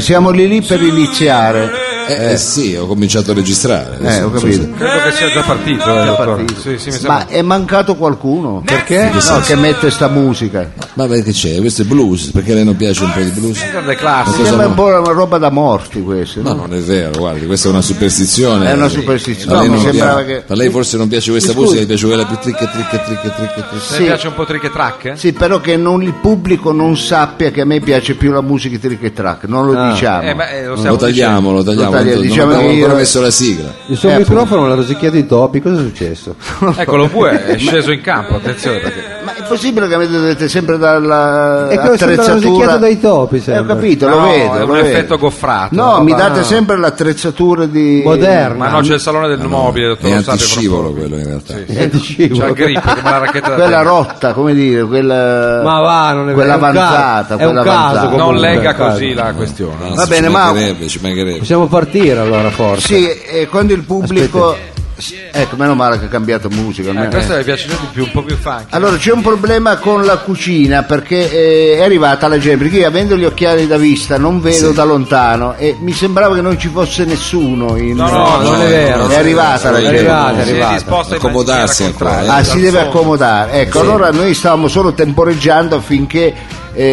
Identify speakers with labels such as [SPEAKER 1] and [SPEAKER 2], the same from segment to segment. [SPEAKER 1] siamo lì lì per iniziare.
[SPEAKER 2] Eh, eh, sì, ho cominciato a registrare.
[SPEAKER 1] Eh, ho capito.
[SPEAKER 3] Credo che sia già partito. eh, dottore.
[SPEAKER 1] partito.
[SPEAKER 3] Sì, sì, mi sembra-
[SPEAKER 1] Ma è mancato qualcuno?
[SPEAKER 3] Perché?
[SPEAKER 1] No, che mette sta musica.
[SPEAKER 2] Ma perché c'è? Questo è blues, perché a lei non piace un po' di blues?
[SPEAKER 3] Grande
[SPEAKER 2] Ma
[SPEAKER 3] classe.
[SPEAKER 2] cosa
[SPEAKER 1] Sembra
[SPEAKER 2] no?
[SPEAKER 1] un po' una roba da morti questo.
[SPEAKER 2] No,
[SPEAKER 1] no?
[SPEAKER 2] non è vero, guardi, questa è una superstizione.
[SPEAKER 1] È una superstizione.
[SPEAKER 2] A lei,
[SPEAKER 1] No, mi
[SPEAKER 2] non
[SPEAKER 1] sembrava
[SPEAKER 2] piace-
[SPEAKER 1] che-
[SPEAKER 2] a lei forse non piace questa
[SPEAKER 1] Mi
[SPEAKER 2] musica,
[SPEAKER 1] scusi.
[SPEAKER 2] le piace quella più tricca, tricca, tricca, tricca, tricca.
[SPEAKER 3] Se
[SPEAKER 1] Sì.
[SPEAKER 3] piace un po' trick e track? eh?
[SPEAKER 1] Sì, però che non- il pubblico non sappia che a me piace più la musica trick e track, non lo diciamo.
[SPEAKER 3] Eh, ma, eh, lo
[SPEAKER 2] Lo
[SPEAKER 3] stiamo
[SPEAKER 2] tagliamo, lo tagliamo,
[SPEAKER 1] Lo tagliamo,
[SPEAKER 2] non
[SPEAKER 1] diciamo
[SPEAKER 2] abbiamo
[SPEAKER 1] che io-
[SPEAKER 2] ancora messo la sigla.
[SPEAKER 4] Il suo
[SPEAKER 1] Eh, appunto.
[SPEAKER 4] microfono l'ha rosicchiato i topi, cosa è successo?
[SPEAKER 3] dicendo. Ecco, lo bue è sceso in campo, attenzione. Perché...
[SPEAKER 1] Ma è possibile che mi dovete sempre dalla
[SPEAKER 4] È che sono
[SPEAKER 1] attrezzatura
[SPEAKER 4] rosicchiato dai topi,
[SPEAKER 1] Eh, ho
[SPEAKER 4] sembra.
[SPEAKER 1] capito,
[SPEAKER 3] No,
[SPEAKER 1] lo vedo.
[SPEAKER 3] è
[SPEAKER 1] lo
[SPEAKER 3] un
[SPEAKER 1] vedo.
[SPEAKER 3] effetto goffrato.
[SPEAKER 1] No, mi date
[SPEAKER 4] no.
[SPEAKER 1] sempre Ah, l'attrezzatura di
[SPEAKER 4] Moderna.
[SPEAKER 3] Ma no, c'è il salone del mobile,
[SPEAKER 2] È
[SPEAKER 3] dottore, lo sappia
[SPEAKER 2] antiscivolo
[SPEAKER 3] proprio.
[SPEAKER 2] quello in realtà.
[SPEAKER 4] Eh, dicevo.
[SPEAKER 3] C'ha il grip come la racchetta da
[SPEAKER 1] Quella
[SPEAKER 3] tennis.
[SPEAKER 1] rotta, come dire, quella,
[SPEAKER 4] Ma va, non è vero,
[SPEAKER 1] quella
[SPEAKER 4] è un caso,
[SPEAKER 1] avanzata.
[SPEAKER 4] è
[SPEAKER 1] quella
[SPEAKER 4] un caso
[SPEAKER 1] avanzata.
[SPEAKER 3] Non
[SPEAKER 4] comunque. Comunque,
[SPEAKER 3] lega
[SPEAKER 4] calma.
[SPEAKER 3] così la questione.
[SPEAKER 2] Anzi,
[SPEAKER 1] Va bene,
[SPEAKER 2] ci
[SPEAKER 1] ma-
[SPEAKER 2] mancherebbe, ci mancherebbe.
[SPEAKER 4] Possiamo partire allora, forse.
[SPEAKER 1] Sì, e quando il pubblico. Sì, Ecco, meno male che ha cambiato musica. almeno.
[SPEAKER 3] Eh, questo mi piace di più, un po' più funky.
[SPEAKER 1] Allora c'è un problema con la cucina perché eh, è arrivata la gente, perché io avendo gli occhiali da vista non vedo da lontano e mi sembrava che non ci fosse nessuno. In...
[SPEAKER 3] No, no,
[SPEAKER 4] non è vero,
[SPEAKER 1] È arrivata la
[SPEAKER 2] Sarà
[SPEAKER 4] è
[SPEAKER 1] gente.
[SPEAKER 4] arrivata, è
[SPEAKER 3] Si è
[SPEAKER 4] arrivata.
[SPEAKER 3] disposto a
[SPEAKER 2] Accomodarsi ancora,
[SPEAKER 1] Ah, si deve accomodare. Ecco, allora noi stavamo solo temporeggiando affinché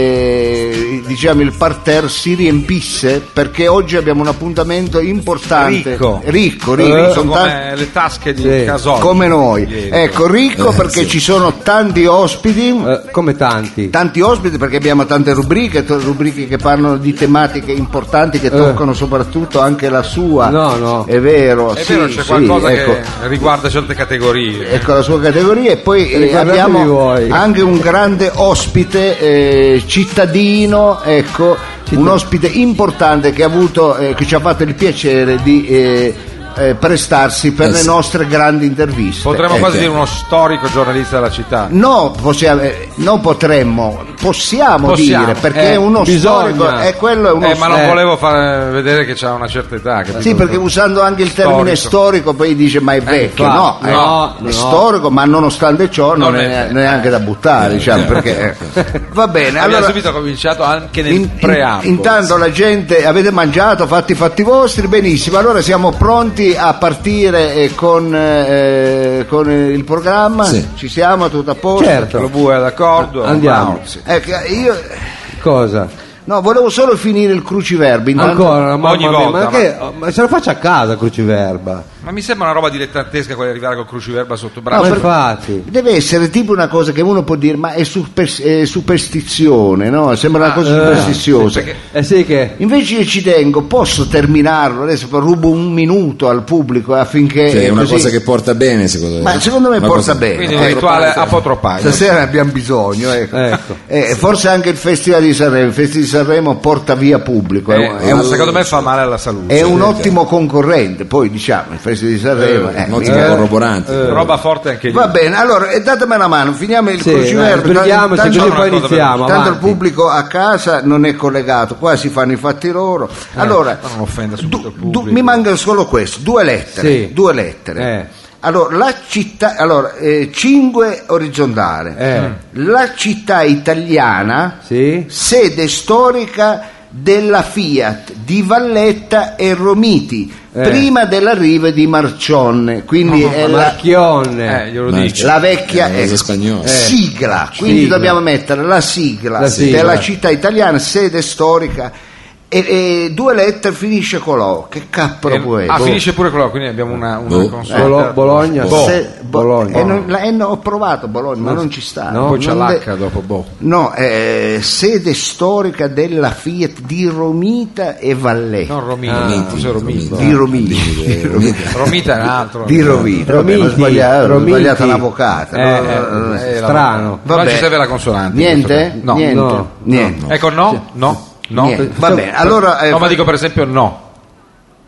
[SPEAKER 1] eh, diciamo il parterre si riempisse perché oggi abbiamo un appuntamento importante.
[SPEAKER 3] Ricco.
[SPEAKER 1] ricco, ricco,
[SPEAKER 3] Sono
[SPEAKER 1] sono tanti-
[SPEAKER 3] come le tasche di
[SPEAKER 4] Sì.
[SPEAKER 3] Casoli.
[SPEAKER 1] come noi.
[SPEAKER 3] Dietro.
[SPEAKER 1] Ecco, ricco
[SPEAKER 2] Eh,
[SPEAKER 1] perché
[SPEAKER 2] sì.
[SPEAKER 1] ci sono tanti ospiti.
[SPEAKER 4] Eh, come tanti.
[SPEAKER 1] tanti ospiti perché abbiamo tante rubriche, to- rubriche che parlano di tematiche importanti che toccano soprattutto anche la sua.
[SPEAKER 4] No, no.
[SPEAKER 1] È vero,
[SPEAKER 3] È
[SPEAKER 1] sì,
[SPEAKER 3] vero, c'è
[SPEAKER 1] sì,
[SPEAKER 3] qualcosa
[SPEAKER 1] ecco.
[SPEAKER 3] che riguarda certe categorie.
[SPEAKER 1] Ecco la sua categoria e poi eh,
[SPEAKER 4] Ricordatevi
[SPEAKER 1] abbiamo
[SPEAKER 4] voi.
[SPEAKER 1] anche un grande ospite eh, cittadino, ecco, un ospite importante che ha avuto, eh, che ci ha fatto il piacere di eh, eh, prestarsi per
[SPEAKER 2] Eh,
[SPEAKER 1] le
[SPEAKER 2] sì.
[SPEAKER 1] nostre grandi interviste.
[SPEAKER 3] Potremmo
[SPEAKER 2] Eh,
[SPEAKER 3] quasi
[SPEAKER 2] eh.
[SPEAKER 1] ecco.
[SPEAKER 3] dire uno storico giornalista della città.
[SPEAKER 1] No, possiamo, eh, non potremmo, possiamo,
[SPEAKER 3] Possiamo,
[SPEAKER 1] dire, perché
[SPEAKER 4] eh,
[SPEAKER 1] è uno
[SPEAKER 4] bisogna.
[SPEAKER 1] storico, è quello è uno
[SPEAKER 3] Eh, ma non
[SPEAKER 1] storico.
[SPEAKER 3] volevo far eh, vedere che c'ha una certa età. capito?
[SPEAKER 1] Sì, perché usando anche il termine storico, poi dice ma è vecchio, no,
[SPEAKER 4] infatti, no,
[SPEAKER 1] eh,
[SPEAKER 4] no.
[SPEAKER 1] è storico, ma nonostante ciò non,
[SPEAKER 3] Non è
[SPEAKER 1] è
[SPEAKER 3] vecchio.
[SPEAKER 1] neanche da buttare, diciamo, perché va bene.
[SPEAKER 3] Abbiamo
[SPEAKER 1] Allora,
[SPEAKER 3] subito cominciato anche nel
[SPEAKER 1] in- in-
[SPEAKER 3] preambolo.
[SPEAKER 1] intanto la gente avete mangiato, fatti i fatti vostri, benissimo. Allora siamo pronti a partire eh, con, eh, con il programma.
[SPEAKER 2] Sì.
[SPEAKER 1] Ci siamo, tutto a posto.
[SPEAKER 4] Certo.
[SPEAKER 3] Lo bue Cioè, è d'accordo?
[SPEAKER 4] Andiamo.
[SPEAKER 3] Mauro, sì.
[SPEAKER 1] Ecco, io
[SPEAKER 4] Cosa?
[SPEAKER 1] no, volevo solo finire il cruciverbi. intanto-
[SPEAKER 4] Ancora, mamma
[SPEAKER 3] Ogni
[SPEAKER 4] mia,
[SPEAKER 3] volta,
[SPEAKER 4] ma, che, ma se lo faccio a casa, Cruciverba.
[SPEAKER 3] Ma mi sembra una roba dilettantesca quella di arrivare col cruciverba sotto il braccio.
[SPEAKER 4] Ma
[SPEAKER 1] per-
[SPEAKER 4] infatti.
[SPEAKER 1] Deve essere tipo una cosa che uno può dire, ma è, super- è superstizione, no? Sembra una cosa
[SPEAKER 4] Ah, eh,
[SPEAKER 1] superstiziosa.
[SPEAKER 4] Eh sì che...
[SPEAKER 1] Invece io ci tengo, posso terminarlo, adesso rubo un minuto al pubblico affinché...
[SPEAKER 2] Cioè, è una
[SPEAKER 1] Eh, così-
[SPEAKER 2] cosa che porta bene, secondo me.
[SPEAKER 1] Ma secondo me
[SPEAKER 2] Una
[SPEAKER 1] porta
[SPEAKER 2] cosa-
[SPEAKER 1] bene.
[SPEAKER 3] Quindi un
[SPEAKER 1] Ecco,
[SPEAKER 3] rituale
[SPEAKER 1] porta-
[SPEAKER 3] apotropaio.
[SPEAKER 1] Stasera ne abbiamo bisogno, ecco.
[SPEAKER 4] Ecco.
[SPEAKER 1] Eh, Forse anche il Festival di Sanremo, il Festival di Sanremo porta via pubblico.
[SPEAKER 3] Eh,
[SPEAKER 1] è un- è un-
[SPEAKER 3] secondo me fa male alla salute.
[SPEAKER 1] è un ottimo concorrente, poi diciamo, il Festival di Sanremo... eh,
[SPEAKER 2] Un ottimo
[SPEAKER 1] mica-
[SPEAKER 2] corroborante.
[SPEAKER 3] Roba forte anche lì.
[SPEAKER 1] Va bene, allora eh, datemi una mano, finiamo il
[SPEAKER 4] Sì, eh,
[SPEAKER 1] cruciverbo.
[SPEAKER 4] dai, sbrigliamoci,
[SPEAKER 1] tanto-
[SPEAKER 4] così
[SPEAKER 3] una
[SPEAKER 4] poi
[SPEAKER 3] cosa
[SPEAKER 4] iniziamo.
[SPEAKER 1] Tanto il
[SPEAKER 4] avanti.
[SPEAKER 1] pubblico a casa non è collegato, qua si fanno i fatti loro.
[SPEAKER 4] Eh,
[SPEAKER 1] allora,
[SPEAKER 3] ma non offenda subito il
[SPEAKER 1] du-
[SPEAKER 3] pubblico.
[SPEAKER 1] mi manca solo questo, due lettere.
[SPEAKER 4] Sì.
[SPEAKER 1] Due lettere.
[SPEAKER 4] Eh.
[SPEAKER 1] Allora, la città, allora, 5 orizzontale.
[SPEAKER 4] Eh.
[SPEAKER 1] La città italiana,
[SPEAKER 4] Sì?
[SPEAKER 1] sede storica della Fiat di Valletta e Romiti,
[SPEAKER 4] Eh.
[SPEAKER 1] prima dell'arrivo di Marcionne. Quindi è la,
[SPEAKER 4] Marchionne.
[SPEAKER 3] Eh, glielo
[SPEAKER 2] Ma-
[SPEAKER 4] Cioè,
[SPEAKER 3] dici.
[SPEAKER 1] la vecchia
[SPEAKER 2] È una cosa
[SPEAKER 1] ecco,
[SPEAKER 2] spagnola.
[SPEAKER 1] sigla, quindi
[SPEAKER 4] eh, Sigla.
[SPEAKER 1] dobbiamo mettere la sigla,
[SPEAKER 4] La sigla.
[SPEAKER 1] della città italiana, sede storica. E, e due lettere finisce con l'O. Che cappro Boh.
[SPEAKER 3] Eh,
[SPEAKER 1] può
[SPEAKER 3] ah,
[SPEAKER 1] essere?
[SPEAKER 3] finisce pure quello, quindi abbiamo una, una
[SPEAKER 2] Boh.
[SPEAKER 3] consueta.
[SPEAKER 4] Bolo- Bologna.
[SPEAKER 3] Boh.
[SPEAKER 1] Se- bo-
[SPEAKER 4] Bologna.
[SPEAKER 1] eh, non- la- eh, no, ho provato Bologna, ma non ci sta.
[SPEAKER 4] no,
[SPEAKER 3] Poi c'è
[SPEAKER 1] Non de-
[SPEAKER 3] l'H dopo, boh.
[SPEAKER 1] No, eh, sede storica della Fiat di Romita e Valletta.
[SPEAKER 3] Ah, Non Romita,
[SPEAKER 2] Romiti,
[SPEAKER 3] forse Romita.
[SPEAKER 1] Di Romiti.
[SPEAKER 2] Romiti.
[SPEAKER 3] Romita è un altro.
[SPEAKER 1] Di Romita. Vabbè, ho
[SPEAKER 4] Romiti,
[SPEAKER 1] sbagliato, ho
[SPEAKER 4] Romiti.
[SPEAKER 1] sbagliato l'avvocata.
[SPEAKER 4] Eh,
[SPEAKER 1] no,
[SPEAKER 4] eh,
[SPEAKER 1] eh,
[SPEAKER 4] strano.
[SPEAKER 3] Però
[SPEAKER 1] Vabbè.
[SPEAKER 3] ci serve la consonante.
[SPEAKER 1] Niente?
[SPEAKER 3] eh, No.
[SPEAKER 1] Niente.
[SPEAKER 4] no,
[SPEAKER 1] Niente.
[SPEAKER 3] Ecco, no, no, no.
[SPEAKER 1] Niente. Va bene, allora... eh,
[SPEAKER 3] No, ma dico per esempio no.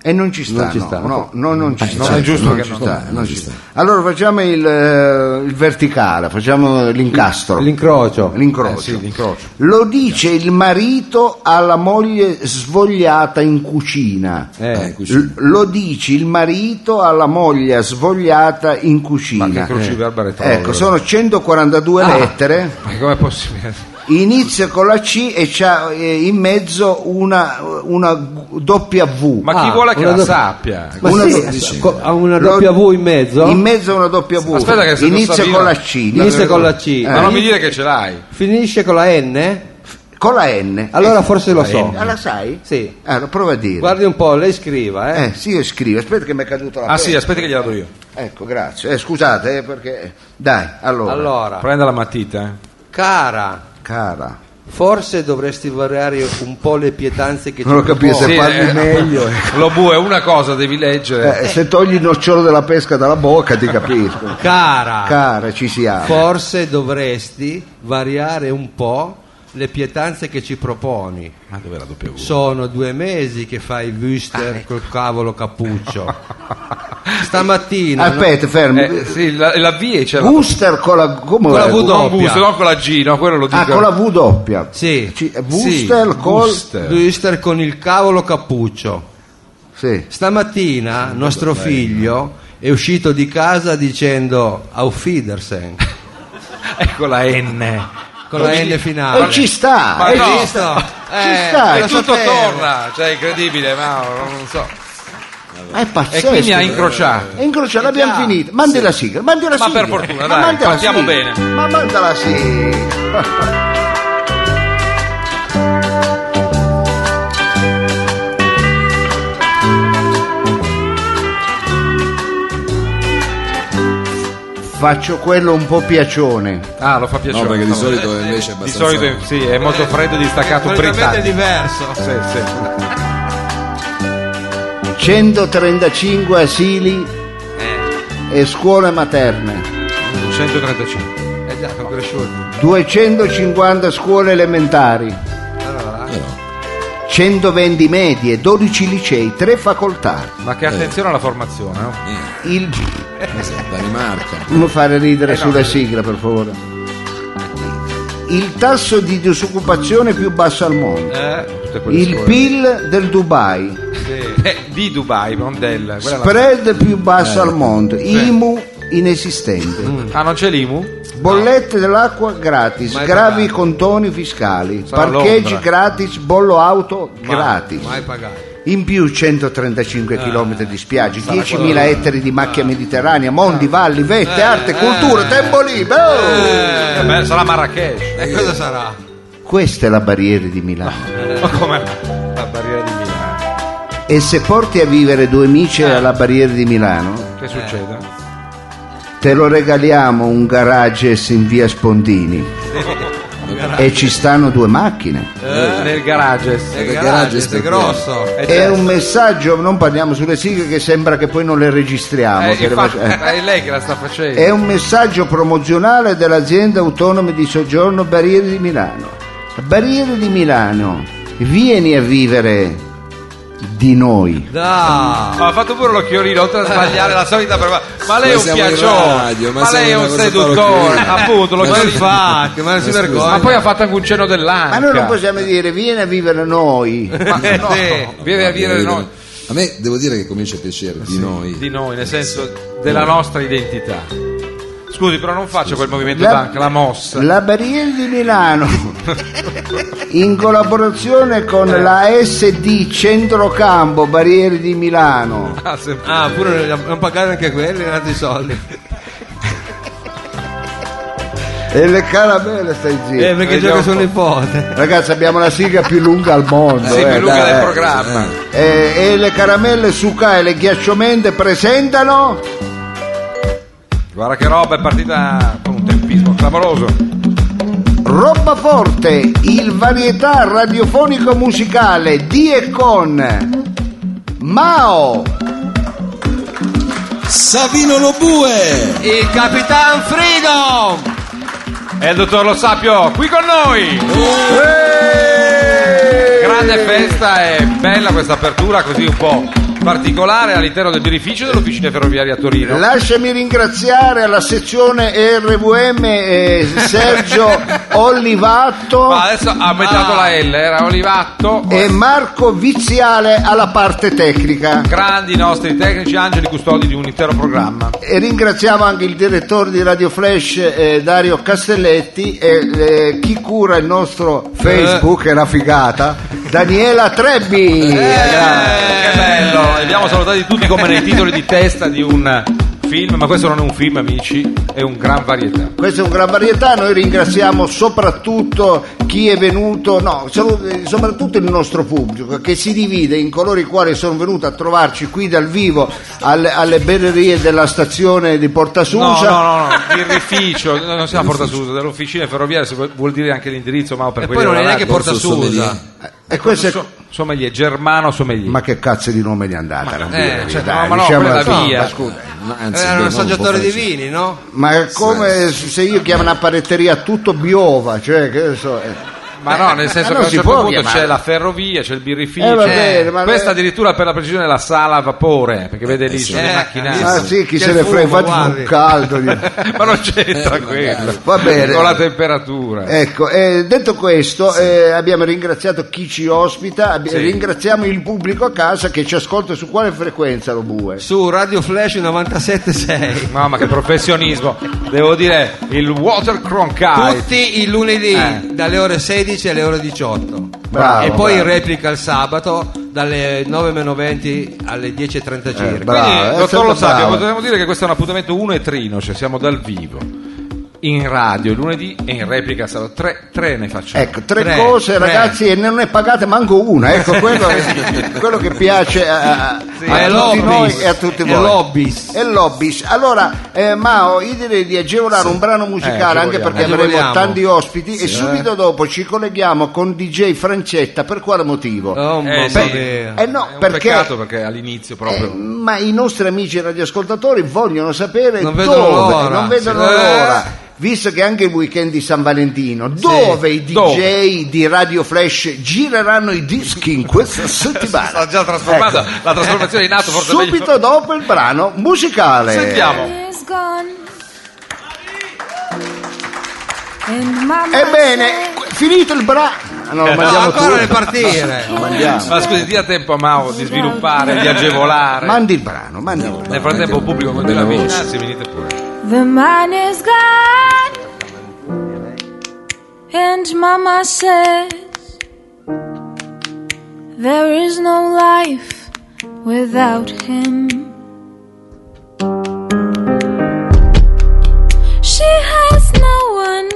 [SPEAKER 1] E non ci sta,
[SPEAKER 4] Non ci
[SPEAKER 1] no,
[SPEAKER 4] sta.
[SPEAKER 1] no, no, non ci sta.
[SPEAKER 3] Ah, non è giusto
[SPEAKER 1] non
[SPEAKER 3] che
[SPEAKER 1] ci
[SPEAKER 3] non-
[SPEAKER 1] sta,
[SPEAKER 2] no,
[SPEAKER 1] non ci sta. Allora facciamo il, eh, il verticale, facciamo l'incastro,
[SPEAKER 4] L'incrocio.
[SPEAKER 1] l'incrocio.
[SPEAKER 3] Eh, sì, l'incrocio.
[SPEAKER 1] Lo dice il marito alla moglie svogliata in cucina.
[SPEAKER 2] Eh,
[SPEAKER 4] Eh.
[SPEAKER 2] in cucina.
[SPEAKER 1] L- lo dice il marito alla moglie svogliata in
[SPEAKER 3] Ma che
[SPEAKER 1] cucina. Eh.
[SPEAKER 3] cruciverba retrogrado. Ah.
[SPEAKER 1] Ecco, sono 142 lettere.
[SPEAKER 3] Ma com'è possibile?
[SPEAKER 1] inizia con la C e c'ha eh, in mezzo una, una doppia V.
[SPEAKER 3] Ma chi
[SPEAKER 4] Ah,
[SPEAKER 3] vuole che
[SPEAKER 4] una
[SPEAKER 3] la
[SPEAKER 4] do-
[SPEAKER 3] sappia?
[SPEAKER 4] Ma
[SPEAKER 1] Una
[SPEAKER 4] sì,
[SPEAKER 1] dodici.
[SPEAKER 4] co- ha una
[SPEAKER 1] Lo-
[SPEAKER 4] doppia V in mezzo?
[SPEAKER 1] In mezzo a una doppia V.
[SPEAKER 3] Aspetta che se non
[SPEAKER 1] inizia
[SPEAKER 3] Savino-
[SPEAKER 1] con la C.
[SPEAKER 4] Inizia con la C.
[SPEAKER 1] Eh,
[SPEAKER 3] Ma non mi dire che ce l'hai.
[SPEAKER 4] Finisce con la N?
[SPEAKER 1] Con la N.
[SPEAKER 4] Allora
[SPEAKER 1] Eh,
[SPEAKER 4] forse lo so.
[SPEAKER 1] Ah, la sai?
[SPEAKER 4] Sì.
[SPEAKER 1] Allora prova a dire.
[SPEAKER 4] Guardi un po', lei scriva, eh.
[SPEAKER 1] Eh, sì, io scrivo. Aspetta che mi è caduto la
[SPEAKER 3] Ah sì,
[SPEAKER 1] penna.
[SPEAKER 3] aspetta che gliela do io.
[SPEAKER 1] Ecco, grazie. Eh, scusate, eh, perché... Dai, allora.
[SPEAKER 4] Allora,
[SPEAKER 3] Prenda la matita. eh.
[SPEAKER 4] cara,
[SPEAKER 1] Cara.
[SPEAKER 4] forse dovresti variare un po' le pietanze che
[SPEAKER 1] Non lo
[SPEAKER 4] ci
[SPEAKER 1] capisco.
[SPEAKER 4] imponi.
[SPEAKER 1] Se parli
[SPEAKER 3] eh.
[SPEAKER 1] meglio,
[SPEAKER 3] Lo bu è una cosa, devi leggere.
[SPEAKER 1] Eh, se togli il nocciolo della pesca dalla bocca ti capisco.
[SPEAKER 4] Cara,
[SPEAKER 1] Cara, ci si ama.
[SPEAKER 4] forse dovresti variare un po' le pietanze che ci proponi.
[SPEAKER 3] Ma dov'è la doppia V?
[SPEAKER 4] Sono due mesi che fai
[SPEAKER 1] Ah,
[SPEAKER 4] Wüster
[SPEAKER 1] ecco.
[SPEAKER 4] col cavolo cappuccio. Stamattina no?
[SPEAKER 1] Aspetta, fermo.
[SPEAKER 3] Eh, sì, la, la V e c'è la
[SPEAKER 1] Booster con la... Come
[SPEAKER 4] Con la
[SPEAKER 1] era?
[SPEAKER 4] V
[SPEAKER 3] Con
[SPEAKER 4] doppia.
[SPEAKER 3] V, se no con la G, no, quello lo dico.
[SPEAKER 1] Ah, con la V doppia.
[SPEAKER 4] Sì.
[SPEAKER 1] Ci- Booster
[SPEAKER 3] Sì,
[SPEAKER 1] col...
[SPEAKER 3] booster.
[SPEAKER 4] Wüster con il cavolo cappuccio.
[SPEAKER 1] Sì.
[SPEAKER 4] Stamattina nostro figlio è uscito di casa dicendo Auf Wiedersehen
[SPEAKER 3] Ecco la N.
[SPEAKER 4] con la N
[SPEAKER 1] E
[SPEAKER 4] finale.
[SPEAKER 1] Oh, ci sta.
[SPEAKER 3] Ma
[SPEAKER 1] e
[SPEAKER 3] no.
[SPEAKER 1] ci-
[SPEAKER 4] Visto? Eh,
[SPEAKER 1] sta,
[SPEAKER 3] E
[SPEAKER 4] lo
[SPEAKER 3] tutto
[SPEAKER 4] sapevo.
[SPEAKER 3] torna, cioè è incredibile, Mauro, non so.
[SPEAKER 1] ma
[SPEAKER 3] Ah,
[SPEAKER 1] è
[SPEAKER 3] E
[SPEAKER 1] pazzesco.
[SPEAKER 3] qui mi ha incrociato.
[SPEAKER 1] E incrociato, l'abbiamo
[SPEAKER 4] già.
[SPEAKER 1] finita. Mandi la sigla, mandi la
[SPEAKER 3] Ma
[SPEAKER 1] sigla.
[SPEAKER 3] per fortuna,
[SPEAKER 1] Ma
[SPEAKER 3] dai,
[SPEAKER 1] manda la
[SPEAKER 3] partiamo
[SPEAKER 1] sigla.
[SPEAKER 3] bene.
[SPEAKER 1] Ma manda la sigla. Faccio quello un po' piacione.
[SPEAKER 3] Ah, lo fa piacere.
[SPEAKER 2] No, perché di
[SPEAKER 3] no.
[SPEAKER 2] solito invece è
[SPEAKER 3] Di
[SPEAKER 2] abbastanza...
[SPEAKER 3] solito sì, è molto freddo e distaccato
[SPEAKER 4] Completamente
[SPEAKER 3] britannico.
[SPEAKER 4] diverso.
[SPEAKER 3] Sì, sì.
[SPEAKER 1] 135 asili e scuole materne,
[SPEAKER 3] 135.
[SPEAKER 4] Eh già, sono cresciuti.
[SPEAKER 1] 250 scuole elementari,
[SPEAKER 4] Allora,
[SPEAKER 2] Eh no.
[SPEAKER 1] 120 medie, 12 licei, 3 facoltà.
[SPEAKER 3] Ma che attenzione alla formazione, no?
[SPEAKER 2] Eh,
[SPEAKER 1] Il... Eh
[SPEAKER 2] Danimarca.
[SPEAKER 1] Non fare ridere sulla sigla, per favore. Il tasso di disoccupazione più basso al mondo.
[SPEAKER 3] Eh, tutte quelle
[SPEAKER 1] Il
[SPEAKER 3] scuole.
[SPEAKER 1] PIL del Dubai.
[SPEAKER 3] Sì. Eh, di Dubai, non del. quella è la-
[SPEAKER 1] Spread più basso al mondo. IMU inesistente.
[SPEAKER 3] Ah, non c'è l'IMU?
[SPEAKER 1] Bollette dell'acqua gratis.
[SPEAKER 4] Ma è
[SPEAKER 1] Gravi
[SPEAKER 4] pagato.
[SPEAKER 1] contoni fiscali.
[SPEAKER 3] Sarà
[SPEAKER 1] Parcheggi
[SPEAKER 3] Londra.
[SPEAKER 1] gratis. Bollo auto gratis.
[SPEAKER 4] mai pagato.
[SPEAKER 1] In più 135
[SPEAKER 3] Ah,
[SPEAKER 1] km di spiagge, 10.000 ettari di macchia mediterranea, mondi, valli, vette, arte, cultura, tempo libero.
[SPEAKER 3] Eh, beh, sarà Marrakesh.
[SPEAKER 4] E cosa sarà?
[SPEAKER 1] Questa è la barriera di Milano.
[SPEAKER 3] Ma come? La barriera di Milano.
[SPEAKER 1] E se porti a vivere due amici
[SPEAKER 3] Eh.
[SPEAKER 1] alla barriera di Milano,
[SPEAKER 3] Che succede?
[SPEAKER 1] te lo regaliamo un garages in via Spondini. E ci stanno due macchine.
[SPEAKER 3] Eh. Nel garage.
[SPEAKER 4] È
[SPEAKER 2] perché
[SPEAKER 4] garage,
[SPEAKER 2] Raggi è
[SPEAKER 4] è
[SPEAKER 2] specchiato.
[SPEAKER 4] grosso.
[SPEAKER 3] Eh,
[SPEAKER 1] È un messaggio, non parliamo sulle sigle che sembra che poi non le registriamo.
[SPEAKER 3] Eh,
[SPEAKER 1] che le
[SPEAKER 3] infatti,
[SPEAKER 1] faccia- eh.
[SPEAKER 3] ma è lei che la sta facendo.
[SPEAKER 1] È un messaggio promozionale dell'azienda autonoma di soggiorno Barriere di Milano. Barriere di Milano, vieni a vivere di noi.
[SPEAKER 4] Da.
[SPEAKER 3] Ma ha fatto pure l'occhiolino, oltre a sbagliare la solita prova. Ma lei è
[SPEAKER 2] Ma
[SPEAKER 3] un
[SPEAKER 2] siamo in
[SPEAKER 3] piaccione,
[SPEAKER 2] radio, ma
[SPEAKER 3] ma lei è
[SPEAKER 2] siamo
[SPEAKER 3] un
[SPEAKER 2] una cosa
[SPEAKER 3] seduttore,
[SPEAKER 2] parrocchiere.
[SPEAKER 3] appunto,
[SPEAKER 4] Ma
[SPEAKER 3] l'occhiolino.
[SPEAKER 4] infatti, ma non si
[SPEAKER 2] Ma scusa.
[SPEAKER 4] vergogna.
[SPEAKER 3] Ma poi ha fatto anche un cenno
[SPEAKER 1] Ma
[SPEAKER 3] dell'anca.
[SPEAKER 1] noi non possiamo dire vieni a vivere noi.
[SPEAKER 3] Ma no,
[SPEAKER 4] Sì.
[SPEAKER 3] viene a dire noi,
[SPEAKER 2] A me devo dire che comincia a piacere di noi.
[SPEAKER 3] di noi, nel senso della nostra identità. Scusi, però non faccio quel movimento d'anca, la mossa.
[SPEAKER 1] la Barriere di Milano, in collaborazione con
[SPEAKER 3] Eh.
[SPEAKER 1] la SD Centrocampo Barriere di Milano,
[SPEAKER 3] Ah, sempre.
[SPEAKER 4] Ah, pure non pagare anche quelli, altri soldi.
[SPEAKER 1] e le caramelle stai
[SPEAKER 4] Eh,
[SPEAKER 1] zitto.
[SPEAKER 4] perché
[SPEAKER 3] vediamo
[SPEAKER 4] gioca
[SPEAKER 3] un
[SPEAKER 4] suo
[SPEAKER 3] po'.
[SPEAKER 4] nipote.
[SPEAKER 1] Ragazzi abbiamo la sigla più lunga al mondo.
[SPEAKER 3] Sì,
[SPEAKER 1] eh,
[SPEAKER 3] più lunga
[SPEAKER 1] dai,
[SPEAKER 3] del
[SPEAKER 1] eh.
[SPEAKER 3] programma.
[SPEAKER 1] Eh, e le caramelle suca e le ghiacciomende presentano
[SPEAKER 3] Guarda che roba, è partita con un tempismo clamoroso.
[SPEAKER 1] Roba Forte, il varietà radiofonico musicale di e con Mao,
[SPEAKER 2] Savino Lobue!
[SPEAKER 4] Il Capitan Freedom!
[SPEAKER 3] E il dottor Lo Sapio qui con noi. Grande festa e bella questa apertura così un po' particolare all'interno del birrificio dell'Officina Ferroviaria a Torino.
[SPEAKER 1] Lasciami ringraziare alla sezione RVM eh, Sergio Olivato
[SPEAKER 3] Ma adesso ha aumentato la L, era Olivatto.
[SPEAKER 1] e Marco Viziale alla parte tecnica.
[SPEAKER 3] Grandi nostri tecnici, angeli custodi di un intero programma.
[SPEAKER 1] E ringraziamo anche il direttore di Radio Flash eh, Dario Castelletti e eh, chi cura il nostro Facebook, è una figata, Daniela Trebbi. ragazzi.
[SPEAKER 3] Che bello! Li abbiamo salutati tutti come nei titoli di testa di un film, ma questo non è un film, amici, è un gran varietà.
[SPEAKER 1] Questo è un gran varietà, noi ringraziamo soprattutto chi è venuto, no, salu- soprattutto il nostro pubblico che si divide in coloro i quali sono venuti a trovarci qui dal vivo alle, alle berrerie della stazione di
[SPEAKER 3] No,
[SPEAKER 1] Portasusa.
[SPEAKER 3] no, no, no, birrificio, no, non siamo a Porta Susa, dell'officina ferroviaria se vu- vuol dire anche l'indirizzo, ma per
[SPEAKER 4] E
[SPEAKER 3] quelli
[SPEAKER 4] poi non è
[SPEAKER 3] della
[SPEAKER 4] neanche
[SPEAKER 3] radio.
[SPEAKER 4] Porta
[SPEAKER 2] Corso
[SPEAKER 4] Susa.
[SPEAKER 2] sommelier.
[SPEAKER 1] E questo è-
[SPEAKER 3] So- sommelier, Germano sommelier.
[SPEAKER 1] Ma che cazzo di nome gli è andata? la birreria,
[SPEAKER 3] cioè,
[SPEAKER 1] dai,
[SPEAKER 3] no, ma no,
[SPEAKER 1] diciamo
[SPEAKER 3] quella
[SPEAKER 1] la-
[SPEAKER 3] è la via.
[SPEAKER 1] ma scusa.
[SPEAKER 2] No, anzi,
[SPEAKER 4] Era
[SPEAKER 2] beh,
[SPEAKER 4] un
[SPEAKER 2] no,
[SPEAKER 4] assaggiatore
[SPEAKER 2] può
[SPEAKER 4] di
[SPEAKER 2] farci.
[SPEAKER 4] vini, no?
[SPEAKER 1] Ma è come se io chiamo una paretteria tutto biova, cioè che ne so. eh.
[SPEAKER 3] Ma no, nel senso che
[SPEAKER 1] Ma non
[SPEAKER 3] a un
[SPEAKER 1] si
[SPEAKER 3] certo
[SPEAKER 1] può
[SPEAKER 3] punto
[SPEAKER 1] chiamare.
[SPEAKER 3] c'è la ferrovia, c'è il birrificio,
[SPEAKER 1] Eh, va bene, ma-
[SPEAKER 3] questa addirittura per la precisione è la sala a vapore, perché vede lì ci sono
[SPEAKER 4] eh,
[SPEAKER 3] le macchinari.
[SPEAKER 1] Ah sì, chi
[SPEAKER 4] C'è
[SPEAKER 1] se
[SPEAKER 4] il
[SPEAKER 1] ne frega,
[SPEAKER 4] fumo,
[SPEAKER 1] infatti fa un
[SPEAKER 4] guardi.
[SPEAKER 1] caldo. gli-
[SPEAKER 3] ma non c'entra quello.
[SPEAKER 1] Eh, Va bene.
[SPEAKER 3] Con la temperatura.
[SPEAKER 1] Ecco, eh, detto questo, eh, abbiamo ringraziato chi ci ospita, abbi-
[SPEAKER 3] Sì.
[SPEAKER 1] ringraziamo il pubblico a casa che ci ascolta su quale frequenza lo bue.
[SPEAKER 4] Su Radio Flash 97.6.
[SPEAKER 3] No, ma che professionismo. Devo dire, il Water Cronkite.
[SPEAKER 4] Tutti i lunedì
[SPEAKER 3] Eh.
[SPEAKER 4] dalle ore 16 alle ore 18.
[SPEAKER 1] Bravo,
[SPEAKER 4] e poi
[SPEAKER 1] bravo.
[SPEAKER 4] replica il sabato dalle 9.20 alle 10.30 circa.
[SPEAKER 1] bravo. eh,
[SPEAKER 3] Quindi, dottor
[SPEAKER 1] stato
[SPEAKER 3] Lo Sapio,
[SPEAKER 1] bravo.
[SPEAKER 3] potremmo dire che questo è un appuntamento uno e trino, cioè siamo dal vivo. In radio il lunedì e in replica sarà tre, tre ne facciamo.
[SPEAKER 1] Ecco, tre,
[SPEAKER 4] Tre,
[SPEAKER 1] cose
[SPEAKER 4] tre.
[SPEAKER 1] ragazzi e non ne pagate manco una, ecco quello, quello che piace a, a- a
[SPEAKER 4] è
[SPEAKER 1] tutti
[SPEAKER 4] l'hobby.
[SPEAKER 1] noi e a tutti
[SPEAKER 4] È
[SPEAKER 1] voi.
[SPEAKER 4] l'hobby.
[SPEAKER 1] È l'hobby. Allora, eh, Mao, io direi di agevolare un brano
[SPEAKER 3] Eh,
[SPEAKER 1] musicale anche
[SPEAKER 3] agevoliamo.
[SPEAKER 1] perché avremo
[SPEAKER 4] Agevoliamo. eh.
[SPEAKER 1] tanti ospiti e subito dopo ci colleghiamo con DJ Francetta, per quale motivo?
[SPEAKER 4] Oh, mamma
[SPEAKER 3] Eh, sì.
[SPEAKER 4] mia.
[SPEAKER 1] Eh no,
[SPEAKER 3] È un
[SPEAKER 1] perché Eh,
[SPEAKER 3] peccato perché all'inizio proprio...
[SPEAKER 1] Ma i nostri amici radioascoltatori vogliono sapere
[SPEAKER 4] Non
[SPEAKER 1] dove,
[SPEAKER 4] vedono l'ora.
[SPEAKER 1] non vedono
[SPEAKER 4] Eh.
[SPEAKER 1] l'ora. Visto che anche il weekend di San Valentino, dove i DJ
[SPEAKER 3] dove?
[SPEAKER 1] di Radio Flash gireranno i dischi in questa
[SPEAKER 3] L'ha
[SPEAKER 1] settimana?
[SPEAKER 3] già trasformata, la trasformazione è in atto forse è meglio-
[SPEAKER 1] ecco. Eh, Subito dopo il brano musicale.
[SPEAKER 3] Sentiamo.
[SPEAKER 5] is gone. And my
[SPEAKER 1] Eh,
[SPEAKER 5] mind
[SPEAKER 1] Ebbene,
[SPEAKER 5] says-
[SPEAKER 1] qu- finito il brano. No, lo mandiamo
[SPEAKER 4] ancora
[SPEAKER 1] tutto.
[SPEAKER 4] deve partire.
[SPEAKER 1] Lo mandiamo.
[SPEAKER 3] Ma Ah, scusi, dia tempo a Mao di sviluppare, di agevolare.
[SPEAKER 1] Mandi il brano, mandi il brano.
[SPEAKER 3] Nel frattempo il pubblico continua a
[SPEAKER 2] Bella voce.
[SPEAKER 3] avvicinarsi, venite pure.
[SPEAKER 5] The man is gone. And mama says there is no life without him. She has no one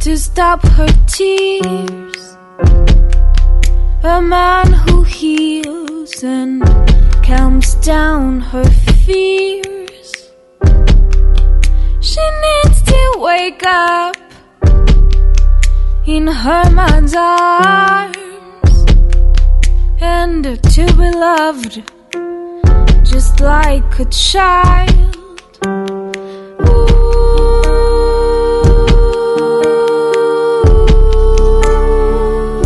[SPEAKER 5] to stop her tears. A man who heals and calms down her fears. She needs to wake up in her man's arms and to be loved just like a child. Ooh.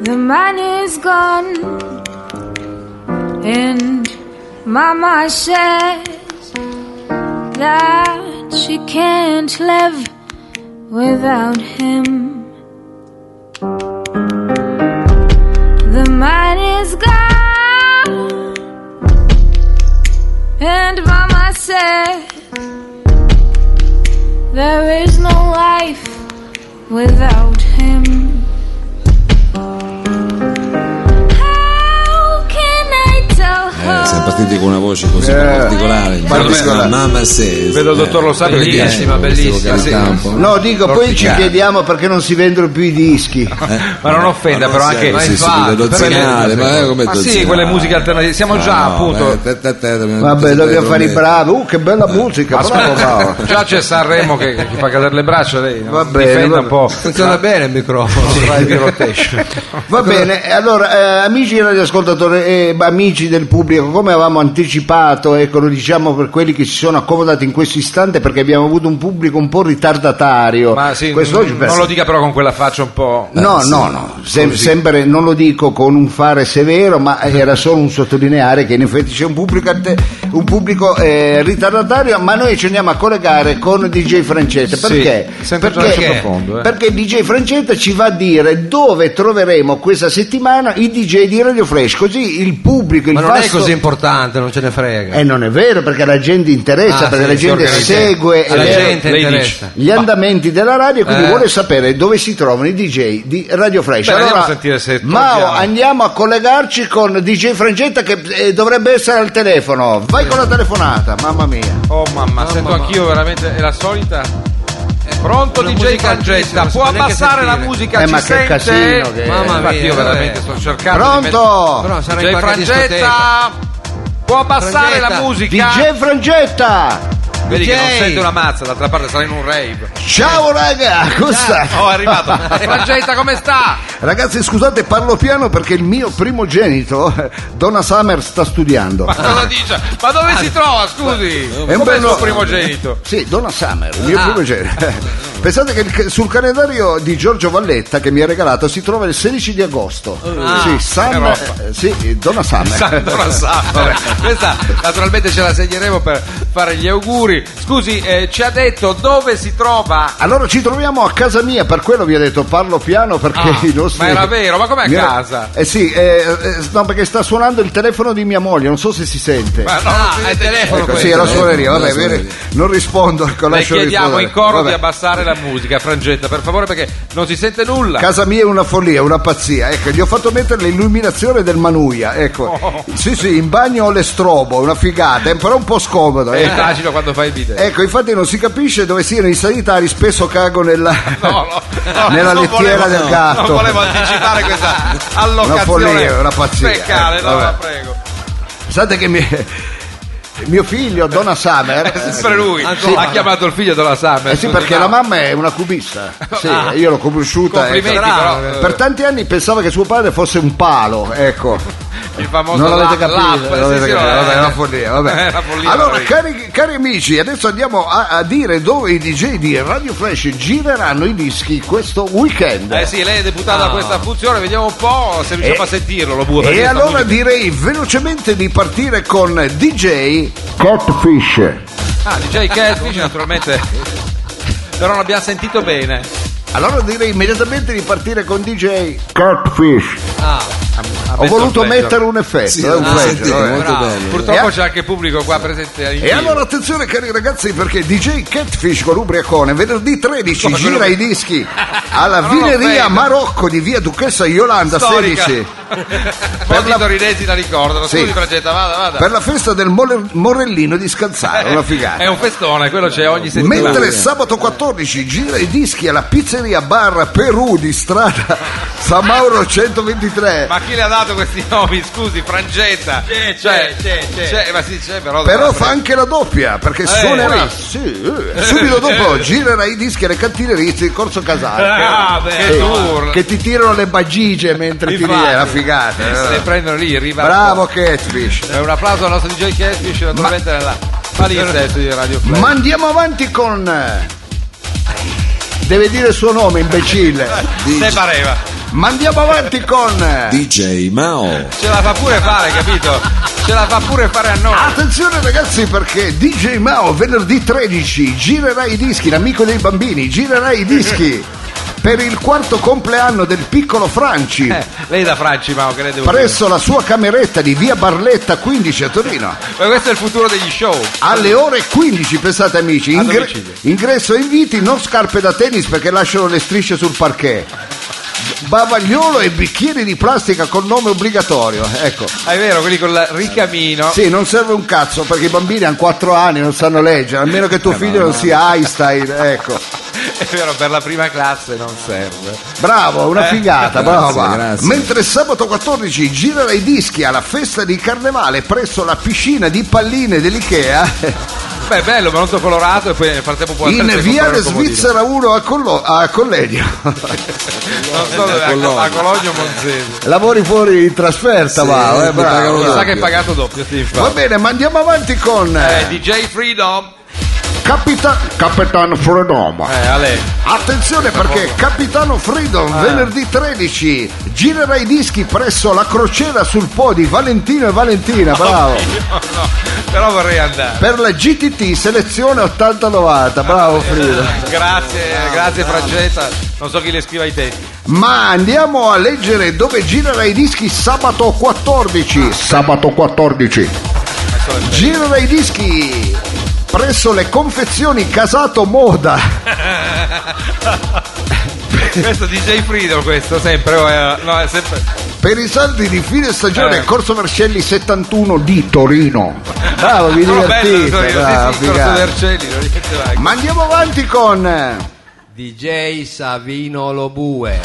[SPEAKER 5] The man is gone, and Mama says that she can't live without him. The man is gone. And Mama said, There is no life without him. How can I tell her?
[SPEAKER 2] Eh, siamo partiti con una voce
[SPEAKER 1] Eh.
[SPEAKER 2] così particolare.
[SPEAKER 1] particolare.
[SPEAKER 2] Mamma se.
[SPEAKER 3] Vedo il dottor Lo Sapio che
[SPEAKER 4] bellissima, bellissima, sì.
[SPEAKER 1] No, dico, poi ci chiediamo perché non si vendono più i dischi.
[SPEAKER 3] eh. Ma non offenda, però anche.
[SPEAKER 2] Sì, sì,
[SPEAKER 4] infatti,
[SPEAKER 2] lo
[SPEAKER 4] però è
[SPEAKER 2] zinale,
[SPEAKER 4] vero,
[SPEAKER 2] ma eh, come
[SPEAKER 3] Ma
[SPEAKER 2] lo
[SPEAKER 3] sì,
[SPEAKER 2] zinale?
[SPEAKER 3] quelle musiche alternative. Siamo già
[SPEAKER 2] No, eh,
[SPEAKER 3] appunto.
[SPEAKER 2] beh, te- te- te-
[SPEAKER 1] Vabbè,
[SPEAKER 2] te-
[SPEAKER 1] dobbiamo
[SPEAKER 2] te-
[SPEAKER 1] fare i
[SPEAKER 2] te-
[SPEAKER 1] bravi. Uh, che
[SPEAKER 3] Eh,
[SPEAKER 1] bella musica, bravo Paolo.
[SPEAKER 3] Già c'è Sanremo che, che fa cadere le braccia lei. No?
[SPEAKER 1] Va bene,
[SPEAKER 3] Difenda
[SPEAKER 1] va
[SPEAKER 3] un po'.
[SPEAKER 4] Funziona bene il microfono.
[SPEAKER 3] di rotation.
[SPEAKER 1] eh, Va bene, allora eh, amici radioascoltatori e b- amici del pubblico, come avevamo anticipato, ecco, lo diciamo per quelli che si sono accomodati in questo istante perché abbiamo avuto un pubblico un po' ritardatario.
[SPEAKER 3] Ma sì,
[SPEAKER 1] Quest'oggi
[SPEAKER 3] non
[SPEAKER 1] per-
[SPEAKER 3] lo dica però con quella faccia un po'.
[SPEAKER 4] Eh,
[SPEAKER 1] No,
[SPEAKER 2] sì.
[SPEAKER 1] no, no, sem- sempre non lo dico con un fare severo, ma era solo un sottolineare che in effetti c'è un pubblico, ante- un pubblico, eh, ritardatario, ma noi ci andiamo a collegare con DJ Francetta.
[SPEAKER 3] Sì,
[SPEAKER 1] Perché?
[SPEAKER 3] sempre
[SPEAKER 1] perché,
[SPEAKER 3] troppo profondo, eh.
[SPEAKER 1] perché DJ Francetta ci va a dire dove troveremo questa settimana i DJ di Radio Flash, così il pubblico,
[SPEAKER 4] Ma
[SPEAKER 1] il
[SPEAKER 4] non è
[SPEAKER 1] vasto-
[SPEAKER 4] così importante, non ce ne frega.
[SPEAKER 1] Eh, non è vero, perché la gente interessa,
[SPEAKER 4] Ah,
[SPEAKER 1] perché la
[SPEAKER 4] sì, si
[SPEAKER 1] gente
[SPEAKER 4] organizza.
[SPEAKER 1] segue eh, è
[SPEAKER 4] Alla
[SPEAKER 1] vero,
[SPEAKER 4] gente
[SPEAKER 3] lei
[SPEAKER 4] interessa.
[SPEAKER 3] dice.
[SPEAKER 1] gli andamenti della radio quindi
[SPEAKER 4] Eh.
[SPEAKER 1] vuole sapere dove si trovano i DJ di Radio Flash
[SPEAKER 3] Beh, andiamo a sentire se
[SPEAKER 1] Mao
[SPEAKER 3] troviamo.
[SPEAKER 1] andiamo a collegarci con DJ Frangetta che eh, dovrebbe essere al telefono vai con la telefonata mamma mia
[SPEAKER 3] Oh mamma, sento
[SPEAKER 4] mamma.
[SPEAKER 3] anch'io veramente, è la solita. Pronto
[SPEAKER 4] Una
[SPEAKER 3] DJ
[SPEAKER 4] musica
[SPEAKER 3] Frangetta,
[SPEAKER 4] altissima,
[SPEAKER 3] può
[SPEAKER 4] si può neanche
[SPEAKER 3] abbassare la
[SPEAKER 4] sentire.
[SPEAKER 3] musica,
[SPEAKER 1] Eh,
[SPEAKER 3] ci
[SPEAKER 1] ma che
[SPEAKER 3] sente?
[SPEAKER 1] casino che è.
[SPEAKER 3] Mamma
[SPEAKER 4] Mamma
[SPEAKER 3] mia,
[SPEAKER 4] mia,
[SPEAKER 3] io veramente
[SPEAKER 4] vabbè.
[SPEAKER 3] sto cercando
[SPEAKER 1] pronto
[SPEAKER 4] Però
[SPEAKER 3] di
[SPEAKER 4] sarà
[SPEAKER 3] mettere...
[SPEAKER 4] in
[SPEAKER 3] DJ
[SPEAKER 4] qualche discoteca.
[SPEAKER 3] Frangetta, può abbassare la
[SPEAKER 4] Frangetta,
[SPEAKER 3] musica?
[SPEAKER 1] DJ Frangetta
[SPEAKER 3] Vedi che non
[SPEAKER 4] DJ.
[SPEAKER 3] sente una mazza, d'altra parte sarà in un rave.
[SPEAKER 1] ciao raga come stai?
[SPEAKER 3] Oh, è arrivato. Frangetta, come sta?
[SPEAKER 1] ragazzi scusate parlo piano perché il mio primogenito eh, Donna Summer sta studiando
[SPEAKER 3] Ma cosa dice? Ma dove si trova, scusi? È
[SPEAKER 1] un
[SPEAKER 3] un
[SPEAKER 1] bel
[SPEAKER 3] bel suo
[SPEAKER 1] nome.
[SPEAKER 3] primogenito.
[SPEAKER 1] Sì, Donna Summer, il
[SPEAKER 3] Ah.
[SPEAKER 1] mio primo genere. Pensate che il- sul calendario di Giorgio Valletta che mi ha regalato si trova il 16 di agosto. sì, Summer, eh, sì, Donna Summer.
[SPEAKER 3] Santo la Ah. sa, vabbè. Questa naturalmente ce la segneremo per fare gli auguri. Scusi, eh, ci ha detto dove si trova
[SPEAKER 1] Allora ci troviamo a casa mia, per quello vi ho detto parlo piano perché
[SPEAKER 3] Ah,
[SPEAKER 1] i nostri...
[SPEAKER 3] ma era vero, ma com'è a
[SPEAKER 1] Mi era-
[SPEAKER 3] casa?
[SPEAKER 1] Eh sì, eh, eh, no perché sta suonando il telefono di mia moglie, non so se si sente.
[SPEAKER 3] Ma no,
[SPEAKER 4] Ah,
[SPEAKER 3] sì,
[SPEAKER 4] è il telefono
[SPEAKER 1] Ecco,
[SPEAKER 4] questo.
[SPEAKER 1] sì, è la suoneria,
[SPEAKER 2] eh,
[SPEAKER 1] vabbè,
[SPEAKER 2] la suoneria.
[SPEAKER 1] bene, non rispondo, ecco,
[SPEAKER 3] Le
[SPEAKER 1] lascio
[SPEAKER 3] chiediamo
[SPEAKER 1] rispondere.
[SPEAKER 3] in coro di
[SPEAKER 1] Vabbè.
[SPEAKER 3] abbassare la musica, Frangetta, per favore, perché non si sente nulla.
[SPEAKER 1] Casa mia è una follia, una pazzia. Ecco, gli ho fatto mettere l'illuminazione del Manuia. Ecco.
[SPEAKER 3] Oh.
[SPEAKER 1] Sì, sì, in bagno ho le strobo, una figata, è però un po' scomodo.
[SPEAKER 3] è
[SPEAKER 1] Ecco.
[SPEAKER 3] facile quando fai il video.
[SPEAKER 1] Ecco, infatti non si capisce dove siano i sanitari, spesso cago nella,
[SPEAKER 3] No, no, no,
[SPEAKER 1] nella
[SPEAKER 3] non
[SPEAKER 1] lettiera
[SPEAKER 3] volevo-
[SPEAKER 1] del gatto.
[SPEAKER 3] Non volevo anticipare questa allocazione.
[SPEAKER 1] follia, una pazzia.
[SPEAKER 3] Feccale, no,
[SPEAKER 1] Vabbè.
[SPEAKER 3] la prego.
[SPEAKER 1] Pensate che mi- mio figlio, Donna Summer.
[SPEAKER 3] Sempre lui
[SPEAKER 4] Ancora.
[SPEAKER 3] ha chiamato il figlio della Summer.
[SPEAKER 1] Eh sì, perché la mamma è una cubista. Sì, io l'ho conosciuta.
[SPEAKER 3] Ah. Complimenti,
[SPEAKER 1] ecco.
[SPEAKER 3] però.
[SPEAKER 1] Per tanti anni pensavo che suo padre fosse un palo, ecco.
[SPEAKER 3] il famoso
[SPEAKER 1] Non l'avete
[SPEAKER 3] la-
[SPEAKER 1] capito,
[SPEAKER 3] l'app,
[SPEAKER 1] non
[SPEAKER 3] sì,
[SPEAKER 1] l'avete
[SPEAKER 3] sì,
[SPEAKER 1] capito,
[SPEAKER 3] no,
[SPEAKER 1] vabbè,
[SPEAKER 3] eh.
[SPEAKER 1] è una follia, vabbè.
[SPEAKER 3] È una follia,
[SPEAKER 1] allora,
[SPEAKER 3] veramente.
[SPEAKER 1] cari, cari amici, adesso andiamo a, a dire dove i DJ di Radio Flash gireranno i dischi questo weekend.
[SPEAKER 3] Eh sì, lei è deputata a questa funzione, vediamo un po' se riusciamo
[SPEAKER 1] Eh.
[SPEAKER 3] a sentirlo, lo bue. perché
[SPEAKER 1] e
[SPEAKER 3] sta
[SPEAKER 1] allora
[SPEAKER 3] musica-
[SPEAKER 1] direi velocemente di partire con DJ Catfish.
[SPEAKER 3] Ah, DJ Catfish naturalmente. Però non abbiamo sentito bene.
[SPEAKER 1] Allora direi immediatamente di partire con DJ Catfish. Ah.
[SPEAKER 3] Ah,
[SPEAKER 1] Ho voluto mettere un effetto,
[SPEAKER 2] Sì,
[SPEAKER 1] eh, un
[SPEAKER 2] l'ho
[SPEAKER 1] flash,
[SPEAKER 2] sentito,
[SPEAKER 1] vabbè.
[SPEAKER 2] molto
[SPEAKER 3] Bravo.
[SPEAKER 2] bello.
[SPEAKER 3] Purtroppo
[SPEAKER 1] E-
[SPEAKER 3] c'è anche pubblico qua presente in
[SPEAKER 1] E
[SPEAKER 3] giro.
[SPEAKER 1] allora attenzione cari ragazzi perché DJ Catfish con Ubriacone venerdì 13
[SPEAKER 3] Come
[SPEAKER 1] gira
[SPEAKER 3] quello-
[SPEAKER 1] i dischi alla
[SPEAKER 3] Ma non lo
[SPEAKER 1] vineria
[SPEAKER 3] vedo.
[SPEAKER 1] Marocco di via Duchessa Yolanda
[SPEAKER 3] Storica.
[SPEAKER 1] 16
[SPEAKER 3] Poi i torinesi Eh, la ricordano.
[SPEAKER 1] Sì.
[SPEAKER 3] Scusi, Frangetta, vada, vada.
[SPEAKER 1] per la festa del Mole- Morellino di Scanzaro, una
[SPEAKER 3] È
[SPEAKER 1] figata.
[SPEAKER 3] un festone, quello c'è ogni settimana.
[SPEAKER 1] Mentre sabato 14 gira i dischi alla pizzeria Bar Perù di strada San Mauro 123.
[SPEAKER 3] Ma chi le ha dato questi nomi? Scusi, Frangetta. C'è, c'è, c'è. ma sì, c'è, però.
[SPEAKER 1] Però fa anche la doppia
[SPEAKER 3] Eh,
[SPEAKER 1] perché suonerà. Sì, eh. Subito dopo girerà i dischi alle cantinerizze di Corso Casale.
[SPEAKER 3] Ah, beh, che
[SPEAKER 1] Sì,
[SPEAKER 3] tour.
[SPEAKER 1] che ti tirano le bagige mentre ti
[SPEAKER 3] Infatti.
[SPEAKER 1] lì, è una figata.
[SPEAKER 3] Se le
[SPEAKER 1] eh.
[SPEAKER 3] prendono lì, arriva.
[SPEAKER 1] Bravo Catfish.
[SPEAKER 3] È un applauso al nostro DJ Catfish, naturalmente nella palinsesto di Radio Flash.
[SPEAKER 1] Ma andiamo avanti con. eh, Deve dire il suo nome, imbecille.
[SPEAKER 3] Se pareva.
[SPEAKER 1] Ma andiamo avanti con.
[SPEAKER 2] DJ Mao.
[SPEAKER 3] Ce la fa pure fare, capito? Ce la fa pure fare a noi.
[SPEAKER 1] Attenzione ragazzi perché DJ Mao venerdì 13 girerà i dischi, l'amico dei bambini, girerà i dischi per il quarto compleanno del piccolo Franci
[SPEAKER 3] Eh, lei da Franci, Mao, che le devo dire.
[SPEAKER 1] presso la sua cameretta di via Barletta 15 a Torino.
[SPEAKER 3] Ma questo è il futuro degli show.
[SPEAKER 1] Alle ore 15, pensate amici,
[SPEAKER 3] A
[SPEAKER 1] ingre-
[SPEAKER 3] domicilio.
[SPEAKER 1] ingresso e inviti, non scarpe da tennis perché lasciano le strisce sul parquet. Bavagliolo e bicchieri di plastica con nome obbligatorio, ecco.
[SPEAKER 3] Ah, È vero, quelli con il ricamino.
[SPEAKER 1] Sì, non serve un cazzo perché i bambini hanno 4 anni, non sanno leggere, a meno che tuo figlio non sia Einstein, ecco.
[SPEAKER 3] È vero, per la prima classe non serve.
[SPEAKER 1] Bravo, una
[SPEAKER 3] Eh.
[SPEAKER 1] figata, brava.
[SPEAKER 2] Grazie, grazie.
[SPEAKER 1] Mentre sabato 14 girerà i dischi alla festa di carnevale presso la piscina di palline dell'Ikea.
[SPEAKER 3] Beh, bello, ma non so colorato e poi nel frattempo può
[SPEAKER 1] in
[SPEAKER 3] andarsi a
[SPEAKER 1] via
[SPEAKER 3] comprare un comodino.
[SPEAKER 1] Svizzera 1 a, Collo- a Collegno.
[SPEAKER 3] Non so dove, a,
[SPEAKER 6] Cologno.
[SPEAKER 3] a Cologno Monzese.
[SPEAKER 1] Lavori fuori in trasferta,
[SPEAKER 6] Sì,
[SPEAKER 1] va, eh,
[SPEAKER 6] mi
[SPEAKER 1] bravo.
[SPEAKER 6] pagano
[SPEAKER 3] Mi
[SPEAKER 6] doppio.
[SPEAKER 3] sa che è pagato doppio, sì,
[SPEAKER 1] Va
[SPEAKER 3] infatti.
[SPEAKER 1] bene, ma andiamo avanti con
[SPEAKER 3] Eh, DJ Freedom.
[SPEAKER 1] Capita- Capitano Frenoma.
[SPEAKER 3] Eh, Ale.
[SPEAKER 1] Attenzione perché Capitano Freedom venerdì 13 girerà i dischi presso la crociera sul Po di Valentino e Valentina, bravo.
[SPEAKER 3] No, no, però vorrei andare.
[SPEAKER 1] Per la GTT selezione 80-90, bravo Freedom.
[SPEAKER 3] Grazie, grazie Frangetta. Non so chi le scriva i testi.
[SPEAKER 1] Ma andiamo a leggere dove girerà i dischi sabato 14. Sabato 14. Girerà i dischi presso le confezioni Casato Moda.
[SPEAKER 3] Questo DJ Freedom, questo sempre. o era- no, è sempre.
[SPEAKER 1] Per i saldi di fine stagione
[SPEAKER 3] Eh.
[SPEAKER 1] Corso Vercelli 71 di Torino. Bravo, vi
[SPEAKER 3] Però Oh, bello,
[SPEAKER 1] divertite.
[SPEAKER 3] sono io,
[SPEAKER 1] bravo,
[SPEAKER 3] sì, sì, il corso
[SPEAKER 1] figata.
[SPEAKER 3] Vercelli, non niente male.
[SPEAKER 1] Ma andiamo avanti con... eh,
[SPEAKER 4] DJ Savino Lobue.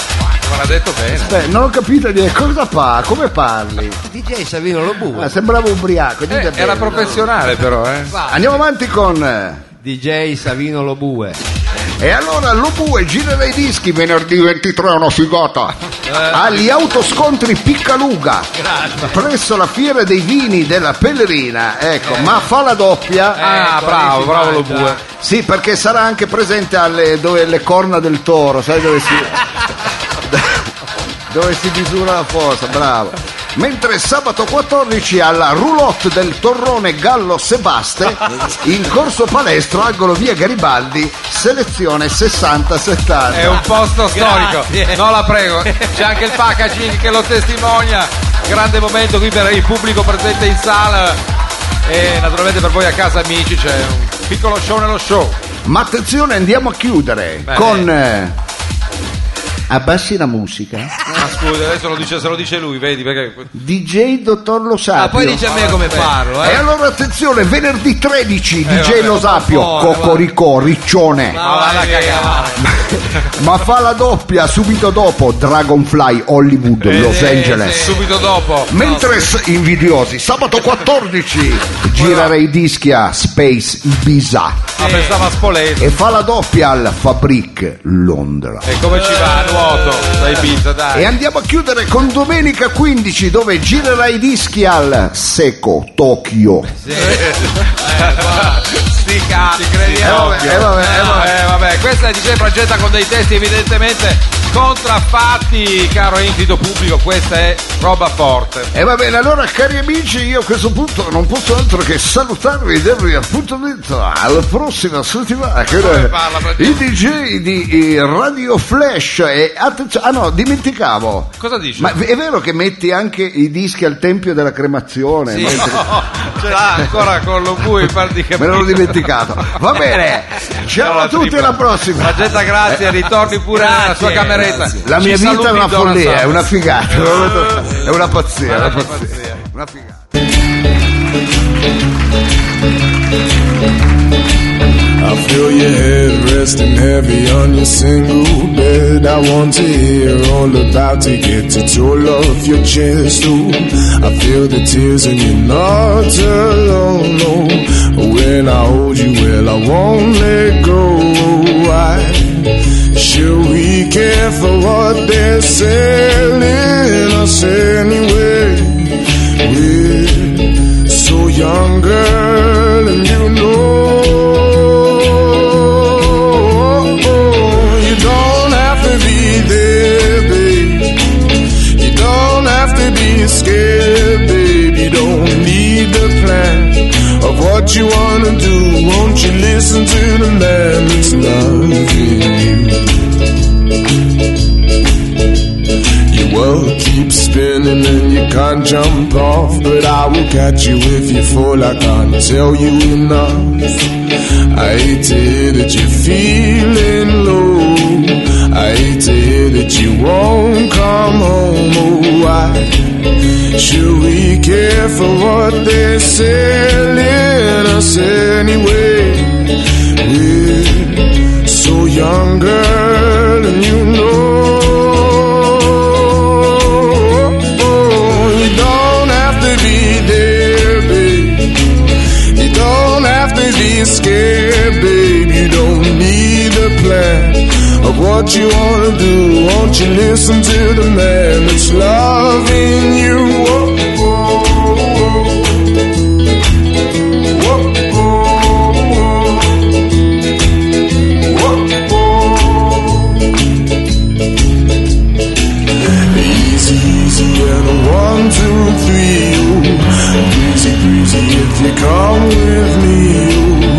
[SPEAKER 3] Ma l'ha detto bene.
[SPEAKER 1] Beh, non ho capito di cosa fa, come parli?
[SPEAKER 4] DJ Savino Lobue.
[SPEAKER 1] Ah, sembrava ubriaco.
[SPEAKER 3] Eh,
[SPEAKER 1] dite
[SPEAKER 3] era
[SPEAKER 1] bene.
[SPEAKER 3] professionale però, eh.
[SPEAKER 1] Andiamo avanti con... eh,
[SPEAKER 4] DJ Savino Lobue.
[SPEAKER 1] E allora l'Obue gira dei dischi venerdì 23 è una figata agli autoscontri Piccaluga presso la fiera dei vini della Pellerina ecco ma fa la doppia
[SPEAKER 3] Ah,
[SPEAKER 4] Ecco,
[SPEAKER 3] bravo,
[SPEAKER 4] lì si
[SPEAKER 3] bravo eh. lo
[SPEAKER 4] mangia.
[SPEAKER 3] bue.
[SPEAKER 1] sì perché sarà anche presente alle dove le corna del toro sai dove si dove si misura la forza bravo mentre sabato 14 alla roulotte del torrone Gallo Sebaste in corso palestro angolo via Garibaldi selezione 60-70
[SPEAKER 3] È un posto storico. No, la prego. C'è anche il packaging che lo testimonia. Grande momento qui per il pubblico presente in sala. E naturalmente per voi a casa amici c'è un piccolo show nello show.
[SPEAKER 1] Ma attenzione, andiamo a chiudere
[SPEAKER 3] Beh.
[SPEAKER 1] con. eh, Abbassi la musica.
[SPEAKER 3] Ma scusa, adesso lo dice, se lo dice lui, vedi perché.
[SPEAKER 1] DJ Dottor Lo Sapio.
[SPEAKER 4] Ah, poi dice a me come parlo,
[SPEAKER 1] E
[SPEAKER 4] eh.
[SPEAKER 1] allora attenzione, venerdì 13 DJ
[SPEAKER 3] Eh, vabbè,
[SPEAKER 1] Lo Sapio,
[SPEAKER 4] fuori, va.
[SPEAKER 1] Cocoricò, Riccione.
[SPEAKER 3] Ma vada a
[SPEAKER 4] vai,
[SPEAKER 3] cagare.
[SPEAKER 1] Ma fa la doppia subito dopo Dragonfly, Hollywood, Los
[SPEAKER 3] Eh,
[SPEAKER 1] Angeles.
[SPEAKER 3] sì, Subito dopo.
[SPEAKER 1] Mentre s- invidiosi, sabato 14 girare i dischi a Space Ibiza
[SPEAKER 3] Ma pensava a Spoleto.
[SPEAKER 1] e fa la doppia al Fabric Londra.
[SPEAKER 3] E come ci va? a Nuoto. Dai pizza,
[SPEAKER 1] E
[SPEAKER 3] dai.
[SPEAKER 1] andiamo a chiudere con domenica 15 dove girerà i dischi al Seco Tokyo.
[SPEAKER 3] Eh, Sti cazzi, crediamo.
[SPEAKER 1] Eh, vabbè, eh, vabbè, eh, vabbè.
[SPEAKER 3] Eh, vabbè, questa è DJ Progetta con dei testi evidentemente contraffatti, caro infido pubblico, questa è roba forte.
[SPEAKER 1] E va bene, allora cari amici, io a questo punto non posso altro che salutarvi e darvi appuntamento alla prossima settimana. Che
[SPEAKER 3] Come parla, Francesco?
[SPEAKER 1] I DJ di eh, Radio Flash e attenzione, ah no, dimenticavo.
[SPEAKER 3] Cosa dici?
[SPEAKER 1] Ma è vero che metti anche i dischi al tempio della cremazione?
[SPEAKER 3] Sì.
[SPEAKER 1] mentre-
[SPEAKER 3] No, ce l'ha ancora con lo cui farti capire.
[SPEAKER 1] Me l'ero dimenticato. Va bene, ciao a tutti e alla prossima.
[SPEAKER 3] Progetta, grazie, ritorni pure alla sua cameretta.
[SPEAKER 1] Eh. La
[SPEAKER 3] Ci
[SPEAKER 1] mia vita
[SPEAKER 3] saluti,
[SPEAKER 1] è una
[SPEAKER 3] Donna
[SPEAKER 1] follia, è
[SPEAKER 3] Sara.
[SPEAKER 1] una figata, è una pazzia, è una pazzia. Una figata.
[SPEAKER 2] I feel your head resting heavy on your single bed. I want to hear all about it. Get it all off your chest. Ooh, I feel the tears and you're not alone. No. When I hold you, well, I won't let go. Why should we care for what they're selling us anyway? We're so young, girl, and you know you don't have to be there, babe. You don't have to be scared, babe. You don't need the plan of what you wanna do. Won't you listen to the man that's loving you? Your world keeps spinning and you can't jump off. But I will catch you if you fall. I can't tell you enough. I hate to hear that you're feeling low. I hate to hear that you won't come home. Oh, why should we care for what they're selling us anyway? We're so young, girl, and you know you don't have to be there, babe. You don't have to be
[SPEAKER 7] be scared, babe. You don't need a plan of what you wanna do. Won't you listen to the man that's loving you? Whoa, whoa, whoa. Whoa, whoa, whoa. Whoa, whoa. Easy, easy, and a one, two, three, you. Breezy, breezy, if you come with me, you.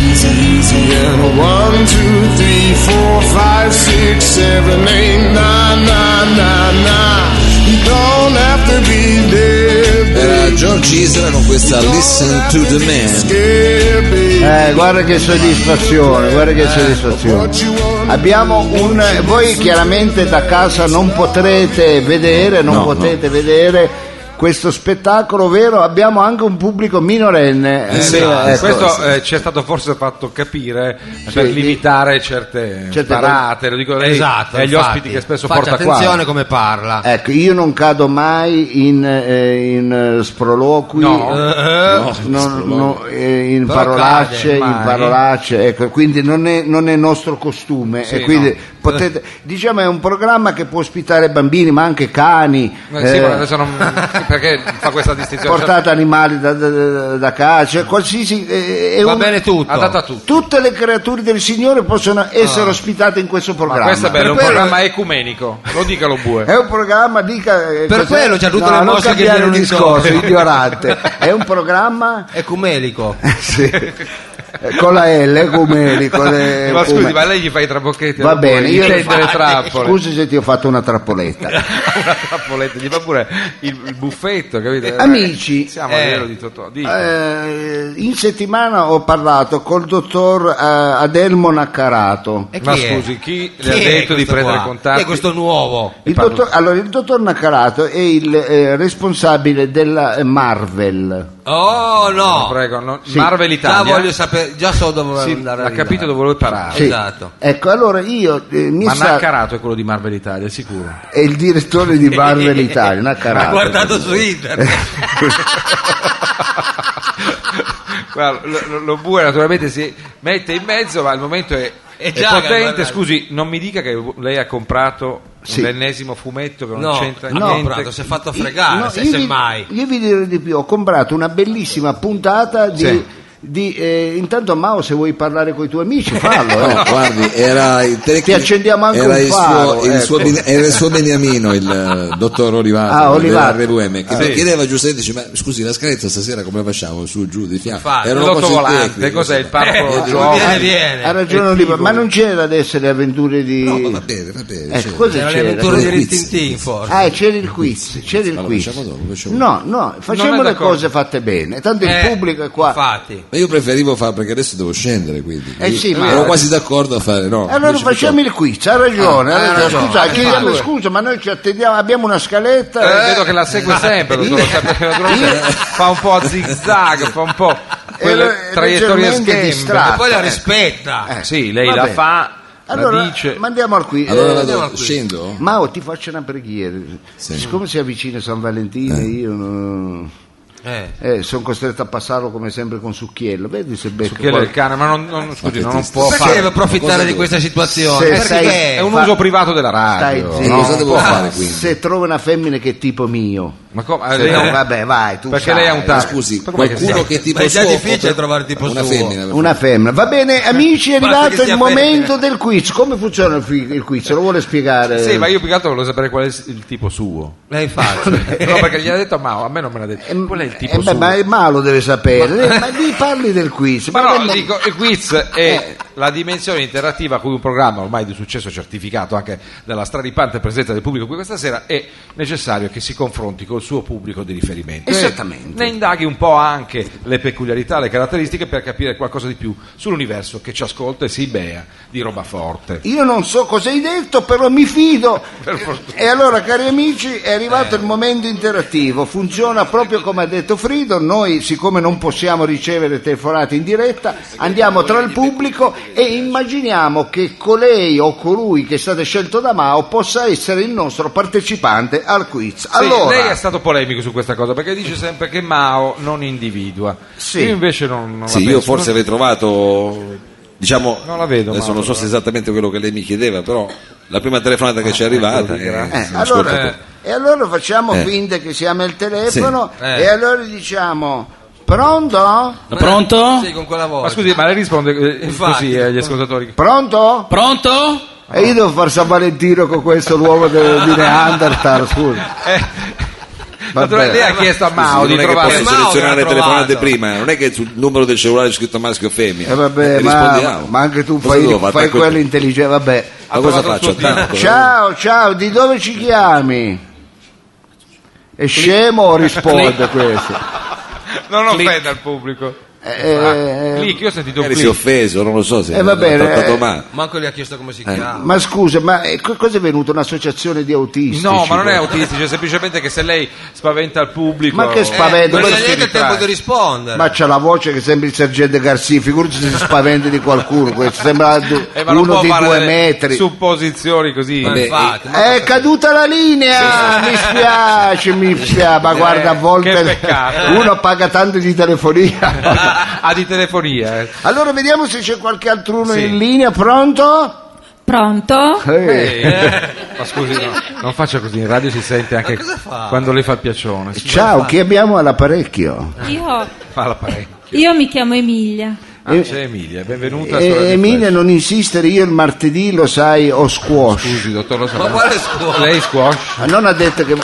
[SPEAKER 7] Easy, easy, and a one, two, three, four, five, six, seven, eight, nine, nine, nine, nine. You don't have to be there,
[SPEAKER 2] Era
[SPEAKER 7] babe.
[SPEAKER 2] Eh, George Isra con questa Listen to the Man.
[SPEAKER 7] Scared, babe.
[SPEAKER 1] Eh, guarda che soddisfazione, guarda che soddisfazione. Abbiamo un. Voi chiaramente da casa non potrete vedere, non
[SPEAKER 2] No,
[SPEAKER 1] potete vedere questo spettacolo, vero? Abbiamo anche un pubblico minorenne.
[SPEAKER 2] Eh, sì,
[SPEAKER 1] vero,
[SPEAKER 2] eh,
[SPEAKER 1] ecco.
[SPEAKER 3] Questo eh, ci è stato forse fatto capire per
[SPEAKER 1] Sì.
[SPEAKER 3] limitare certe,
[SPEAKER 1] Certe-
[SPEAKER 3] parate, lo dico lei
[SPEAKER 4] Esatto,
[SPEAKER 3] e agli
[SPEAKER 4] infatti.
[SPEAKER 3] ospiti che spesso
[SPEAKER 4] Faccia
[SPEAKER 3] porta qua.
[SPEAKER 4] attenzione come parla.
[SPEAKER 1] Ecco, io non cado mai in, eh, in eh, sproloqui.
[SPEAKER 3] No.
[SPEAKER 2] No,
[SPEAKER 1] non-
[SPEAKER 2] no,
[SPEAKER 1] non- eh, in
[SPEAKER 4] Però
[SPEAKER 1] parolacce,
[SPEAKER 4] cade,
[SPEAKER 1] in
[SPEAKER 4] mai.
[SPEAKER 1] parolacce, ecco, quindi non è, non è nostro costume. e quindi
[SPEAKER 3] no.
[SPEAKER 1] potete, diciamo è un programma che può ospitare bambini, ma anche cani.
[SPEAKER 3] Eh, sì, certo.
[SPEAKER 1] eh,
[SPEAKER 3] ma adesso non, perché fa questa distinzione?
[SPEAKER 1] portate animali da, da, da casa, cioè qualsiasi. eh, è
[SPEAKER 4] Va
[SPEAKER 1] un-
[SPEAKER 4] bene tutto.
[SPEAKER 3] Adatta a tutti.
[SPEAKER 1] Tutte le creature del Signore possono essere ospitate in questo
[SPEAKER 3] Ah. Ma
[SPEAKER 1] programma.
[SPEAKER 3] questo è bello, è un
[SPEAKER 4] Per quello-
[SPEAKER 3] programma ecumenico. Lo dica lo bue.
[SPEAKER 1] È un programma, dica. eh,
[SPEAKER 4] Per
[SPEAKER 1] cos'è?
[SPEAKER 4] quello c'ha tutte
[SPEAKER 1] no,
[SPEAKER 4] le
[SPEAKER 1] non
[SPEAKER 4] mosse che
[SPEAKER 1] cambiare
[SPEAKER 4] viene un
[SPEAKER 1] discorso,
[SPEAKER 4] incontro.
[SPEAKER 1] ignorante. È un programma
[SPEAKER 4] Ecumelico.
[SPEAKER 1] Sì. Eh, con la L ecumenico eh,
[SPEAKER 3] ma scusi,
[SPEAKER 1] ecume-
[SPEAKER 3] ma lei gli fa i trabocchetti
[SPEAKER 1] va
[SPEAKER 3] alla bue,
[SPEAKER 1] bene
[SPEAKER 3] gli
[SPEAKER 1] io
[SPEAKER 3] tende le
[SPEAKER 1] Infatti,
[SPEAKER 3] trappole.
[SPEAKER 1] scusi se ti ho fatto una
[SPEAKER 4] Eh,
[SPEAKER 1] trappoletta
[SPEAKER 3] Una trappoletta, gli fa pure il, il buffetto, capite?
[SPEAKER 1] amici,
[SPEAKER 3] siamo a
[SPEAKER 4] eh,
[SPEAKER 3] livello di Totò. dica.
[SPEAKER 1] Eh, in settimana ho parlato col dottor eh, Adelmo Naccarato
[SPEAKER 4] E chi
[SPEAKER 3] Ma
[SPEAKER 4] è?
[SPEAKER 3] scusi, chi le
[SPEAKER 4] è
[SPEAKER 3] ha detto di
[SPEAKER 4] questo
[SPEAKER 3] prendere
[SPEAKER 4] qua?
[SPEAKER 3] contatti?
[SPEAKER 4] Chi è questo nuovo?
[SPEAKER 1] il dottor, allora, il dottor Naccarato è il eh, responsabile della eh, Marvel
[SPEAKER 4] Oh no!
[SPEAKER 3] Prego, no-
[SPEAKER 1] Sì.
[SPEAKER 3] Marvel
[SPEAKER 4] Già
[SPEAKER 3] Italia.
[SPEAKER 4] voglio sapere, già so dove volevo
[SPEAKER 3] Sì,
[SPEAKER 4] andare. a
[SPEAKER 3] ha capito
[SPEAKER 4] arrivare.
[SPEAKER 3] dove volevo parare.
[SPEAKER 1] Sì.
[SPEAKER 4] Esatto.
[SPEAKER 1] ecco allora io eh, mi
[SPEAKER 3] Ma
[SPEAKER 1] sa-
[SPEAKER 3] Naccarato è quello di Marvel Italia, sicuro.
[SPEAKER 1] è il direttore di Marvel Italia
[SPEAKER 4] Ha
[SPEAKER 1] Naccarato
[SPEAKER 4] guardato su internet.
[SPEAKER 3] Guarda, lo, lo- lo bue naturalmente si mette in mezzo, ma al momento è,
[SPEAKER 4] È
[SPEAKER 3] è
[SPEAKER 4] Eh, già
[SPEAKER 3] potente.
[SPEAKER 4] guarda.
[SPEAKER 3] Scusi, non mi dica che lei ha comprato
[SPEAKER 1] Sì.
[SPEAKER 3] l'ennesimo fumetto che non
[SPEAKER 4] No,
[SPEAKER 3] c'entra
[SPEAKER 4] no,
[SPEAKER 3] niente.
[SPEAKER 4] Prato, si è fatto fregare,
[SPEAKER 1] No,
[SPEAKER 4] se
[SPEAKER 1] io vi-
[SPEAKER 3] Eh,
[SPEAKER 4] semmai.
[SPEAKER 1] Io vi dirò di più, ho comprato una bellissima puntata di...
[SPEAKER 3] Sì.
[SPEAKER 1] di, eh, intanto Mao se vuoi parlare con i tuoi amici fallo.
[SPEAKER 2] No,
[SPEAKER 1] eh.
[SPEAKER 2] guardi, era il tele-
[SPEAKER 1] Ti accendiamo anche
[SPEAKER 2] era
[SPEAKER 1] un
[SPEAKER 2] il
[SPEAKER 1] faro,
[SPEAKER 2] suo, il
[SPEAKER 1] ecco.
[SPEAKER 2] suo ben- era il suo beniamino, il eh, dottor Olivato,
[SPEAKER 1] Ah, Olivato.
[SPEAKER 2] dell'RVM, che
[SPEAKER 3] Ah,
[SPEAKER 2] mi
[SPEAKER 3] sì.
[SPEAKER 2] chiedeva giustamente, dice, ma scusi, la scaletta stasera come la facciamo? Su, giù, di fianco.
[SPEAKER 4] Infatti,
[SPEAKER 2] Era una cosa
[SPEAKER 3] l'ottovolante,
[SPEAKER 2] tecnica,
[SPEAKER 3] cos'è, il parco
[SPEAKER 2] Eh,
[SPEAKER 3] gioco?
[SPEAKER 2] dico,
[SPEAKER 4] viene,
[SPEAKER 3] eh,
[SPEAKER 1] Ha
[SPEAKER 4] viene.
[SPEAKER 1] ragione Oliva, ma non c'era adesso le avventure di...
[SPEAKER 2] No, va bene, va bene. certo.
[SPEAKER 1] Ecco,
[SPEAKER 2] sì.
[SPEAKER 1] cosa
[SPEAKER 4] C'era
[SPEAKER 1] c'era?
[SPEAKER 4] l'avventura di
[SPEAKER 2] Quiz.
[SPEAKER 4] Ristintin forse.
[SPEAKER 1] Ah, c'era il quiz, c'era il
[SPEAKER 2] Allora,
[SPEAKER 1] quiz.
[SPEAKER 2] facciamo dopo, facciamo
[SPEAKER 1] No, no, facciamo
[SPEAKER 3] è
[SPEAKER 1] le
[SPEAKER 3] d'accordo.
[SPEAKER 1] cose fatte bene, tanto il
[SPEAKER 4] Eh,
[SPEAKER 1] pubblico è qua.
[SPEAKER 4] Infatti.
[SPEAKER 2] Ma io preferivo fare perché adesso devo scendere, quindi.
[SPEAKER 1] Eh sì, ma- Eh,
[SPEAKER 2] Ero quasi d'accordo a fare, no.
[SPEAKER 1] Allora
[SPEAKER 2] invece
[SPEAKER 1] facciamo il quiz, ha ragione, ha
[SPEAKER 4] Ah, ha
[SPEAKER 1] ragione. Scusa,
[SPEAKER 4] ragione, infatti.
[SPEAKER 1] chiediamo scusa, ma noi ci attendiamo, abbiamo una scaletta.
[SPEAKER 3] Eh, vedo che la segue sempre, dottor Lo Sapere, dottor Lo Sapere. fa un po' a zig zag, fa un po' quelle
[SPEAKER 1] Eh,
[SPEAKER 3] traiettorie
[SPEAKER 1] leggermente
[SPEAKER 3] schembe.
[SPEAKER 1] distratto.
[SPEAKER 4] E poi la
[SPEAKER 1] ecco.
[SPEAKER 4] rispetta.
[SPEAKER 3] Sì, lei
[SPEAKER 1] Va
[SPEAKER 3] la
[SPEAKER 1] bene.
[SPEAKER 3] fa,
[SPEAKER 1] Allora,
[SPEAKER 3] la dice.
[SPEAKER 1] mandiamo al qui.
[SPEAKER 2] Allora
[SPEAKER 1] eh,
[SPEAKER 2] vado-
[SPEAKER 4] andiamo qui.
[SPEAKER 2] scendo?
[SPEAKER 1] Mao, ti faccio una preghiera.
[SPEAKER 2] Sì. Eh.
[SPEAKER 1] Siccome si avvicina San Valentino, io non-
[SPEAKER 4] Eh.
[SPEAKER 1] eh, sono costretto a passarlo come sempre con Succhiello. Vedi se becco
[SPEAKER 3] Chi è del
[SPEAKER 1] qualche-
[SPEAKER 3] cane, ma non, non- scusi,
[SPEAKER 2] che
[SPEAKER 3] non,
[SPEAKER 2] triste.
[SPEAKER 3] può
[SPEAKER 4] Perché
[SPEAKER 3] fare.
[SPEAKER 4] deve
[SPEAKER 2] cosa
[SPEAKER 4] approfittare di
[SPEAKER 2] devo-
[SPEAKER 4] questa situazione?
[SPEAKER 1] Se
[SPEAKER 4] Perché?
[SPEAKER 1] sei-
[SPEAKER 3] È un
[SPEAKER 1] fa-
[SPEAKER 3] uso privato della
[SPEAKER 1] Stai
[SPEAKER 3] radio.
[SPEAKER 1] zitto.
[SPEAKER 2] No, cosa devo
[SPEAKER 1] Ah,
[SPEAKER 2] fare, quindi?
[SPEAKER 1] Se trovo una femmina che è tipo mio.
[SPEAKER 3] Ma come? eh,
[SPEAKER 1] Eh,
[SPEAKER 3] lei ha
[SPEAKER 1] no,
[SPEAKER 3] un-
[SPEAKER 1] vabbè, vai, tu
[SPEAKER 3] perché
[SPEAKER 1] sai.
[SPEAKER 3] lei ha un
[SPEAKER 2] Ma
[SPEAKER 3] tasto.
[SPEAKER 2] scusi,
[SPEAKER 3] Ma com'è che
[SPEAKER 2] qualcuno
[SPEAKER 3] sia?
[SPEAKER 2] che tipo
[SPEAKER 4] Ma è già
[SPEAKER 2] suo
[SPEAKER 4] difficile
[SPEAKER 2] o-
[SPEAKER 4] trovare tipo
[SPEAKER 2] una
[SPEAKER 4] suo.
[SPEAKER 2] femmina.
[SPEAKER 1] Una femmina. Va bene, amici, è
[SPEAKER 4] Basta che
[SPEAKER 1] arrivato
[SPEAKER 4] sia
[SPEAKER 1] il
[SPEAKER 4] femmina.
[SPEAKER 1] momento del quiz. Come funziona il, fi- il quiz? Se lo vuole spiegare?
[SPEAKER 3] eh, Sì, ma io più che altro volevo sapere qual è il- il tipo suo.
[SPEAKER 4] Eh, infatti.
[SPEAKER 3] No, perché gliel'ha detto a Mao, a me non me l'ha detto. Qual è il tipo
[SPEAKER 1] Eh, beh,
[SPEAKER 3] suo?
[SPEAKER 1] ma, ma lo deve sapere. Eh, Ma, mi parli del quiz.
[SPEAKER 3] Ma no,
[SPEAKER 1] guarda-
[SPEAKER 3] dico, il quiz
[SPEAKER 1] Eh.
[SPEAKER 3] è la dimensione interattiva a cui un programma ormai di successo certificato anche dalla stradipante presenza del pubblico qui questa sera è necessario che si confronti col suo pubblico di riferimento.
[SPEAKER 1] Esattamente.
[SPEAKER 3] Ne indaghi un po' anche le peculiarità, le caratteristiche per capire qualcosa di più sull'universo che ci ascolta e si bea di roba forte.
[SPEAKER 1] Io non so cosa hai detto, però mi fido. e allora, cari amici, è arrivato
[SPEAKER 3] Eh.
[SPEAKER 1] il momento interattivo. Funziona proprio come ha detto Frido. Noi, siccome non possiamo ricevere telefonate in diretta, andiamo tra il pubblico E immaginiamo che colei o colui che è stato scelto da Mao possa essere il nostro partecipante al quiz.
[SPEAKER 3] Sì,
[SPEAKER 1] Allora,
[SPEAKER 3] lei è stato polemico su questa cosa perché dice sempre che Mao non individua.
[SPEAKER 1] Sì.
[SPEAKER 3] Io invece non, non la
[SPEAKER 2] Sì, io
[SPEAKER 3] penso.
[SPEAKER 2] forse avrei trovato. Diciamo,
[SPEAKER 3] Non la vedo,
[SPEAKER 2] adesso
[SPEAKER 3] Mauro,
[SPEAKER 2] non so se è esattamente quello che lei mi chiedeva, però la prima telefonata che ci
[SPEAKER 3] Ah,
[SPEAKER 2] è
[SPEAKER 3] ecco,
[SPEAKER 2] arrivata. eh,
[SPEAKER 1] Eh,
[SPEAKER 2] sì,
[SPEAKER 1] allora-
[SPEAKER 2] ascoltatore.
[SPEAKER 1] e allora facciamo
[SPEAKER 2] Eh.
[SPEAKER 1] finta che siamo il telefono
[SPEAKER 3] Sì. Eh.
[SPEAKER 1] e allora diciamo pronto?
[SPEAKER 8] Pronto?
[SPEAKER 4] Sì, con quella
[SPEAKER 3] Ma
[SPEAKER 4] voce.
[SPEAKER 3] scusi, ma lei risponde eh,
[SPEAKER 4] Infatti.
[SPEAKER 3] così eh, agli ascoltatori?
[SPEAKER 1] Pronto?
[SPEAKER 8] Pronto?
[SPEAKER 1] E io devo far San Valentino con questo l'uomo de- di Neanderthal, scusa.
[SPEAKER 3] Eh, Ma
[SPEAKER 1] Vabbè.
[SPEAKER 3] lei ha chiesto a Mao di
[SPEAKER 2] Scusi, non è che
[SPEAKER 3] trovare
[SPEAKER 2] posso
[SPEAKER 4] Mao
[SPEAKER 2] selezionare
[SPEAKER 4] che l'ha
[SPEAKER 2] telefonate
[SPEAKER 4] trovato.
[SPEAKER 2] prima, non è che sul numero del cellulare c'è scritto maschio o femmina.
[SPEAKER 1] Eh, vabbè,
[SPEAKER 2] Eh,
[SPEAKER 1] ma,
[SPEAKER 2] rispondiamo.
[SPEAKER 1] ma anche tu
[SPEAKER 2] Cosa
[SPEAKER 1] fai,
[SPEAKER 2] devo fare?
[SPEAKER 1] fai
[SPEAKER 2] Attacco-
[SPEAKER 1] quello intelligente, vabbè.
[SPEAKER 2] Ma cosa
[SPEAKER 3] trovato
[SPEAKER 2] faccio?
[SPEAKER 3] il suo
[SPEAKER 2] Attacco?
[SPEAKER 1] Ciao, ciao, di dove ci chiami? È scemo o risponde questo?
[SPEAKER 3] Non offenda il pubblico.
[SPEAKER 1] Eh,
[SPEAKER 3] Click, io ho sentito un
[SPEAKER 2] Magari si è
[SPEAKER 3] click.
[SPEAKER 2] offeso, non lo so se
[SPEAKER 1] Eh, va bene,
[SPEAKER 2] l'ha trattato
[SPEAKER 1] eh.
[SPEAKER 2] male.
[SPEAKER 4] Manco gli ha chiesto come si
[SPEAKER 3] Eh.
[SPEAKER 4] chiama.
[SPEAKER 1] ma scusa, ma eh, co- cosa è venuto? Un'associazione di autisti?
[SPEAKER 3] No, ma non è autistico, è semplicemente che se lei spaventa il pubblico. eh,
[SPEAKER 1] Ma che
[SPEAKER 3] spaventa?
[SPEAKER 1] spavento,
[SPEAKER 4] Eh, non
[SPEAKER 1] ma-
[SPEAKER 4] c'è neanche il tempo
[SPEAKER 3] distrae.
[SPEAKER 4] di rispondere.
[SPEAKER 1] Ma c'ha la voce che sembra il sergente Garcia, figurati se si spaventa di qualcuno, questo sembra du-
[SPEAKER 3] eh,
[SPEAKER 1] uno di due metri.
[SPEAKER 3] Supposizioni così. eh,
[SPEAKER 4] Ma
[SPEAKER 2] Vabbè,
[SPEAKER 4] infatti, ma-
[SPEAKER 1] È caduta la linea, mi spiace, mi spiace, ma guarda a
[SPEAKER 3] Eh, che
[SPEAKER 1] volte
[SPEAKER 3] peccato.
[SPEAKER 1] uno paga tanto di telefonia.
[SPEAKER 3] ha di telefonia. eh.
[SPEAKER 1] Allora vediamo se c'è qualche altruno
[SPEAKER 3] Sì.
[SPEAKER 1] in linea, pronto?
[SPEAKER 5] Pronto?
[SPEAKER 1] Eh,
[SPEAKER 3] Ma scusi, no, non faccia così, in radio si sente anche
[SPEAKER 4] cosa fa?
[SPEAKER 3] quando lei fa il piaccione. Si
[SPEAKER 1] Ciao, chi abbiamo all'apparecchio?
[SPEAKER 5] Io,
[SPEAKER 3] fa la parecchia.
[SPEAKER 5] io mi chiamo Emilia.
[SPEAKER 3] Ah,
[SPEAKER 1] Eh,
[SPEAKER 3] c'è Emilia, benvenuta. sulla
[SPEAKER 1] Eh,
[SPEAKER 3] Radio
[SPEAKER 1] Emilia
[SPEAKER 3] Flash.
[SPEAKER 1] non insistere, io il martedì lo sai ho squash.
[SPEAKER 3] Scusi, dottor Lo
[SPEAKER 4] Ma quale squash?
[SPEAKER 3] eh, Lei squash?
[SPEAKER 1] Ma non ha detto che...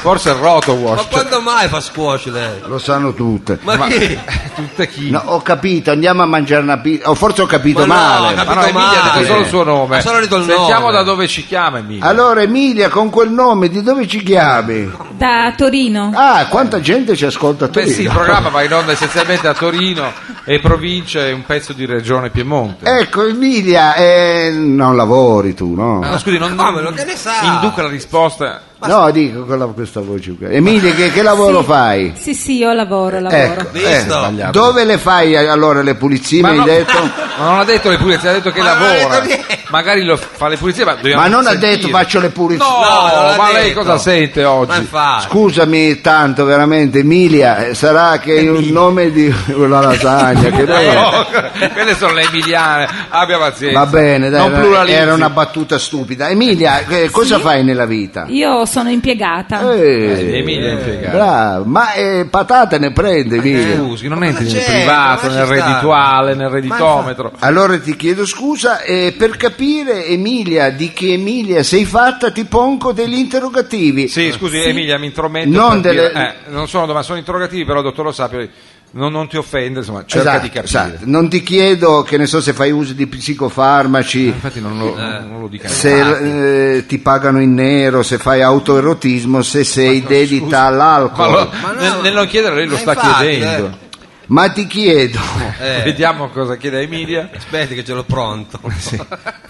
[SPEAKER 3] Forse il roto
[SPEAKER 4] Ma
[SPEAKER 3] wash.
[SPEAKER 4] quando mai fa squash lei?
[SPEAKER 1] Lo sanno tutte.
[SPEAKER 4] Ma, chi?
[SPEAKER 3] cioè, Tutte chi?
[SPEAKER 1] No, ho capito, andiamo a mangiare una pizza. O forse ho capito
[SPEAKER 4] Ma no,
[SPEAKER 1] male.
[SPEAKER 4] ho
[SPEAKER 3] Ma
[SPEAKER 4] capito
[SPEAKER 3] Ah, no, Emilia ha detto
[SPEAKER 4] male.
[SPEAKER 3] solo il suo nome.
[SPEAKER 4] Ha solo detto il
[SPEAKER 3] Sentiamo
[SPEAKER 4] nome.
[SPEAKER 3] da dove ci chiama Emilia.
[SPEAKER 1] Allora Emilia, con quel nome, di dove ci chiami?
[SPEAKER 5] Da Torino.
[SPEAKER 1] Ah, quanta gente ci ascolta a
[SPEAKER 3] Beh sì, il
[SPEAKER 1] Torino.
[SPEAKER 3] programma va in onda essenzialmente a Torino e provincia e un pezzo di regione Piemonte.
[SPEAKER 1] Ecco Emilia, eh, non lavori tu, no?
[SPEAKER 3] No, scusi, non,
[SPEAKER 1] Ah,
[SPEAKER 4] Come, lo che ne sa?
[SPEAKER 3] induca la risposta.
[SPEAKER 1] No, dico con la- questa voce qua. Emilia, che, che lavoro
[SPEAKER 5] Sì.
[SPEAKER 1] fai?
[SPEAKER 5] Sì, sì, io lavoro, lavoro.
[SPEAKER 1] Ecco,
[SPEAKER 4] Visto?
[SPEAKER 1] eh, dove le fai eh, allora le pulizie?
[SPEAKER 3] Ma
[SPEAKER 1] mi
[SPEAKER 3] no-
[SPEAKER 1] hai detto?
[SPEAKER 3] Ma non ha detto le pulizie, ha detto che
[SPEAKER 4] Ma non ha
[SPEAKER 3] lavora.
[SPEAKER 4] detto niente.
[SPEAKER 3] Magari lo fa le pulizie, ma dobbiamo
[SPEAKER 1] Ma non ha
[SPEAKER 3] sentire.
[SPEAKER 1] detto faccio le pulizie.
[SPEAKER 3] No,
[SPEAKER 4] No, non l'ha
[SPEAKER 3] ma lei
[SPEAKER 4] detto.
[SPEAKER 3] cosa sente
[SPEAKER 4] Ma
[SPEAKER 3] oggi?
[SPEAKER 4] infatti.
[SPEAKER 1] Scusami tanto, veramente Emilia, eh, sarà che è un nome di una lasagna. che
[SPEAKER 3] Eh,
[SPEAKER 1] noi-
[SPEAKER 3] no, quelle sono le emiliane, abbia pazienza.
[SPEAKER 1] Va bene, dai,
[SPEAKER 3] Eh, non
[SPEAKER 1] va-
[SPEAKER 3] pluralizzi.
[SPEAKER 1] era una battuta stupida. Emilia, eh, cosa fai nella vita?
[SPEAKER 5] Io sono impiegata.
[SPEAKER 1] Eh,
[SPEAKER 3] Emilia Eh, è impiegata.
[SPEAKER 1] bravo, ma eh, patate ne prende, Emilia.
[SPEAKER 3] Scusi, non entri nel
[SPEAKER 4] c'entra?
[SPEAKER 3] privato,
[SPEAKER 4] Ma ci
[SPEAKER 3] nel
[SPEAKER 4] sta.
[SPEAKER 3] reddituale, nel redditometro.
[SPEAKER 1] Allora ti chiedo scusa, eh, per capire Emilia di che Emilia sei fatta ti pongo degli interrogativi.
[SPEAKER 3] Sì, scusi Emilia, mi intrometto.
[SPEAKER 1] Non
[SPEAKER 3] per
[SPEAKER 1] delle-
[SPEAKER 3] dire- eh, non sono domande, sono interrogativi, però, dottor Lo Sapio, non, non ti offende, insomma, cerca
[SPEAKER 1] Esatto,
[SPEAKER 3] di capire.
[SPEAKER 1] esatto. Non ti chiedo che ne so se fai uso di psicofarmaci,
[SPEAKER 3] Infatti, non lo, non lo dica.
[SPEAKER 1] se eh, ti pagano in nero, se fai autoerotismo, se sei dedita
[SPEAKER 3] Ma
[SPEAKER 1] all'alcol.
[SPEAKER 3] lo-
[SPEAKER 4] Ma no.
[SPEAKER 3] nel, nel non chiedere, lei lo
[SPEAKER 4] Ma
[SPEAKER 3] sta
[SPEAKER 4] infatti,
[SPEAKER 3] chiedendo.
[SPEAKER 1] Ma ti chiedo,
[SPEAKER 4] Eh,
[SPEAKER 3] Vediamo cosa chiede Emilia.
[SPEAKER 4] aspetti che ce l'ho pronto.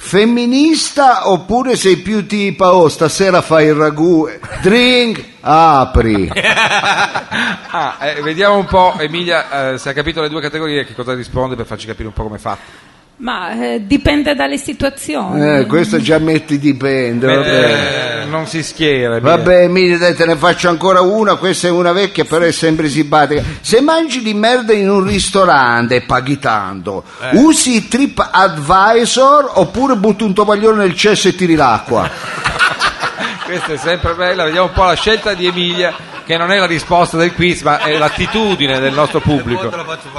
[SPEAKER 1] femminista oppure sei più tipo oh stasera fai il ragù, drink, apri.
[SPEAKER 3] Ah, eh, vediamo un po', Emilia, eh, se ha capito le due categorie, che cosa risponde per farci capire un po' come fa.
[SPEAKER 5] Ma eh, dipende dalle situazioni.
[SPEAKER 1] Eh, questo già metti dipende, vabbè.
[SPEAKER 3] Eh, non si schiera. Emilia.
[SPEAKER 1] Vabbè Emilia, dai, te ne faccio ancora una, questa è una vecchia però è sempre simpatica. Se mangi di merda in un ristorante paghi tanto, usi Trip Advisor oppure butti un tovaglione nel cesso e tiri l'acqua? Eh,
[SPEAKER 3] Questa è sempre bella. Vediamo un po' la scelta di Emilia, che non è la risposta del quiz, ma è l'attitudine del nostro pubblico.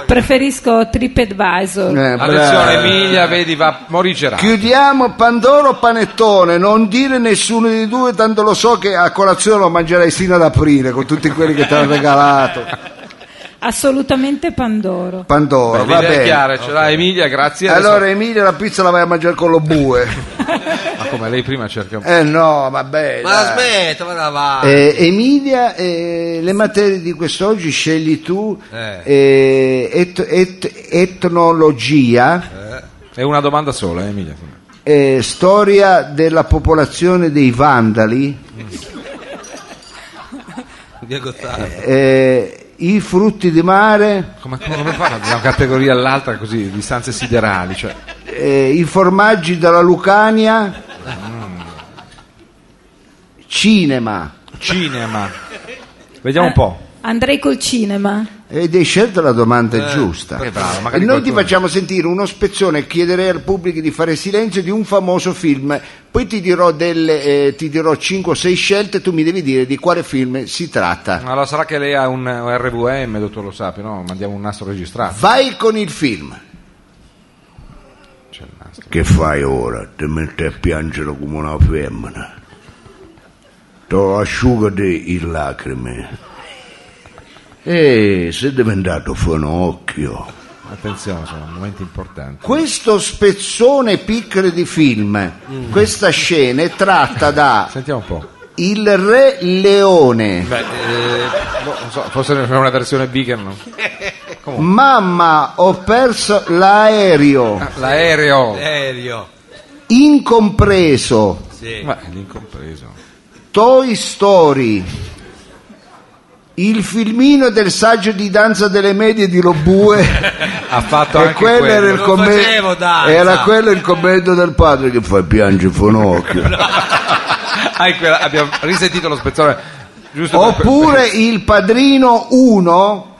[SPEAKER 5] Preferisco TripAdvisor.
[SPEAKER 1] Eh,
[SPEAKER 3] Attenzione
[SPEAKER 1] bravo.
[SPEAKER 3] Emilia, vedi, va morigerato.
[SPEAKER 1] Chiudiamo Pandoro o Panettone, non dire nessuno di due, tanto lo so che a colazione lo mangerai sino ad aprile con tutti quelli che ti hanno regalato.
[SPEAKER 5] Assolutamente Pandoro.
[SPEAKER 1] Pandoro, va
[SPEAKER 3] L'idea è
[SPEAKER 1] bene.
[SPEAKER 3] chiara, ce l'ha Emilia, grazie. Adesso-
[SPEAKER 1] Allora Emilia la pizza la vai a mangiare con lo bue.
[SPEAKER 3] Ma Ah, come lei prima cerca un po'.
[SPEAKER 1] Eh no, vabbè.
[SPEAKER 4] Ma
[SPEAKER 1] dai.
[SPEAKER 4] aspetta, ma davanti.
[SPEAKER 1] Eh, Emilia, eh, le materie di quest'oggi scegli tu
[SPEAKER 4] Eh.
[SPEAKER 1] eh, et- et-
[SPEAKER 3] Eh.
[SPEAKER 1] etnologia,
[SPEAKER 3] È una domanda sola, eh, Emilia.
[SPEAKER 1] eh, storia della popolazione dei Vandali,
[SPEAKER 4] Diego Zara.
[SPEAKER 1] eh, i frutti di mare,
[SPEAKER 3] Come, come fanno da una categoria all'altra così, distanze siderali? Cioè,
[SPEAKER 1] eh, i formaggi della Lucania, cinema.
[SPEAKER 3] cinema. Vediamo un po'.
[SPEAKER 5] Andrei col cinema.
[SPEAKER 1] Ed hai scelto la domanda giusta.
[SPEAKER 3] eh, bravo,
[SPEAKER 1] e
[SPEAKER 3] magari
[SPEAKER 1] noi ti
[SPEAKER 3] qualcuno-
[SPEAKER 1] facciamo sentire uno spezzone e chiederei al pubblico di fare silenzio di un famoso film. Poi ti dirò, delle, eh, ti dirò 5 o 6 scelte e tu mi devi dire di quale film si tratta.
[SPEAKER 3] Allora sarà che lei ha un un RVM, dottor Lo Sapio, no? Mandiamo un nastro registrato.
[SPEAKER 1] Vai con il film.
[SPEAKER 3] C'è il nastro.
[SPEAKER 1] Che fai ora? Ti metti a piangere come una femmina. T'ho asciugati in lacrime. E sei diventato finocchio.
[SPEAKER 3] Attenzione, sono momenti importanti.
[SPEAKER 1] Questo spezzone piccolo di film,
[SPEAKER 3] Mm.
[SPEAKER 1] questa scena è tratta da
[SPEAKER 3] Sentiamo un po'.
[SPEAKER 1] Il Re Leone,
[SPEAKER 3] Beh, eh, boh, non so, forse è una versione big no?
[SPEAKER 1] Mamma ho perso l'aereo,
[SPEAKER 3] Ah, L'aereo.
[SPEAKER 4] Elio.
[SPEAKER 1] Incompreso,
[SPEAKER 4] Sì.
[SPEAKER 3] Ma è l'incompreso.
[SPEAKER 1] Toy Story, il filmino del saggio di danza delle medie di Lobue.
[SPEAKER 3] Ha fatto
[SPEAKER 1] E
[SPEAKER 3] anche
[SPEAKER 1] quello era il
[SPEAKER 3] quello.
[SPEAKER 4] Non
[SPEAKER 1] commento
[SPEAKER 4] facevo danza.
[SPEAKER 1] era quello il commento del padre che fa piangere Fonocchio
[SPEAKER 3] Ah, quella- abbiamo risentito lo spezzone. Giusto per-
[SPEAKER 1] oppure il padrino 1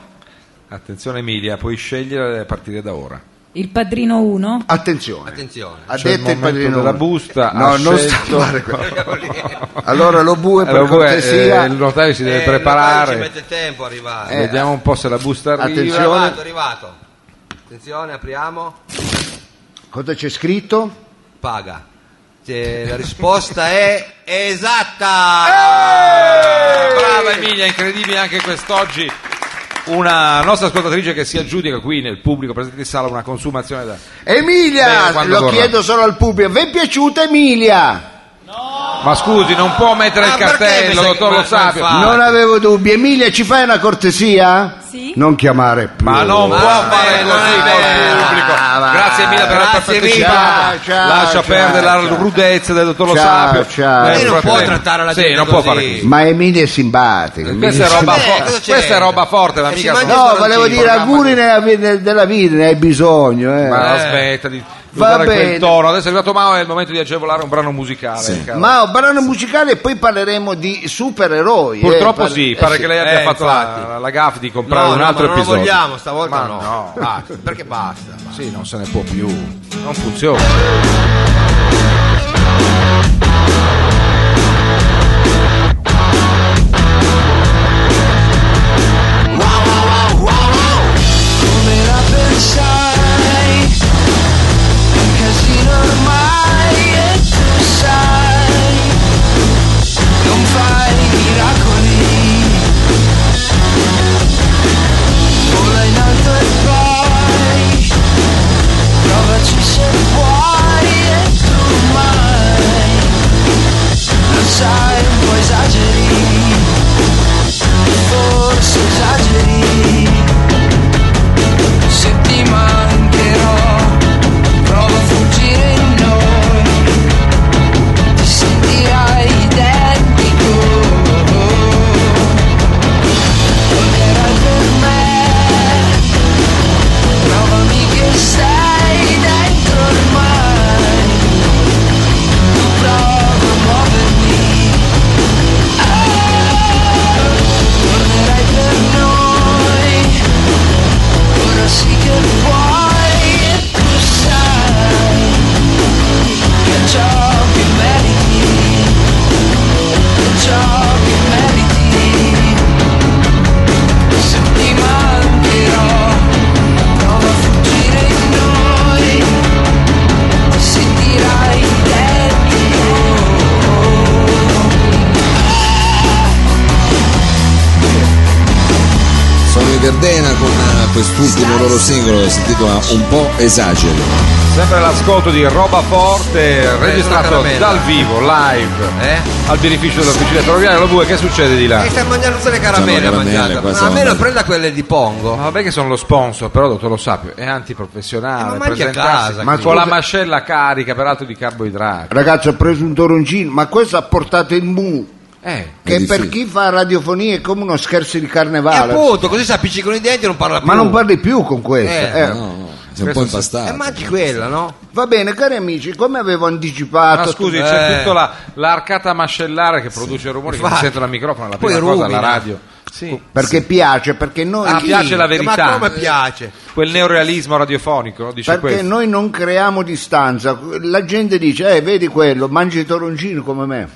[SPEAKER 3] Attenzione Emilia, puoi scegliere a partire da ora.
[SPEAKER 5] Il padrino 1.
[SPEAKER 1] Attenzione.
[SPEAKER 4] Attenzione.
[SPEAKER 1] Ha
[SPEAKER 3] C'è il
[SPEAKER 1] detto il,
[SPEAKER 3] momento
[SPEAKER 1] padrino
[SPEAKER 3] della
[SPEAKER 1] uno.
[SPEAKER 3] busta,
[SPEAKER 1] No,
[SPEAKER 3] ha
[SPEAKER 1] non sta
[SPEAKER 3] scelto-
[SPEAKER 1] a fare quello. Allora lo bue per
[SPEAKER 3] Allora, poi,
[SPEAKER 1] cortesia.
[SPEAKER 3] eh, il notaio si deve
[SPEAKER 4] Eh,
[SPEAKER 3] preparare. eh,
[SPEAKER 4] Ci mette tempo a arrivare.
[SPEAKER 1] Eh,
[SPEAKER 3] Vediamo un po' se la busta arriva.
[SPEAKER 1] attenzione.
[SPEAKER 4] È arrivato, è arrivato. Attenzione, apriamo.
[SPEAKER 1] Cosa c'è scritto?
[SPEAKER 4] Paga. C'è- la risposta è esatta.
[SPEAKER 3] Brava Emilia, incredibile anche quest'oggi. Una nostra ascoltatrice che si aggiudica qui nel pubblico presente in sala una consumazione da...
[SPEAKER 1] Emilia,
[SPEAKER 3] Beh, quando
[SPEAKER 1] lo
[SPEAKER 3] torna?
[SPEAKER 1] chiedo solo al pubblico. Vi è piaciuta Emilia?
[SPEAKER 3] Ma scusi, non può mettere
[SPEAKER 4] Ma
[SPEAKER 3] il
[SPEAKER 4] perché
[SPEAKER 3] cartello,
[SPEAKER 4] pensa che-
[SPEAKER 3] dottor
[SPEAKER 4] ma-
[SPEAKER 3] Lo Sapio.
[SPEAKER 4] ma Ah,
[SPEAKER 1] non avevo dubbi. Emilia, ci fai una cortesia?
[SPEAKER 5] Sì.
[SPEAKER 1] Non chiamare più.
[SPEAKER 3] Ma non
[SPEAKER 4] Ma
[SPEAKER 3] può fare
[SPEAKER 4] non
[SPEAKER 3] così
[SPEAKER 4] è
[SPEAKER 3] col
[SPEAKER 4] vero.
[SPEAKER 3] pubblico.
[SPEAKER 1] Ah,
[SPEAKER 3] Grazie Emilia per aver
[SPEAKER 4] Grazie, Emilia.
[SPEAKER 3] partecipato.
[SPEAKER 1] Ciao,
[SPEAKER 3] Lascia
[SPEAKER 1] ciao,
[SPEAKER 3] perdere la
[SPEAKER 1] ciao.
[SPEAKER 3] rudezza del dottor Lo
[SPEAKER 1] Ciao,
[SPEAKER 3] Sapio.
[SPEAKER 1] ciao.
[SPEAKER 3] Nel
[SPEAKER 1] Lei
[SPEAKER 4] non può
[SPEAKER 3] frattempo.
[SPEAKER 4] trattare la
[SPEAKER 3] Sì,
[SPEAKER 4] gente
[SPEAKER 3] non può
[SPEAKER 4] così.
[SPEAKER 3] fare così.
[SPEAKER 1] Ma Emilia è simpatica. Emilia
[SPEAKER 3] Questa è roba,
[SPEAKER 4] Eh,
[SPEAKER 3] forte,
[SPEAKER 4] cosa c'è?
[SPEAKER 3] questa è roba forte, ma
[SPEAKER 4] Eh,
[SPEAKER 3] mica
[SPEAKER 4] si
[SPEAKER 3] sono-
[SPEAKER 4] mangia-
[SPEAKER 1] No, volevo dire
[SPEAKER 3] Programma
[SPEAKER 1] auguri
[SPEAKER 3] di-
[SPEAKER 1] nella vi- della vita, ne hai bisogno. eh.
[SPEAKER 3] Ma aspetta di
[SPEAKER 1] Va
[SPEAKER 3] usare
[SPEAKER 1] bene.
[SPEAKER 3] quel tono. Adesso è arrivato Mao, è il momento di agevolare un brano musicale. caro.
[SPEAKER 1] Ma un brano musicale e poi parleremo di supereroi. eh,
[SPEAKER 3] Purtroppo
[SPEAKER 1] par-
[SPEAKER 3] sì,
[SPEAKER 1] eh,
[SPEAKER 3] pare che lei abbia
[SPEAKER 4] Eh,
[SPEAKER 3] fatto
[SPEAKER 4] infatti.
[SPEAKER 3] la, la gaffe di
[SPEAKER 4] No,
[SPEAKER 3] comprare
[SPEAKER 4] no,
[SPEAKER 3] un
[SPEAKER 4] ma
[SPEAKER 3] altro
[SPEAKER 4] non
[SPEAKER 3] episodio.
[SPEAKER 4] lo vogliamo, stavolta
[SPEAKER 3] Ma
[SPEAKER 4] no.
[SPEAKER 3] no.
[SPEAKER 4] Basta, perché basta?
[SPEAKER 3] Sì, non se ne può più. Non funziona.
[SPEAKER 8] Coming up inside, casino to my side. Non fai miracoli. Vola in alto e vai, provaci se vuoi e tu mai. Lo sai un po' esageri, forse esageri. Se ti mancherò, prova a fuggire in noi, ti sentirai identico. Tornerai per me, provami che sei dentro ormai, tu prova a muovermi. Tornerai per noi. Ora sì che puoi e tu sai che ciò che meriti, che ciò che meriti, se ti mancherò, prova a fuggire in noi, ti sentirai oh, identico.
[SPEAKER 2] Sono in Verdena con eh, quest'ultimo loro singolo che si intitola Un po' esagero.
[SPEAKER 3] Sempre l'ascolto di Roba
[SPEAKER 4] Eh,
[SPEAKER 3] Forte, registrato
[SPEAKER 4] caramella.
[SPEAKER 3] dal vivo, live,
[SPEAKER 4] Eh?
[SPEAKER 3] al beneficio dell'officina ferroviaria. Lo bue, che succede di là?
[SPEAKER 4] E stai mangiando tutte le caramelle,
[SPEAKER 2] Sono caramelle,
[SPEAKER 4] mangiate.
[SPEAKER 2] qua
[SPEAKER 4] Ma
[SPEAKER 2] sono-
[SPEAKER 4] almeno prenda quelle di Pongo.
[SPEAKER 3] Ma vabbè che sono lo sponsor, però dottor Lo Sapio è
[SPEAKER 4] Eh,
[SPEAKER 3] antiprofessionale,
[SPEAKER 4] ma mangi a
[SPEAKER 3] presentarsi
[SPEAKER 4] casa,
[SPEAKER 3] ma
[SPEAKER 1] quindi.
[SPEAKER 3] con la mascella carica peraltro di carboidrati.
[SPEAKER 1] Ragazzi, ho preso un toroncino, ma questo ha portato il mu.
[SPEAKER 3] Eh.
[SPEAKER 1] Che
[SPEAKER 2] Di
[SPEAKER 1] per
[SPEAKER 2] sì.
[SPEAKER 1] chi fa radiofonia è come uno scherzo di
[SPEAKER 3] E
[SPEAKER 1] carnevale.
[SPEAKER 3] appunto, così si appiccicano i denti e non parla più.
[SPEAKER 1] ma non parli più con questo.
[SPEAKER 3] Eh,
[SPEAKER 1] eh.
[SPEAKER 2] No, no, sei un po'
[SPEAKER 3] È
[SPEAKER 2] impastato.
[SPEAKER 3] mangi quella, no?
[SPEAKER 1] Va bene, cari amici, come avevo anticipato.
[SPEAKER 3] Ma Ah, scusi,
[SPEAKER 1] Eh,
[SPEAKER 3] c'è
[SPEAKER 4] Eh.
[SPEAKER 3] tutta la, l'arcata mascellare che produce rumori, che
[SPEAKER 4] Infatti.
[SPEAKER 3] si sente la microfono, la
[SPEAKER 4] Poi
[SPEAKER 3] prima cosa, la
[SPEAKER 4] rumina.
[SPEAKER 3] radio. Sì.
[SPEAKER 1] perché piace, perché noi,
[SPEAKER 3] Ah, piace la
[SPEAKER 4] Ma
[SPEAKER 3] verità.
[SPEAKER 4] come piace?
[SPEAKER 3] Quel neorealismo radiofonico, dice
[SPEAKER 1] perché
[SPEAKER 3] questo.
[SPEAKER 1] noi non creiamo distanza. La gente dice, eh, vedi quello, mangi i toroncini come me.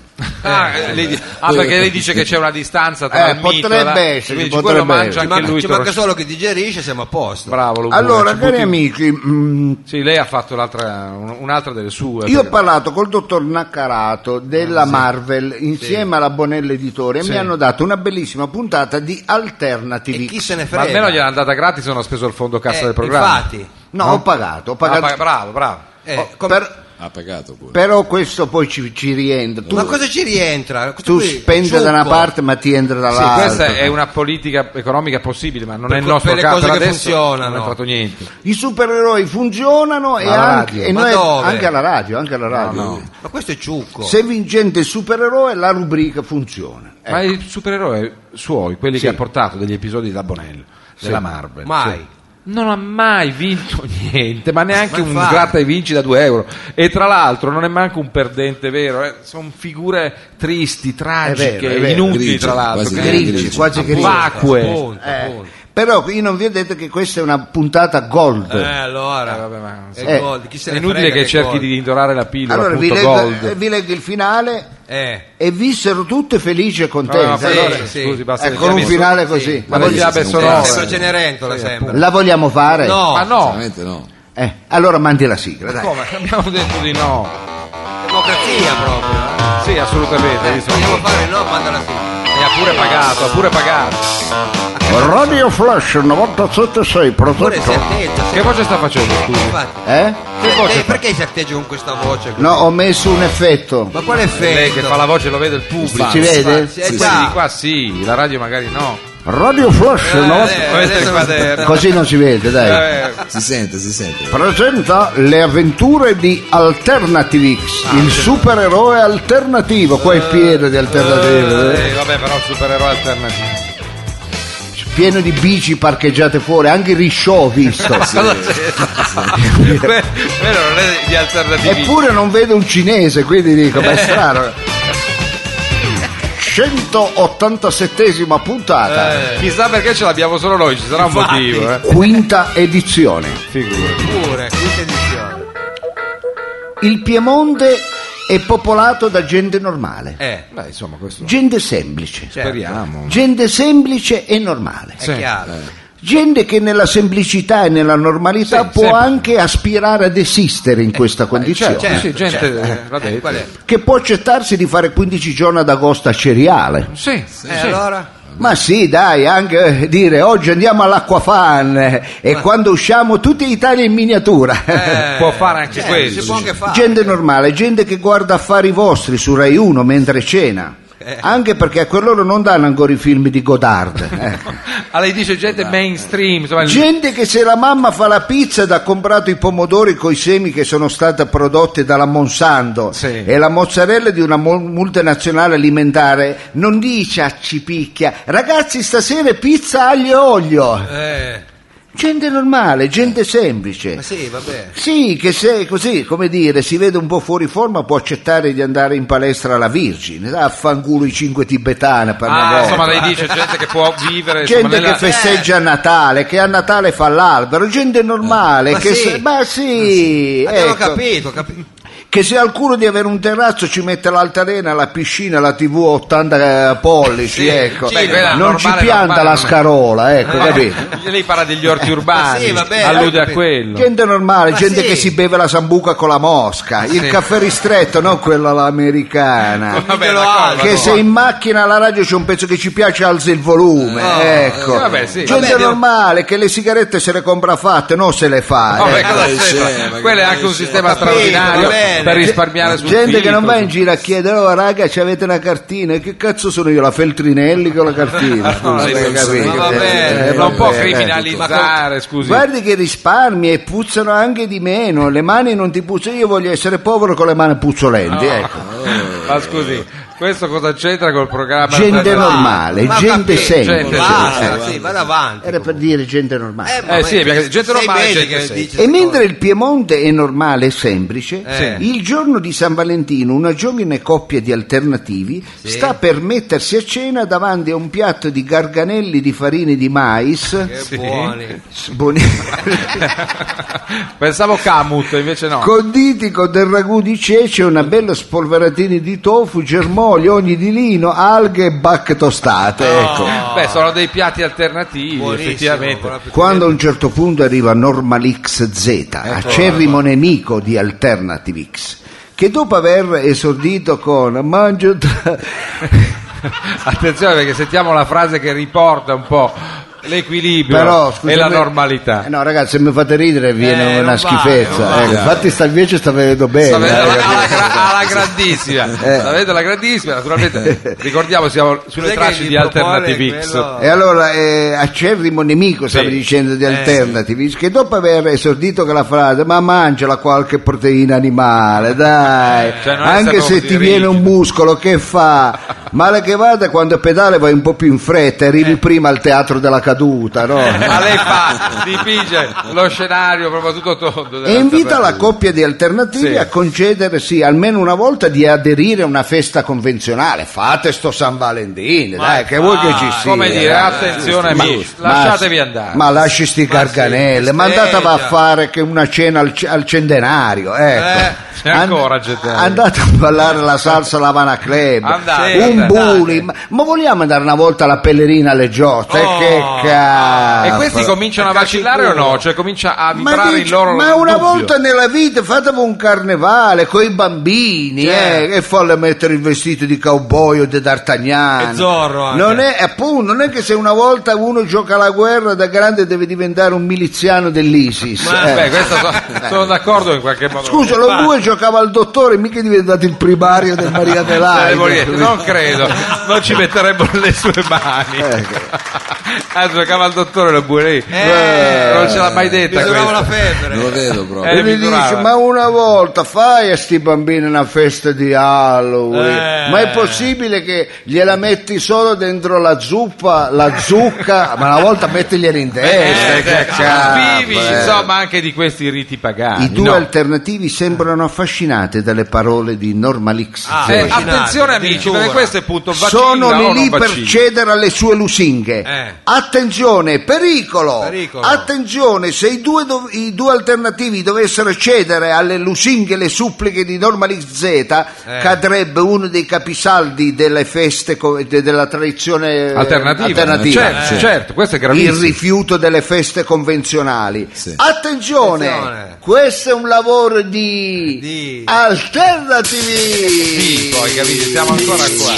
[SPEAKER 3] Ah, eh, lei di- ah, perché lei dice che c'è una distanza tra
[SPEAKER 1] Eh,
[SPEAKER 3] il mito e la-
[SPEAKER 1] potrebbe essere,
[SPEAKER 3] quindi dice,
[SPEAKER 1] potrebbe
[SPEAKER 3] quello mangia
[SPEAKER 1] essere.
[SPEAKER 4] Ci
[SPEAKER 3] anche
[SPEAKER 4] manca,
[SPEAKER 3] lui.
[SPEAKER 4] ci manca
[SPEAKER 3] Toro-
[SPEAKER 4] solo che digerisce e siamo a posto.
[SPEAKER 3] Bravo, lo vuole,
[SPEAKER 1] allora,
[SPEAKER 3] ci
[SPEAKER 1] cari
[SPEAKER 3] butti-
[SPEAKER 1] amici, mm,
[SPEAKER 3] Sì, lei ha fatto l'altra- un- un'altra delle sue.
[SPEAKER 1] Io ho
[SPEAKER 3] perché-
[SPEAKER 1] parlato col dottor Naccarato della Marvel insieme alla Bonella Editore e mi hanno dato una bellissima puntata di
[SPEAKER 4] E
[SPEAKER 1] Alternative.
[SPEAKER 4] chi se ne
[SPEAKER 3] Ma
[SPEAKER 4] frega?
[SPEAKER 3] almeno gliel'hanno andata gratis, non ha speso il fondo cassa
[SPEAKER 4] Eh,
[SPEAKER 3] del programma.
[SPEAKER 4] Infatti,
[SPEAKER 1] No, ho pagato, ho
[SPEAKER 3] Ah,
[SPEAKER 1] pagato.
[SPEAKER 3] pa- bravo, bravo.
[SPEAKER 4] eh,
[SPEAKER 1] Oh,
[SPEAKER 4] come-
[SPEAKER 1] per-
[SPEAKER 2] Ha pagato pure.
[SPEAKER 1] però questo poi ci, ci rientra. Tu,
[SPEAKER 4] ma cosa ci rientra? Questo
[SPEAKER 1] tu
[SPEAKER 4] qui è
[SPEAKER 1] spendi da una
[SPEAKER 4] ciucco.
[SPEAKER 1] parte ma ti entra
[SPEAKER 3] Sì,
[SPEAKER 1] dall'altra.
[SPEAKER 3] questa è una politica economica possibile, ma non
[SPEAKER 4] Per
[SPEAKER 3] è il
[SPEAKER 4] co-
[SPEAKER 3] nostro
[SPEAKER 4] per le
[SPEAKER 3] caso.
[SPEAKER 4] cose
[SPEAKER 3] per
[SPEAKER 4] che
[SPEAKER 3] adesso
[SPEAKER 4] funzionano.
[SPEAKER 3] Non è entrato niente.
[SPEAKER 1] I supereroi funzionano e,
[SPEAKER 3] Alla
[SPEAKER 1] anche,
[SPEAKER 3] radio.
[SPEAKER 1] e
[SPEAKER 4] Ma
[SPEAKER 1] noi-
[SPEAKER 4] dove?
[SPEAKER 1] anche alla radio. Anche alla radio.
[SPEAKER 4] Ma questo è ciucco.
[SPEAKER 1] Se vincente il supereroe la rubrica funziona. Ecco.
[SPEAKER 3] Ma i supereroi suoi, quelli che ha portato degli episodi da Bonello, della Marvel,
[SPEAKER 4] Mai.
[SPEAKER 3] sì, non ha mai vinto niente, ma neanche
[SPEAKER 4] Ma
[SPEAKER 3] un
[SPEAKER 4] infatti.
[SPEAKER 3] gratta e vinci da 2 euro. E tra l'altro non è manco un perdente vero, eh, sono figure tristi, tragiche,
[SPEAKER 1] È vero, è vero.
[SPEAKER 3] inutili
[SPEAKER 2] Grigi,
[SPEAKER 3] tra l'altro,
[SPEAKER 2] quasi
[SPEAKER 3] che- Ah,
[SPEAKER 1] grigi, quasi grigi.
[SPEAKER 3] vacue.
[SPEAKER 4] Appunto,
[SPEAKER 1] Eh,
[SPEAKER 4] appunto.
[SPEAKER 1] però io non vi ho detto che questa è una puntata gold.
[SPEAKER 4] Eh, allora,
[SPEAKER 3] Eh, vabbè, ma-
[SPEAKER 4] È
[SPEAKER 1] Eh.
[SPEAKER 4] gold, chi se
[SPEAKER 3] È
[SPEAKER 4] ne
[SPEAKER 3] inutile
[SPEAKER 4] frega
[SPEAKER 3] che cerchi
[SPEAKER 4] gold.
[SPEAKER 3] di indorare la pillola,
[SPEAKER 1] Allora vi
[SPEAKER 3] appunto,
[SPEAKER 1] leggo,
[SPEAKER 3] gold.
[SPEAKER 1] eh, vi leggo il finale
[SPEAKER 4] Eh,
[SPEAKER 1] e vissero tutte felici e contente.
[SPEAKER 3] No, no,
[SPEAKER 4] sì,
[SPEAKER 1] Allora,
[SPEAKER 4] sì.
[SPEAKER 3] Ah, scusi, basta
[SPEAKER 1] eh,
[SPEAKER 3] che
[SPEAKER 1] con un
[SPEAKER 3] abbiamo-
[SPEAKER 1] finale così.
[SPEAKER 3] Ma
[SPEAKER 1] La,
[SPEAKER 3] voglio
[SPEAKER 1] vogliamo-
[SPEAKER 3] abbia
[SPEAKER 2] Sì,
[SPEAKER 3] sonora.
[SPEAKER 2] sì,
[SPEAKER 4] sembra Cenerentola sembra.
[SPEAKER 1] la vogliamo fare?
[SPEAKER 4] No.
[SPEAKER 3] Ma no, eh.
[SPEAKER 2] Veramente no.
[SPEAKER 1] Eh, allora mandi la sigla, dai.
[SPEAKER 3] come? Abbiamo detto di no.
[SPEAKER 4] Democrazia proprio.
[SPEAKER 3] Sì, assolutamente.
[SPEAKER 4] Eh,
[SPEAKER 3] visto-
[SPEAKER 4] vogliamo fare il no, manda la sigla.
[SPEAKER 3] E ha pure pagato, ha pure pagato.
[SPEAKER 1] Radio Flash 976
[SPEAKER 4] Pure si
[SPEAKER 1] protetto.
[SPEAKER 4] atteggia.
[SPEAKER 3] Che
[SPEAKER 4] se-
[SPEAKER 3] voce sta facendo, scusi?
[SPEAKER 4] Infatti.
[SPEAKER 1] Eh?
[SPEAKER 4] Perché-
[SPEAKER 3] voce fa?
[SPEAKER 4] perché si atteggia con questa voce?
[SPEAKER 1] No, ho messo un effetto.
[SPEAKER 4] Ma quale effetto?
[SPEAKER 3] Lei che fa la voce lo vede il pubblico.
[SPEAKER 2] Fa-
[SPEAKER 1] Si vede?
[SPEAKER 4] Sì, eh,
[SPEAKER 2] Sì,
[SPEAKER 4] già.
[SPEAKER 3] Quelli di qua sì, la radio magari no.
[SPEAKER 1] Radio Flash
[SPEAKER 4] Eh,
[SPEAKER 1] 90
[SPEAKER 4] adesso
[SPEAKER 3] Questo è il
[SPEAKER 4] non-
[SPEAKER 3] quaderno.
[SPEAKER 1] Così non si vede, dai.
[SPEAKER 3] Eh,
[SPEAKER 2] Si sente, si sente.
[SPEAKER 1] Presenta le avventure di Alternative X, il supereroe alternativo. Qua è pieno di alternative. eh.
[SPEAKER 3] eh, vabbè, però supereroe alternativo.
[SPEAKER 1] pieno di bici parcheggiate fuori, anche il risciò ho visto.
[SPEAKER 3] Quello non è di alternativi.
[SPEAKER 1] Eppure non vedo un cinese, quindi dico, ma è strano. 187esima puntata,
[SPEAKER 3] Eh, Chissà perché ce l'abbiamo solo noi, ci sarà un
[SPEAKER 4] Infatti.
[SPEAKER 3] motivo. Eh.
[SPEAKER 1] quinta edizione.
[SPEAKER 3] Figurati.
[SPEAKER 4] Pure, quinta edizione.
[SPEAKER 1] Il Piemonte è popolato da gente normale,
[SPEAKER 4] Eh,
[SPEAKER 3] Beh, insomma, questo
[SPEAKER 1] gente semplice,
[SPEAKER 4] certo.
[SPEAKER 3] speriamo.
[SPEAKER 1] gente semplice e normale.
[SPEAKER 4] È
[SPEAKER 3] Sì. Eh,
[SPEAKER 4] chiaro.
[SPEAKER 1] Gente che nella semplicità e nella normalità
[SPEAKER 3] Sì,
[SPEAKER 1] può
[SPEAKER 3] sempre. Eh,
[SPEAKER 1] anche aspirare ad esistere in questa condizione.
[SPEAKER 3] Certo, sì, gente,
[SPEAKER 4] certo.
[SPEAKER 3] eh, l'ha
[SPEAKER 4] Eh,
[SPEAKER 3] detto.
[SPEAKER 4] qual è?
[SPEAKER 1] che può accettarsi di fare 15 giorni ad agosto a cereale.
[SPEAKER 3] Sì, sì.
[SPEAKER 4] Eh, allora?
[SPEAKER 1] Ma sì, dai, anche eh, dire oggi andiamo all'acquafan eh, e quando usciamo tutti Italia in miniatura.
[SPEAKER 4] Eh,
[SPEAKER 3] Può fare anche
[SPEAKER 4] certo,
[SPEAKER 3] questo,
[SPEAKER 4] Si può anche fare.
[SPEAKER 1] gente normale, gente che guarda affari vostri su Rai 1 mentre cena.
[SPEAKER 3] Eh.
[SPEAKER 1] Anche perché a quell'ora non danno ancora i film di Godard. eh.
[SPEAKER 3] Ah, lei dice gente mainstream, insomma, il-
[SPEAKER 1] Gente che se la mamma fa la pizza ed ha comprato i pomodori coi semi che sono stati prodotti dalla Monsanto
[SPEAKER 3] Sì.
[SPEAKER 1] e la mozzarella di una mo- multinazionale alimentare non dice a cipicchia ragazzi stasera è pizza aglio e olio.
[SPEAKER 4] Eh,
[SPEAKER 1] Gente normale, gente semplice.
[SPEAKER 4] ma sì, vabbè.
[SPEAKER 1] Sì, che se così, come dire, si vede un po' fuori forma può accettare di andare in palestra alla Virgine, affangulo i cinque tibetani per una
[SPEAKER 3] Ah,
[SPEAKER 1] volta
[SPEAKER 3] insomma, lei dice gente che può vivere insomma,
[SPEAKER 1] gente
[SPEAKER 3] nella- Eh.
[SPEAKER 1] che festeggia Natale, che a Natale fa l'albero, gente normale,
[SPEAKER 3] Eh.
[SPEAKER 4] Ma
[SPEAKER 1] che
[SPEAKER 4] sì.
[SPEAKER 1] se, ma sì,
[SPEAKER 4] Abbiamo
[SPEAKER 1] ecco,
[SPEAKER 4] capito, capito.
[SPEAKER 1] che se al culo di avere un terrazzo ci mette l'altalena, la piscina, la tv a 80 pollici,
[SPEAKER 3] Sì,
[SPEAKER 1] ecco,
[SPEAKER 3] sì, quella
[SPEAKER 1] non ci
[SPEAKER 3] normale,
[SPEAKER 1] pianta
[SPEAKER 3] normale, non
[SPEAKER 1] la
[SPEAKER 3] è.
[SPEAKER 1] scarola, ecco, capito?
[SPEAKER 3] Eh, Lei parla degli orti urbani,
[SPEAKER 4] Ma sì, vabbè,
[SPEAKER 3] allude
[SPEAKER 4] ho
[SPEAKER 3] a
[SPEAKER 4] capito.
[SPEAKER 3] quello.
[SPEAKER 1] eh, Gente normale,
[SPEAKER 4] Ma
[SPEAKER 1] gente
[SPEAKER 4] sì.
[SPEAKER 1] che si beve la sambuca con la mosca, il
[SPEAKER 3] sì.
[SPEAKER 1] caffè ristretto, non quella l'americana.
[SPEAKER 3] Vabbè,
[SPEAKER 4] Ditelo
[SPEAKER 3] d'accordo,
[SPEAKER 4] altro.
[SPEAKER 1] Che
[SPEAKER 3] d'accordo.
[SPEAKER 1] se in macchina alla radio c'è un pezzo che ci piace alza il volume, ecco.
[SPEAKER 3] eh, vabbè, sì.
[SPEAKER 1] Gente
[SPEAKER 4] Vabbè, abbiamo-
[SPEAKER 1] normale che le sigarette se le compra fatte, non se le fa.
[SPEAKER 3] Vabbè,
[SPEAKER 1] ecco.
[SPEAKER 3] cosa
[SPEAKER 2] eh,
[SPEAKER 3] c'entra?
[SPEAKER 2] scema, che
[SPEAKER 3] quello è anche un
[SPEAKER 2] scema.
[SPEAKER 3] sistema
[SPEAKER 4] Ho capito,
[SPEAKER 3] straordinario
[SPEAKER 4] va bene.
[SPEAKER 3] per risparmiare sul
[SPEAKER 1] Gente che non
[SPEAKER 3] filtro,
[SPEAKER 1] va in
[SPEAKER 3] su-
[SPEAKER 1] giro a chiedere, oh raga, ci avete una cartina? Che cazzo sono io? La Feltrinelli con la cartina?
[SPEAKER 3] No,
[SPEAKER 1] Scusa,
[SPEAKER 3] lei
[SPEAKER 1] hai
[SPEAKER 3] non sa-
[SPEAKER 1] capito?
[SPEAKER 4] ma va bene,
[SPEAKER 1] Eh,
[SPEAKER 4] eh,
[SPEAKER 3] non
[SPEAKER 1] vabbè,
[SPEAKER 3] può
[SPEAKER 1] eh.
[SPEAKER 3] criminalizzare, scusi.
[SPEAKER 1] Guardi che risparmi e puzzano anche di meno, le mani non ti puzzano, io voglio essere povero con le mani puzzolenti, ecco.
[SPEAKER 3] Ma scusi, Questo cosa c'entra col programma?
[SPEAKER 1] Gente normale,
[SPEAKER 4] Ma ho
[SPEAKER 1] gente
[SPEAKER 4] capito,
[SPEAKER 1] semplice.
[SPEAKER 4] Basta,
[SPEAKER 1] eh.
[SPEAKER 4] sì, vada avanti.
[SPEAKER 1] Era per dire gente normale.
[SPEAKER 4] ma
[SPEAKER 3] Eh, sì,
[SPEAKER 4] vedi,
[SPEAKER 3] perché gente
[SPEAKER 4] sei
[SPEAKER 3] normale,
[SPEAKER 4] vedi
[SPEAKER 3] gente
[SPEAKER 4] che
[SPEAKER 3] semplice.
[SPEAKER 4] dice
[SPEAKER 1] E
[SPEAKER 4] queste
[SPEAKER 1] mentre il Piemonte è normale e semplice,
[SPEAKER 3] Eh.
[SPEAKER 1] il giorno di San Valentino una giovane coppia di alternativi sta per mettersi a cena davanti a un piatto di garganelli di farine di mais.
[SPEAKER 4] cose.
[SPEAKER 3] Sì.
[SPEAKER 4] Che buoni.
[SPEAKER 1] s- buoni-
[SPEAKER 3] Pensavo Camut, invece no.
[SPEAKER 1] Conditi con del ragù di cece, una bella spolveratini di tofu, germogli, ogni di lino, alghe e bacche tostate. Ecco.
[SPEAKER 3] Beh, sono dei piati alternativi,
[SPEAKER 4] Buonissimo, con la
[SPEAKER 3] effettivamente.
[SPEAKER 4] più-
[SPEAKER 1] Quando a un certo punto arriva Normal XZ,
[SPEAKER 4] Ecco.
[SPEAKER 1] acerrimo nemico di Alternative X, che dopo aver esordito con Mangio tra-
[SPEAKER 3] Attenzione perché sentiamo la frase che riporta un po' l'equilibrio
[SPEAKER 1] Però, scusami-
[SPEAKER 3] e la normalità.
[SPEAKER 1] Eh no, ragazzi, se mi fate ridere viene
[SPEAKER 4] Eh,
[SPEAKER 1] una
[SPEAKER 4] non
[SPEAKER 1] schifezza.
[SPEAKER 4] vale, non
[SPEAKER 1] ecco.
[SPEAKER 4] vale.
[SPEAKER 1] Infatti sta invece sta vedendo bene.
[SPEAKER 3] Sta vedendo
[SPEAKER 1] eh,
[SPEAKER 3] alla,
[SPEAKER 1] ragazzi.
[SPEAKER 3] alla gra- alla grandissima, sta vedendo la grandissima, naturalmente ricordiamo siamo sulle
[SPEAKER 4] Cos'è
[SPEAKER 3] tracce
[SPEAKER 4] che gli
[SPEAKER 3] di
[SPEAKER 4] propone
[SPEAKER 3] Alternative X.
[SPEAKER 4] quello?
[SPEAKER 1] E allora, eh, acerrimo nemico, stavi
[SPEAKER 3] Ah. Sì.
[SPEAKER 1] dicendo, di
[SPEAKER 4] Eh,
[SPEAKER 1] Alternative X, che dopo aver esordito con la frase, ma mangiala qualche proteina animale, dai,
[SPEAKER 3] Cioè, non è
[SPEAKER 1] anche
[SPEAKER 3] stato
[SPEAKER 1] se
[SPEAKER 3] così
[SPEAKER 1] ti viene
[SPEAKER 3] rigido.
[SPEAKER 1] un muscolo, che fa? Male che vada, quando pedale vai un po' più in fretta,
[SPEAKER 3] Eh.
[SPEAKER 1] arrivi prima al teatro della caduta, no?
[SPEAKER 3] A lei fa, dipinge lo scenario proprio tutto tondo.
[SPEAKER 1] E invita la coppia di alternativi
[SPEAKER 3] Sì.
[SPEAKER 1] a concedersi almeno una volta di aderire a una festa convenzionale. Fate sto San Valentino, dai, che vuoi che ci sia?
[SPEAKER 3] ah, Come dire,
[SPEAKER 1] dai.
[SPEAKER 3] attenzione amici, lasciatevi
[SPEAKER 1] ma,
[SPEAKER 3] andare.
[SPEAKER 1] Ma lasci sti garganelle, ma
[SPEAKER 4] festeggia.
[SPEAKER 1] andateva a fare che una cena al, ce- al centenario, ecco.
[SPEAKER 3] Eh, c'è ancora centenario.
[SPEAKER 1] Andate a ballare la salsa Lavana Club,
[SPEAKER 3] Andate,
[SPEAKER 1] un
[SPEAKER 3] andate.
[SPEAKER 1] bulli, ma, ma vogliamo andare una volta alla pellerina alle Giotte?
[SPEAKER 4] Oh.
[SPEAKER 1] che
[SPEAKER 3] Ah, E
[SPEAKER 1] cazzo!
[SPEAKER 3] questi cominciano a vacillare o no? Cioè comincia a vibrare
[SPEAKER 1] dici-
[SPEAKER 3] il loro
[SPEAKER 1] ma una
[SPEAKER 3] dubbio.
[SPEAKER 1] volta nella vita fatevi un carnevale con i bambini eh, e falle mettere il vestito di cowboy o di d'artagnano
[SPEAKER 4] E Zorro anche.
[SPEAKER 1] non è appunto non è che se una volta uno gioca alla guerra da grande deve diventare un miliziano dell'ISIS
[SPEAKER 3] Ah,
[SPEAKER 1] eh.
[SPEAKER 3] beh, questo so- sono d'accordo in qualche modo.
[SPEAKER 1] scusa lo due giocava al dottore mica è diventato il primario del Maria
[SPEAKER 3] Eh,
[SPEAKER 1] Delaio
[SPEAKER 3] voglio dire, non credo, non ci metterebbero le sue mani.
[SPEAKER 1] Eh,
[SPEAKER 3] Ah, giocava il dottore lo pure lì. non ce l'ha mai detta
[SPEAKER 4] Mi durava la
[SPEAKER 3] questa.
[SPEAKER 4] febbre.
[SPEAKER 2] Non lo vedo proprio.
[SPEAKER 3] Eh,
[SPEAKER 1] e mi
[SPEAKER 3] mi durava.
[SPEAKER 1] dice ma una volta fai a sti bambini una festa di Halloween
[SPEAKER 4] Eh.
[SPEAKER 1] ma è possibile che gliela metti solo dentro la zuppa la zucca ma una volta mettigliela in testa
[SPEAKER 3] Eh,
[SPEAKER 1] che
[SPEAKER 3] ecco,
[SPEAKER 1] cazzo,
[SPEAKER 3] vivi,
[SPEAKER 1] eh.
[SPEAKER 3] insomma, anche di questi riti pagani.
[SPEAKER 1] i due
[SPEAKER 3] no?
[SPEAKER 1] alternativi sembrano affascinate dalle parole di Cioè, Normal X
[SPEAKER 4] Ah,
[SPEAKER 1] Z.
[SPEAKER 3] Eh,
[SPEAKER 4] Vaccinati,
[SPEAKER 3] attenzione amici,
[SPEAKER 4] addirittura.
[SPEAKER 3] perché questo è punto vaccina
[SPEAKER 1] sono
[SPEAKER 3] o
[SPEAKER 1] lì
[SPEAKER 3] non
[SPEAKER 1] lì per
[SPEAKER 3] vaccina.
[SPEAKER 1] cedere alle sue lusinghe.
[SPEAKER 4] Eh.
[SPEAKER 1] Attenzione, pericolo!
[SPEAKER 4] Pericolo.
[SPEAKER 1] Attenzione, se i due, dov- i due alternativi dovessero cedere alle lusinghe e le suppliche di Normal Z,
[SPEAKER 3] Eh.
[SPEAKER 1] cadrebbe uno dei capisaldi delle feste co- de- della tradizione eh,
[SPEAKER 3] Alternativa,
[SPEAKER 1] alternativa. Eh.
[SPEAKER 3] Certo, certo, questo è
[SPEAKER 1] Il
[SPEAKER 3] gravissimo.
[SPEAKER 1] rifiuto delle feste convenzionali.
[SPEAKER 2] Sì.
[SPEAKER 1] Attenzione,
[SPEAKER 4] Attenzione.
[SPEAKER 1] questo è un lavoro di,
[SPEAKER 4] Di-
[SPEAKER 1] alternativi.
[SPEAKER 3] Sì, poi capito, siamo ancora qua.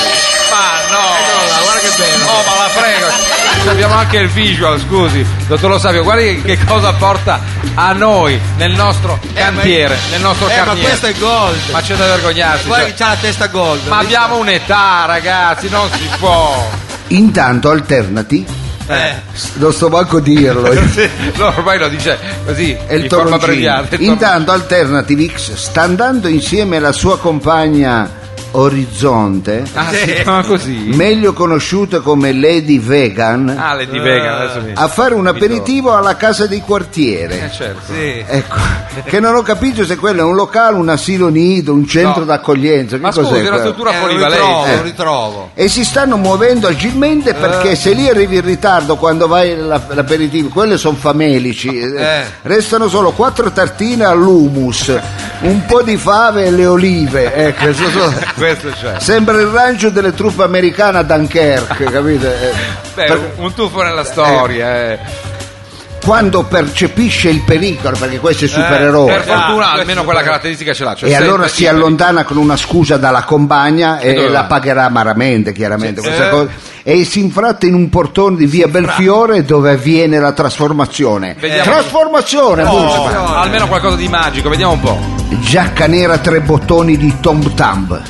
[SPEAKER 3] Ma no, guarda che bello. Oh, ma la prego. Ci Abbiamo anche il visual, scusi. Dottor Lo Sapio, guardi che cosa porta a noi nel nostro cantiere, nel nostro
[SPEAKER 4] Eh, ma
[SPEAKER 3] carniere.
[SPEAKER 4] questo è gold.
[SPEAKER 3] Ma c'è da vergognarsi.
[SPEAKER 4] Poi
[SPEAKER 3] cioè.
[SPEAKER 4] c'ha la testa gold.
[SPEAKER 3] Ma abbiamo un'età, ragazzi, non si può.
[SPEAKER 1] Intanto alternati,
[SPEAKER 4] Eh.
[SPEAKER 1] non sto manco a dirlo. È
[SPEAKER 3] No, ormai lo dice così,
[SPEAKER 1] il
[SPEAKER 3] in forma
[SPEAKER 1] toroncino.
[SPEAKER 3] abbreviata. il
[SPEAKER 1] Intanto Alternative X sta andando insieme alla sua compagna Orizzonte,
[SPEAKER 3] toroncino. Ah, si chiama così.
[SPEAKER 1] meglio conosciuta come Lady Vegan,
[SPEAKER 3] Ah, le di Vegan adesso mi.
[SPEAKER 1] a fare un aperitivo alla casa di quartiere.
[SPEAKER 3] Eh, certo.
[SPEAKER 4] Sì.
[SPEAKER 1] Ecco, che non ho capito se quello è un locale, un asilo nido, un centro
[SPEAKER 3] No.
[SPEAKER 1] d'accoglienza. Che
[SPEAKER 3] Ma
[SPEAKER 1] cos'è
[SPEAKER 3] scusi, è una
[SPEAKER 1] quello?
[SPEAKER 3] struttura
[SPEAKER 4] Eh, lo ritrovo,
[SPEAKER 3] polivalente.
[SPEAKER 4] lo ritrovo.
[SPEAKER 1] e si stanno muovendo agilmente
[SPEAKER 3] Eh.
[SPEAKER 1] perché se lì arrivi in ritardo quando vai alla- all'aperitivo, quelli sono famelici, eh,
[SPEAKER 4] Eh.
[SPEAKER 1] restano solo quattro tartine all'humus, un po' di fave e le olive, ecco, so- so-
[SPEAKER 3] Questo c'è.
[SPEAKER 1] sembra il rancio delle truppe americane a Dunkerque, capite? Eh,
[SPEAKER 3] Beh,
[SPEAKER 1] per-
[SPEAKER 3] un- un tuffo nella storia. eh.
[SPEAKER 1] quando percepisce il pericolo, perché questo è
[SPEAKER 3] Eh, Per
[SPEAKER 1] supereroe.
[SPEAKER 3] fortuna
[SPEAKER 4] Ah,
[SPEAKER 3] almeno quella caratteristica ce l'ha. cioè
[SPEAKER 1] e
[SPEAKER 3] sempre
[SPEAKER 1] allora si
[SPEAKER 3] liberi.
[SPEAKER 1] allontana con una scusa dalla compagna e,
[SPEAKER 3] dove
[SPEAKER 1] la
[SPEAKER 3] va?
[SPEAKER 1] pagherà amaramente chiaramente questa
[SPEAKER 4] Eh.
[SPEAKER 1] cosa. e si infratta in un portone di via Belfiore dove avviene la trasformazione
[SPEAKER 3] Vediamo.
[SPEAKER 1] trasformazione
[SPEAKER 3] Oh,
[SPEAKER 1] Bunzmann.
[SPEAKER 3] almeno qualcosa di magico, vediamo un po'.
[SPEAKER 1] giacca nera tre bottoni di Tom Thumb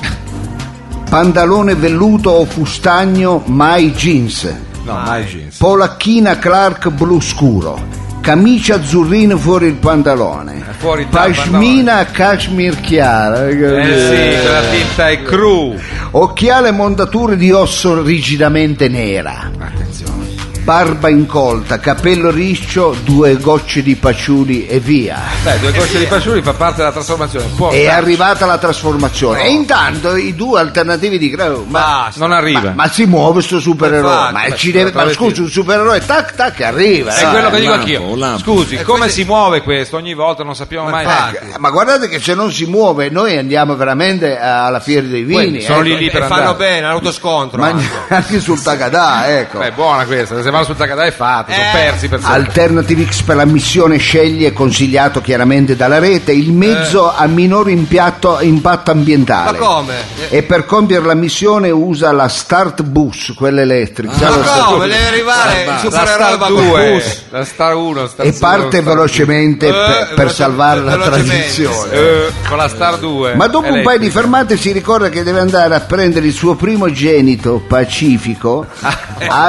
[SPEAKER 1] pantalone velluto o fustagno mai jeans
[SPEAKER 4] No, mai jeans.
[SPEAKER 1] polacchina Clark blu scuro Camicia azzurrina fuori il pantalone.
[SPEAKER 3] Eh, Fuori il
[SPEAKER 1] Pashmina a cashmere chiara.
[SPEAKER 3] Eh sì, quella tinta è cru.
[SPEAKER 1] Occhiale mondature di osso rigidamente nera.
[SPEAKER 3] Attenzione.
[SPEAKER 1] Barba incolta, capello riccio, due gocce di paciuli e via.
[SPEAKER 3] Beh, due gocce
[SPEAKER 1] Eh.
[SPEAKER 3] di pasciuli fa parte della trasformazione. Può
[SPEAKER 1] È arrivata la trasformazione.
[SPEAKER 3] Oh.
[SPEAKER 1] E intanto i due alternativi di Grau. Ma,
[SPEAKER 4] Ah,
[SPEAKER 3] Basta, non arriva.
[SPEAKER 1] ma, ma si muove sto supereroe.
[SPEAKER 3] Infatti,
[SPEAKER 1] Ma,
[SPEAKER 3] ma
[SPEAKER 1] ci deve, ma
[SPEAKER 3] supereroe
[SPEAKER 1] scusi,
[SPEAKER 3] sì.
[SPEAKER 1] un supereroe tac tac arriva.
[SPEAKER 3] è
[SPEAKER 1] eh.
[SPEAKER 3] quello che dico
[SPEAKER 2] lampo,
[SPEAKER 3] anch'io.
[SPEAKER 2] un lampo.
[SPEAKER 3] Scusi, come si muove questo? Ogni volta non sappiamo mai. Ah,
[SPEAKER 1] Eh, Ma guardate che se non si muove noi andiamo veramente alla fiera dei vini.
[SPEAKER 3] Quelli sono
[SPEAKER 1] ecco.
[SPEAKER 3] lì lì
[SPEAKER 4] E
[SPEAKER 3] per
[SPEAKER 4] fanno
[SPEAKER 3] andare.
[SPEAKER 4] bene, l'autoscontro.
[SPEAKER 1] Ma anche sul Tagadà, ecco.
[SPEAKER 3] Beh, buona questa, se vanno sul Tagadà è fatta, sono
[SPEAKER 4] Eh.
[SPEAKER 3] persi per sempre.
[SPEAKER 1] Alternative X per la missione sceglie, consigliato chiaramente dalla rete, il mezzo
[SPEAKER 3] Eh.
[SPEAKER 1] a minor impiatto- impatto ambientale.
[SPEAKER 4] Ma come?
[SPEAKER 1] E per compiere la missione usa la Start Bus, quella
[SPEAKER 3] Ah,
[SPEAKER 1] elettrica. sa
[SPEAKER 4] Ma
[SPEAKER 1] lo sa-
[SPEAKER 4] come? Deve arrivare il
[SPEAKER 3] La
[SPEAKER 4] supereroe
[SPEAKER 3] Star
[SPEAKER 4] va
[SPEAKER 3] 2, la Star 1, Star
[SPEAKER 1] E
[SPEAKER 3] zero,
[SPEAKER 1] parte
[SPEAKER 3] Star
[SPEAKER 1] velocemente
[SPEAKER 4] Eh,
[SPEAKER 1] per, per
[SPEAKER 4] veloce-
[SPEAKER 1] salvare la
[SPEAKER 4] velocemente.
[SPEAKER 1] transizione.
[SPEAKER 3] Eh, con la Star 2.
[SPEAKER 1] Ma dopo un paio di
[SPEAKER 3] elettrica.
[SPEAKER 1] fermate si ricorda che deve andare a prendere il suo primogenito Pacifico al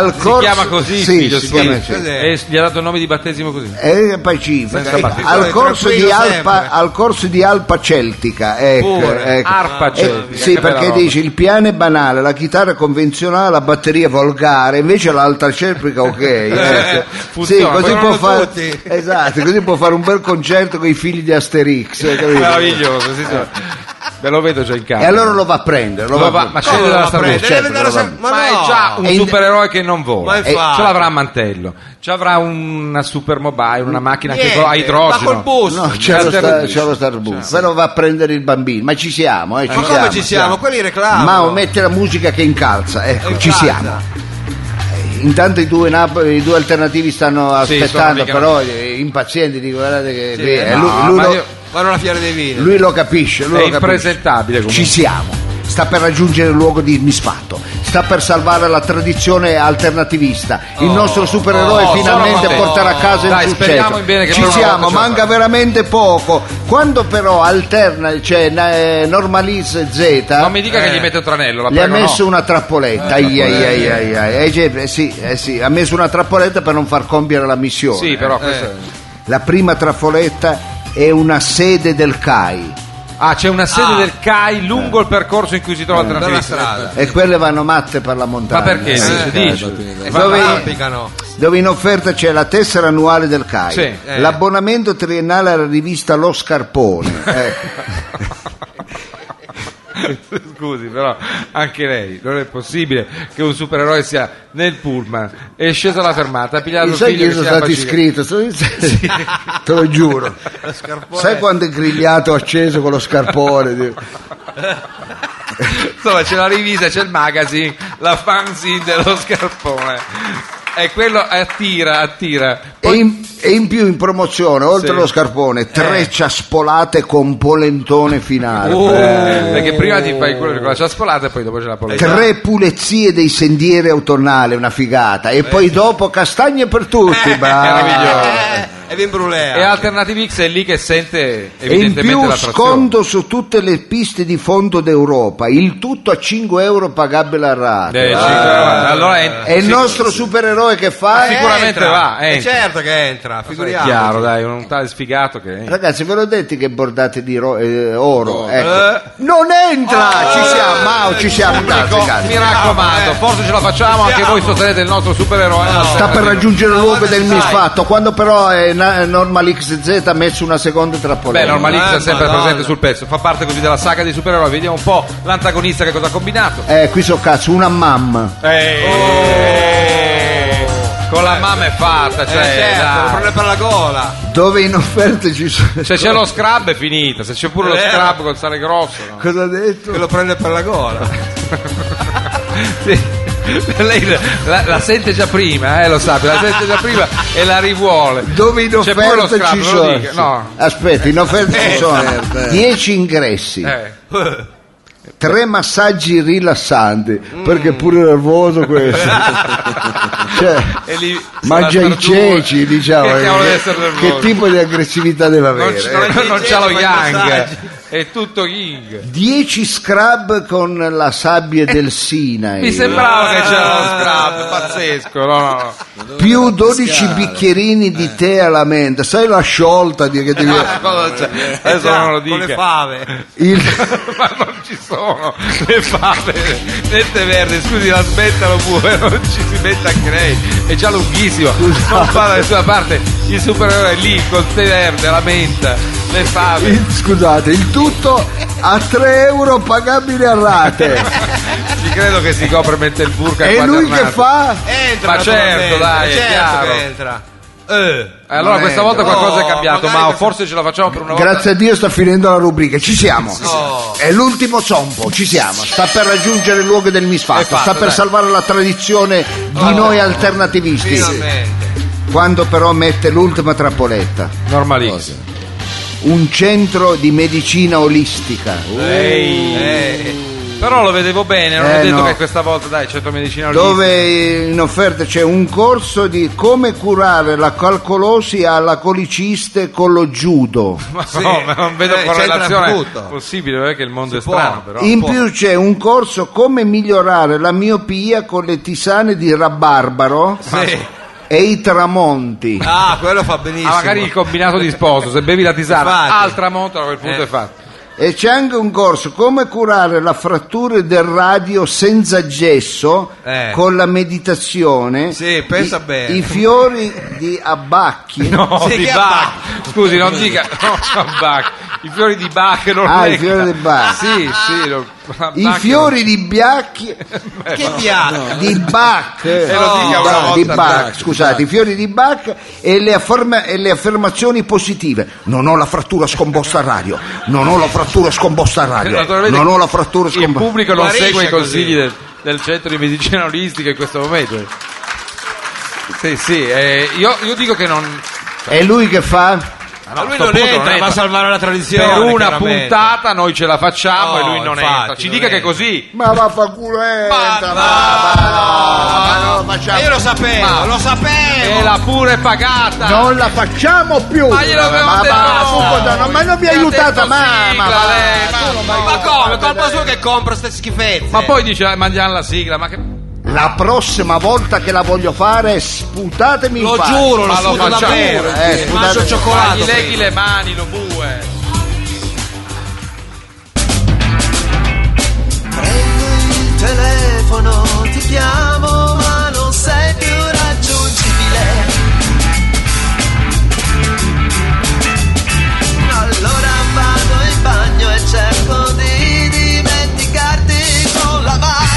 [SPEAKER 3] Ah, eh, Si
[SPEAKER 1] corso.
[SPEAKER 3] chiama così il
[SPEAKER 1] Sì,
[SPEAKER 3] figlio,
[SPEAKER 1] si
[SPEAKER 3] sì.
[SPEAKER 1] chiama così.
[SPEAKER 3] E gli ha dato il nome di battesimo così.
[SPEAKER 1] Eh, Pacifico,
[SPEAKER 3] Senza Cioè,
[SPEAKER 1] eh,
[SPEAKER 3] battesimo.
[SPEAKER 1] al,
[SPEAKER 4] È
[SPEAKER 1] corso di
[SPEAKER 4] tranquillo
[SPEAKER 1] Alpa,
[SPEAKER 4] sempre.
[SPEAKER 1] al corso di Alpa Celtica, ecco,
[SPEAKER 3] Pure,
[SPEAKER 1] ecco.
[SPEAKER 3] Arpa
[SPEAKER 1] Eh,
[SPEAKER 3] Celtica,
[SPEAKER 1] sì,
[SPEAKER 3] che bella
[SPEAKER 1] perché
[SPEAKER 3] roba.
[SPEAKER 1] dice il piano è banale, la chitarra convenzionale, la batteria volgare, invece l'altra celtica ok. ecco.
[SPEAKER 3] Eh, funziona,
[SPEAKER 1] sì, così
[SPEAKER 3] poi
[SPEAKER 1] può
[SPEAKER 3] non
[SPEAKER 1] fare
[SPEAKER 4] tutti.
[SPEAKER 1] esatto, così può fare un bel concerto con i figli di Asterix. eh, capito?
[SPEAKER 3] Meraviglioso, sì, signor. Ve lo vedo già in campo.
[SPEAKER 1] E allora lo va a prendere, lo
[SPEAKER 3] Lo
[SPEAKER 1] va a
[SPEAKER 3] va- ma
[SPEAKER 1] prendere.
[SPEAKER 3] scende dalla Star
[SPEAKER 4] prende?
[SPEAKER 3] Bus, certo,
[SPEAKER 4] Deve andare
[SPEAKER 1] lo
[SPEAKER 4] a-
[SPEAKER 1] va-
[SPEAKER 4] ma
[SPEAKER 3] ma
[SPEAKER 4] no.
[SPEAKER 3] è già un
[SPEAKER 1] Ah, E in-
[SPEAKER 3] supereroe che non vola.
[SPEAKER 4] Ma
[SPEAKER 3] Eh,
[SPEAKER 4] infatti.
[SPEAKER 3] ce l'avrà a mantello. Ci avrà una supermobile, una macchina che
[SPEAKER 4] Mm. Niente,
[SPEAKER 3] va a idrogeno.
[SPEAKER 4] va col bus. certo,
[SPEAKER 1] No, certo, c'è lo, sta,
[SPEAKER 3] Alternative.
[SPEAKER 1] c'è lo Starbus,
[SPEAKER 3] Certo.
[SPEAKER 1] però va a prendere il bambino, ma ci siamo, eh, ci
[SPEAKER 4] Ma come
[SPEAKER 1] siamo,
[SPEAKER 4] ci siamo? Quelli reclamano.
[SPEAKER 1] Ma mette la musica che incalza, ecco, ci
[SPEAKER 4] Incalza.
[SPEAKER 1] siamo. Eh, Intanto i due, Nap- i due alternativi stanno
[SPEAKER 3] Sì, sono
[SPEAKER 1] aspettando,
[SPEAKER 3] mica-
[SPEAKER 1] però eh, impazienti, dico guardate che
[SPEAKER 4] Sì,
[SPEAKER 1] lì, eh,
[SPEAKER 4] no,
[SPEAKER 1] lui, lui
[SPEAKER 3] ma
[SPEAKER 1] lo,
[SPEAKER 3] io-
[SPEAKER 4] Vanno alla fiera dei vini.
[SPEAKER 1] lui lo capisce, lui
[SPEAKER 3] È
[SPEAKER 1] lo capisce.
[SPEAKER 3] impresentabile comunque.
[SPEAKER 1] Ci siamo. Sta per raggiungere il luogo di misfatto, sta per salvare la tradizione alternativista. Il nostro supereroe
[SPEAKER 3] oh,
[SPEAKER 1] finalmente
[SPEAKER 3] sono contento.
[SPEAKER 1] porterà a casa
[SPEAKER 3] Dai,
[SPEAKER 1] il
[SPEAKER 3] speriamo
[SPEAKER 1] successo.
[SPEAKER 3] in bene che per
[SPEAKER 1] Ci
[SPEAKER 3] una
[SPEAKER 1] siamo,
[SPEAKER 3] volta ce la
[SPEAKER 1] manca veramente poco. Quando però alterna, cioè eh, normalize Z,
[SPEAKER 3] Non mi dica che gli mette un tranello, la
[SPEAKER 1] le ha
[SPEAKER 3] prego, no. Eh,
[SPEAKER 1] messo una trappoletta, ai, ai, ai, ai, ai. Eh, Jeff, eh, sì, eh, sì, ha messo una trappoletta per non far compiere la missione.
[SPEAKER 3] Sì, però questo è-
[SPEAKER 1] La prima trappoletta è una sede del CAI
[SPEAKER 3] Ah, c'è una sede
[SPEAKER 4] Ah.
[SPEAKER 3] del CAI lungo il percorso in cui si trova il
[SPEAKER 4] Per la
[SPEAKER 3] tranello.
[SPEAKER 4] strada.
[SPEAKER 1] e quelle vanno matte per la montagna.
[SPEAKER 3] Ma perché?
[SPEAKER 1] Sì.
[SPEAKER 3] Dice,
[SPEAKER 2] dai,
[SPEAKER 3] dice.
[SPEAKER 2] va bene, dai.
[SPEAKER 3] Va
[SPEAKER 1] Dove-
[SPEAKER 3] bene.
[SPEAKER 4] Applicano.
[SPEAKER 1] Dove in offerta c'è la tessera annuale del CAI,
[SPEAKER 3] Sì, eh.
[SPEAKER 1] l'abbonamento triennale alla rivista Lo Scarpone. Ecco.
[SPEAKER 3] Scusi, però anche lei non è possibile che un supereroe sia nel pullman, è sceso alla fermata, ha pigliato il
[SPEAKER 1] Sai che
[SPEAKER 3] figlio
[SPEAKER 1] io
[SPEAKER 3] che si
[SPEAKER 1] sono
[SPEAKER 3] chiama
[SPEAKER 1] stato
[SPEAKER 3] Pacino.
[SPEAKER 1] iscritto, sono- te lo giuro. Sai quanto è grigliato acceso con lo scarpone? Dio.
[SPEAKER 3] Insomma, c'è la rivista, c'è il magazine, la fanzine dello scarpone. E quello attira, attira.
[SPEAKER 1] E in, e in più in promozione, oltre
[SPEAKER 3] Sì.
[SPEAKER 1] allo scarpone, tre ciaspolate con polentone finale.
[SPEAKER 3] Eh, perché prima ti fai quello con la ciaspolata e poi dopo c'è la polenta.
[SPEAKER 1] Tre pulizie dei sentieri autunnali, una figata.
[SPEAKER 3] Eh,
[SPEAKER 1] E poi dopo castagne per tutti. ma-
[SPEAKER 3] meraviglioso.
[SPEAKER 4] E vi
[SPEAKER 3] E
[SPEAKER 4] brulea.
[SPEAKER 3] Alternative X è lì che sente
[SPEAKER 1] E in
[SPEAKER 3] evidentemente
[SPEAKER 1] più
[SPEAKER 3] la trazione.
[SPEAKER 1] sconto su tutte le piste di fondo d'Europa, il tutto a 5 euro pagabile a rate.
[SPEAKER 3] Eh, sì, allora è,
[SPEAKER 1] E il nostro supereroe che fa?
[SPEAKER 3] Sì. sicuramente
[SPEAKER 4] Entra.
[SPEAKER 3] va,
[SPEAKER 4] Eh,
[SPEAKER 3] entra.
[SPEAKER 4] certo che entra,
[SPEAKER 3] è
[SPEAKER 4] figuriamoci.
[SPEAKER 3] chiaro, dai, un tale sfigato che...
[SPEAKER 1] Ragazzi, ve l'ho detto che bordate di ro- eh,
[SPEAKER 3] Oh,
[SPEAKER 1] oro.
[SPEAKER 4] Eh.
[SPEAKER 1] ecco. Non entra! ci siamo, Mao, ci siamo.
[SPEAKER 3] Pubblico,
[SPEAKER 1] grazie, grazie.
[SPEAKER 3] mi raccomando, forse ce la facciamo, anche voi sostenete il nostro supereroe.
[SPEAKER 1] Sta per raggiungere il luogo
[SPEAKER 4] guarda,
[SPEAKER 1] del
[SPEAKER 4] sai.
[SPEAKER 1] misfatto. Quando però eh, na- Normal XZ ha messo una seconda
[SPEAKER 3] Beh,
[SPEAKER 1] trappoletta.
[SPEAKER 3] normalizza
[SPEAKER 4] Eh,
[SPEAKER 3] sempre
[SPEAKER 4] Madonna.
[SPEAKER 3] presente sul pezzo, fa parte così della saga dei supereroi, vediamo un po' l'antagonista che cosa ha combinato.
[SPEAKER 1] Eh, qui so cazzo, una mamma.
[SPEAKER 3] Eh, Con la mamma è fatta,
[SPEAKER 4] Eh,
[SPEAKER 3] cioè,
[SPEAKER 4] certo,
[SPEAKER 3] dai.
[SPEAKER 4] lo prende per la gola.
[SPEAKER 1] Dove in offerta ci sono.
[SPEAKER 3] se c'è lo scrub è finita, se c'è pure lo
[SPEAKER 4] Eh.
[SPEAKER 3] scrub col sale grosso. no?
[SPEAKER 1] Cosa ha
[SPEAKER 4] Che
[SPEAKER 1] detto?
[SPEAKER 4] lo prende per la gola.
[SPEAKER 3] Sì. Lei la, la sente già prima, eh, lo sa, la sente già prima e la rivuole.
[SPEAKER 1] Dove in
[SPEAKER 3] C'è pure lo
[SPEAKER 1] offerta
[SPEAKER 3] scrub,
[SPEAKER 1] ci
[SPEAKER 3] lo
[SPEAKER 1] sono?
[SPEAKER 3] dica, no.
[SPEAKER 1] Aspetta, in offerta ci sono
[SPEAKER 2] Aspetta.
[SPEAKER 1] 10 ingressi,
[SPEAKER 3] Eh.
[SPEAKER 1] 3 massaggi rilassanti,
[SPEAKER 3] Mm.
[SPEAKER 1] perché è pure nervoso questo. cioè,
[SPEAKER 3] E lì
[SPEAKER 1] mangia
[SPEAKER 3] sulla
[SPEAKER 1] i
[SPEAKER 3] tartuga.
[SPEAKER 1] ceci, diciamo.
[SPEAKER 3] Che cavolo
[SPEAKER 1] eh,
[SPEAKER 3] deve essere
[SPEAKER 1] che
[SPEAKER 3] nervoso?
[SPEAKER 1] tipo di aggressività deve
[SPEAKER 3] Non,
[SPEAKER 1] avere?
[SPEAKER 3] c-
[SPEAKER 1] eh?
[SPEAKER 3] non, non c'ha lo
[SPEAKER 4] Fai i
[SPEAKER 3] Yang.
[SPEAKER 4] massaggi.
[SPEAKER 3] È tutto Ying.
[SPEAKER 1] 10 scrub con la sabbia del Sinai.
[SPEAKER 3] Mi sembrava che c'era lo scrap, pazzesco, no, no, no.
[SPEAKER 4] Eh,
[SPEAKER 1] più 12 bicchierini di tè alla menta. Sai la sciolta di che devi...
[SPEAKER 3] Ah, cosa c'è? Adesso non lo
[SPEAKER 4] Con le
[SPEAKER 3] dica.
[SPEAKER 4] fave.
[SPEAKER 1] Il...
[SPEAKER 3] Ma non ci sono le fave nette verde, scusi, la smettano pure, non ci si mette anche lei, è già lunghissima, non fa da nessuna parte, il supereroe è lì col tè verde, la menta, le fave.
[SPEAKER 1] il- Scusate, il tutto a 3 euro pagabile a rate.
[SPEAKER 3] Ci credo che si copre mentre il burka
[SPEAKER 1] E lui che
[SPEAKER 3] quadernato.
[SPEAKER 1] fa?
[SPEAKER 4] Entra,
[SPEAKER 3] Ma certo,
[SPEAKER 4] naturalmente,
[SPEAKER 3] dai, è
[SPEAKER 4] certo
[SPEAKER 3] chiaro.
[SPEAKER 4] che entra. Eh.
[SPEAKER 3] Eh, Allora
[SPEAKER 1] Non
[SPEAKER 3] questa
[SPEAKER 1] è-
[SPEAKER 3] volta qualcosa è
[SPEAKER 4] Oh,
[SPEAKER 3] cambiato,
[SPEAKER 4] magari
[SPEAKER 3] ma
[SPEAKER 4] questa-
[SPEAKER 3] forse ce la facciamo per una volta.
[SPEAKER 1] Grazie a Dio sta finendo la rubrica, ci siamo.
[SPEAKER 4] Oh.
[SPEAKER 1] È l'ultimo sompo, ci siamo. Sta per raggiungere il luogo del misfatto,
[SPEAKER 4] È fatto,
[SPEAKER 1] sta per
[SPEAKER 4] dai. Oh.
[SPEAKER 1] salvare la tradizione di noi alternativisti.
[SPEAKER 4] Finalmente.
[SPEAKER 1] Quando però mette l'ultima trappoletta,
[SPEAKER 3] Normalissimo.
[SPEAKER 1] un centro di medicina olistica.
[SPEAKER 3] Ehi. Eh. Però lo vedevo bene, non
[SPEAKER 1] Eh,
[SPEAKER 3] ho detto
[SPEAKER 1] no.
[SPEAKER 3] che questa volta, dai, centro medicina olistica.
[SPEAKER 1] dove in offerta c'è un corso di come curare la calcolosi alla coliciste con lo judo.
[SPEAKER 3] Ma
[SPEAKER 4] Sì.
[SPEAKER 3] no, ma non vedo
[SPEAKER 4] Eh, c'entra
[SPEAKER 3] correlazione
[SPEAKER 4] tutto.
[SPEAKER 3] possibile, perché il mondo
[SPEAKER 4] Si
[SPEAKER 3] è
[SPEAKER 4] può.
[SPEAKER 3] strano, però.
[SPEAKER 1] In più c'è un corso come migliorare la miopia con le tisane di rabarbaro
[SPEAKER 4] Sì.
[SPEAKER 1] e i tramonti.
[SPEAKER 4] Ah, quello fa benissimo.
[SPEAKER 3] Ah, magari il combinato di sposo, se bevi la tisana
[SPEAKER 4] Infatti.
[SPEAKER 3] al tramonto a quel punto
[SPEAKER 4] Eh.
[SPEAKER 3] è fatto.
[SPEAKER 1] E c'è anche un corso come curare la frattura del radio senza gesso
[SPEAKER 4] Eh.
[SPEAKER 1] con la meditazione.
[SPEAKER 4] Sì, pensa
[SPEAKER 1] i,
[SPEAKER 4] bene.
[SPEAKER 1] I fiori di abbacchi.
[SPEAKER 3] No,
[SPEAKER 4] Sì,
[SPEAKER 3] di
[SPEAKER 4] che
[SPEAKER 3] Bach. Scusi, non dica no, no, Bach. I fiori di Bach non
[SPEAKER 1] Ah, i
[SPEAKER 3] lecca.
[SPEAKER 1] fiori di Bach.
[SPEAKER 3] Ecco. Sì, sì, lo-
[SPEAKER 1] I
[SPEAKER 3] Bach-
[SPEAKER 1] fiori di biacchi
[SPEAKER 4] Che piace.
[SPEAKER 1] di Bach,
[SPEAKER 3] Eh, lo dica
[SPEAKER 1] No,
[SPEAKER 3] una
[SPEAKER 1] no,
[SPEAKER 3] volta,
[SPEAKER 1] di Bach,
[SPEAKER 3] Bach,
[SPEAKER 1] scusate, i fiori di Bach e le, afferma- e le affermazioni positive. Non ho la frattura scomposta a radio, non ho la frattura scomposta a radio,
[SPEAKER 3] Eh, Naturalmente
[SPEAKER 1] non ho la frattura
[SPEAKER 3] Il
[SPEAKER 1] scomposta.
[SPEAKER 3] pubblico non
[SPEAKER 4] Guarisce
[SPEAKER 3] segue i
[SPEAKER 4] così.
[SPEAKER 3] consigli del, del centro di medicina olistica in questo momento. Sì, sì, eh, io, io dico che non.
[SPEAKER 1] E lui che fa?
[SPEAKER 4] Ma lui
[SPEAKER 3] sto
[SPEAKER 4] non
[SPEAKER 3] punto non
[SPEAKER 4] entra,
[SPEAKER 3] entra.
[SPEAKER 4] va a salvare la tradizione.
[SPEAKER 3] Per una
[SPEAKER 4] chiaramente.
[SPEAKER 3] puntata noi ce la facciamo
[SPEAKER 4] No,
[SPEAKER 3] e lui non
[SPEAKER 4] infatti,
[SPEAKER 3] entra. Ci
[SPEAKER 4] non
[SPEAKER 3] dica che è
[SPEAKER 4] entra.
[SPEAKER 3] così.
[SPEAKER 1] Ma vaffanculo eh, entra, ma,
[SPEAKER 3] Ma
[SPEAKER 1] ma no, ma no, facciamo-
[SPEAKER 4] E Io lo sapevo,
[SPEAKER 3] Ma- Eh,
[SPEAKER 4] lo sapevo.
[SPEAKER 3] E l'ha pure pagata.
[SPEAKER 1] Non la facciamo più!
[SPEAKER 3] Ma glielo avevo
[SPEAKER 1] Ma
[SPEAKER 3] detto
[SPEAKER 1] va,
[SPEAKER 3] noi.
[SPEAKER 1] Fubo, no, ma non mi ha
[SPEAKER 3] Mi ha
[SPEAKER 1] aiutata
[SPEAKER 3] detto
[SPEAKER 1] mamma!
[SPEAKER 3] sigla,
[SPEAKER 1] va,
[SPEAKER 3] lei,
[SPEAKER 1] tu
[SPEAKER 3] ma-
[SPEAKER 1] non mi
[SPEAKER 4] Eh, Ma
[SPEAKER 1] hai
[SPEAKER 4] ma
[SPEAKER 1] aiutata,
[SPEAKER 4] come? Colpa
[SPEAKER 1] dai.
[SPEAKER 4] sua che compra ste schifezze.
[SPEAKER 3] Ma poi dice "Ah, mandiamo la sigla, ma che.
[SPEAKER 1] La prossima volta che la voglio fare, sputatemi in
[SPEAKER 4] lo
[SPEAKER 1] faccia.
[SPEAKER 4] giuro, lo
[SPEAKER 3] Ma lo
[SPEAKER 4] sputo
[SPEAKER 3] facciamo,
[SPEAKER 1] eh,
[SPEAKER 4] davvero. Eh,
[SPEAKER 1] sputate-
[SPEAKER 4] Mangio
[SPEAKER 3] Ma gli
[SPEAKER 4] cioccolato.
[SPEAKER 3] leghi le mani, lo bue.
[SPEAKER 8] Prendo il telefono, ti chiamo ma non sei più raggiungibile. Allora vado in bagno e cerco di dimenticarti con la mano.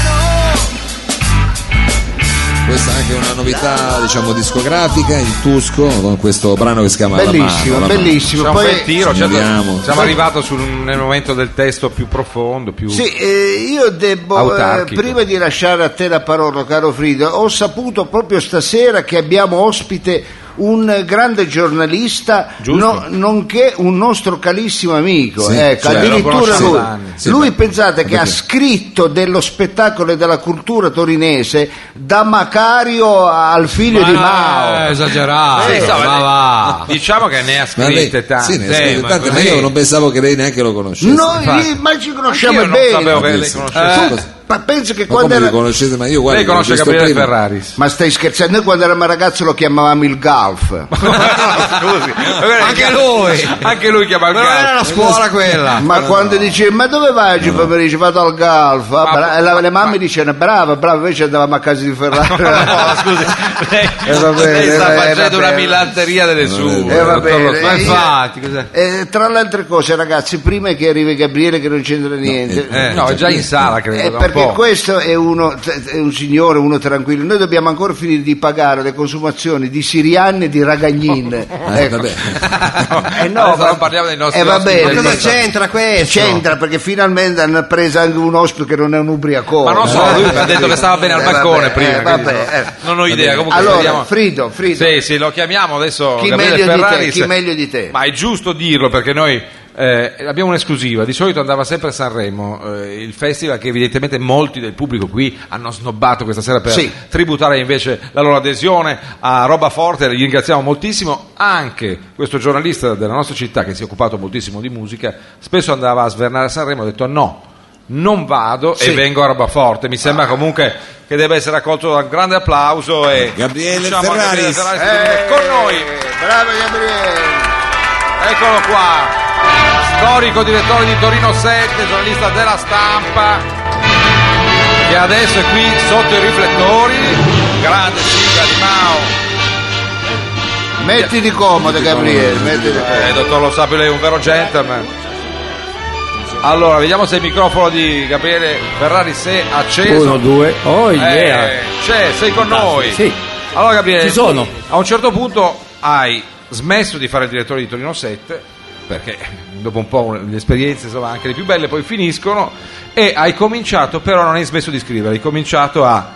[SPEAKER 2] Questa è anche una novità, diciamo, discografica, il Tusco, con questo brano che si chiama
[SPEAKER 1] Bellissimo,
[SPEAKER 2] La mano. La mano.
[SPEAKER 1] bellissimo.
[SPEAKER 3] C'è un bel
[SPEAKER 1] Poi,
[SPEAKER 3] tiro,
[SPEAKER 2] ci
[SPEAKER 3] certo,
[SPEAKER 2] andiamo.
[SPEAKER 3] siamo arrivati sul- nel momento del testo più profondo, più...
[SPEAKER 1] sì, eh, io devo, eh,
[SPEAKER 3] Autarchico.
[SPEAKER 1] prima di lasciare a te la parola, caro Frido, ho saputo proprio stasera che abbiamo ospite un eh, grande giornalista,
[SPEAKER 3] Giusto.
[SPEAKER 1] nonché un nostro carissimo amico.
[SPEAKER 2] Sì,
[SPEAKER 1] ecco,
[SPEAKER 2] sì, lo
[SPEAKER 1] addirittura
[SPEAKER 2] conoscevo
[SPEAKER 1] lui.
[SPEAKER 2] da anni. Sì,
[SPEAKER 1] lui
[SPEAKER 2] beh,
[SPEAKER 1] pensate che ha
[SPEAKER 2] perché?
[SPEAKER 1] scritto dello spettacolo e della cultura torinese da Macario al figlio di Mao.
[SPEAKER 2] eh,
[SPEAKER 4] Ah, esagerato.
[SPEAKER 3] Sì, insomma,
[SPEAKER 4] ma va.
[SPEAKER 3] Diciamo che ne ha
[SPEAKER 2] Ma lei,
[SPEAKER 3] scritte tante.
[SPEAKER 2] sì, ne ha scritte
[SPEAKER 3] Eh, ma
[SPEAKER 2] tante, ma
[SPEAKER 3] così-
[SPEAKER 2] io non pensavo che lei neanche lo conoscesse.
[SPEAKER 1] Noi, eh, ma ci conosciamo
[SPEAKER 3] Anch'io non
[SPEAKER 1] bene.
[SPEAKER 3] sapevo che
[SPEAKER 2] Ma
[SPEAKER 3] lei
[SPEAKER 2] sì.
[SPEAKER 3] conoscesse.
[SPEAKER 1] Tu-
[SPEAKER 2] Eh, cosa-
[SPEAKER 1] ma penso che
[SPEAKER 2] Ma
[SPEAKER 1] quando
[SPEAKER 2] come
[SPEAKER 1] era...
[SPEAKER 2] lo conoscete? Ma io guarda,
[SPEAKER 3] Lei
[SPEAKER 2] l'ho
[SPEAKER 3] conosce
[SPEAKER 2] visto
[SPEAKER 3] Gabriele
[SPEAKER 2] prima.
[SPEAKER 3] Ferraris.
[SPEAKER 1] Ma stai scherzando? Noi quando eravamo ragazzi lo chiamavamo il golf.
[SPEAKER 3] Scusi.
[SPEAKER 4] Anche lui.
[SPEAKER 3] Anche lui chiama il
[SPEAKER 4] Ma non era
[SPEAKER 3] gatto.
[SPEAKER 4] la scuola quella.
[SPEAKER 1] Ma quando dice ma dove vai oggi pomeriggio? Vado al golf. Ah, bra-
[SPEAKER 3] ma-
[SPEAKER 1] e la- le
[SPEAKER 3] ma-
[SPEAKER 1] mamme dicevano brava, brava, invece andavamo a casa di
[SPEAKER 3] No,
[SPEAKER 1] Ferrari.
[SPEAKER 3] scusi, lei,
[SPEAKER 1] Eh, va bene,
[SPEAKER 3] lei sta
[SPEAKER 1] eh, va
[SPEAKER 3] facendo
[SPEAKER 1] bene.
[SPEAKER 3] una milanteria delle sue.
[SPEAKER 1] Eh, va
[SPEAKER 3] dottor
[SPEAKER 1] bene.
[SPEAKER 3] Lottano.
[SPEAKER 4] Ma
[SPEAKER 1] Eh,
[SPEAKER 4] infatti, cos'è?
[SPEAKER 1] Eh, tra le altre cose, ragazzi, prima che arrivi Gabriele che non c'entra niente.
[SPEAKER 3] Eh, no, è già in sala, credo.
[SPEAKER 1] Eh,
[SPEAKER 3] da un
[SPEAKER 1] perché
[SPEAKER 3] po'.
[SPEAKER 1] questo è, uno, è un signore, uno tranquillo. Noi dobbiamo ancora finire di pagare le consumazioni di sirianne e di ragagnin.
[SPEAKER 2] Eh,
[SPEAKER 1] Ecco.
[SPEAKER 2] vabbè.
[SPEAKER 1] Eh, no,
[SPEAKER 3] Adesso
[SPEAKER 1] ma-
[SPEAKER 3] non parliamo dei nostri
[SPEAKER 1] eh, va
[SPEAKER 3] ospiti.
[SPEAKER 1] bene.
[SPEAKER 4] Ma cosa
[SPEAKER 1] Questo-
[SPEAKER 4] c'entra questo?
[SPEAKER 1] C'entra perché finalmente hanno preso anche un ospite che non è un ubriacone.
[SPEAKER 3] Ma non so,
[SPEAKER 1] Eh,
[SPEAKER 3] lui ha detto che stava bene al
[SPEAKER 1] eh,
[SPEAKER 3] balcone
[SPEAKER 1] vabbè,
[SPEAKER 3] prima.
[SPEAKER 1] eh, vabbè,
[SPEAKER 3] quindi
[SPEAKER 1] eh.
[SPEAKER 3] non- Non ho idea. Comunque
[SPEAKER 1] allora,
[SPEAKER 3] vediamo.
[SPEAKER 1] Frido, Frido.
[SPEAKER 3] Sì, sì, lo chiamiamo adesso.
[SPEAKER 1] Chi
[SPEAKER 3] Gabriele
[SPEAKER 1] meglio di te?
[SPEAKER 3] Ferraris.
[SPEAKER 1] Chi meglio di te?
[SPEAKER 3] Ma è giusto dirlo perché noi Eh, abbiamo un'esclusiva, di solito andava sempre a Sanremo, eh, il festival che evidentemente molti del pubblico qui hanno snobbato questa sera per
[SPEAKER 1] Sì.
[SPEAKER 3] tributare invece la loro adesione a Roba Forte, li ringraziamo moltissimo, anche questo giornalista della nostra città che si è occupato moltissimo di musica, spesso andava a svernare a Sanremo e ha detto no. Non vado
[SPEAKER 1] Sì.
[SPEAKER 3] e vengo a roba forte. Mi sembra comunque che debba essere accolto da un grande applauso. E
[SPEAKER 2] Gabriele
[SPEAKER 3] diciamo a Gabriele Ferraris
[SPEAKER 2] Ferraris.
[SPEAKER 3] di venire con noi.
[SPEAKER 1] Bravo Gabriele.
[SPEAKER 3] Eccolo qua, storico direttore di Torino 7, giornalista della stampa, che adesso è qui sotto i riflettori, grande sigla di Mao.
[SPEAKER 1] Mettiti comodo Gabriele, mettiti comodo.
[SPEAKER 3] Eh, dottor Lo Sapio, lei è un vero gentleman. Allora, vediamo se il microfono di Gabriele Ferrari se è acceso.
[SPEAKER 9] Uno, due, oh
[SPEAKER 3] Eh,
[SPEAKER 9] yeah!
[SPEAKER 3] c'è, sei con noi.
[SPEAKER 9] Sì.
[SPEAKER 3] Allora Gabriele,
[SPEAKER 9] Ci sono.
[SPEAKER 3] A un certo punto hai smesso di fare il direttore di Torino 7 perché dopo un po' le esperienze, insomma, anche le più belle poi finiscono e hai cominciato, però non hai smesso di scrivere, hai cominciato a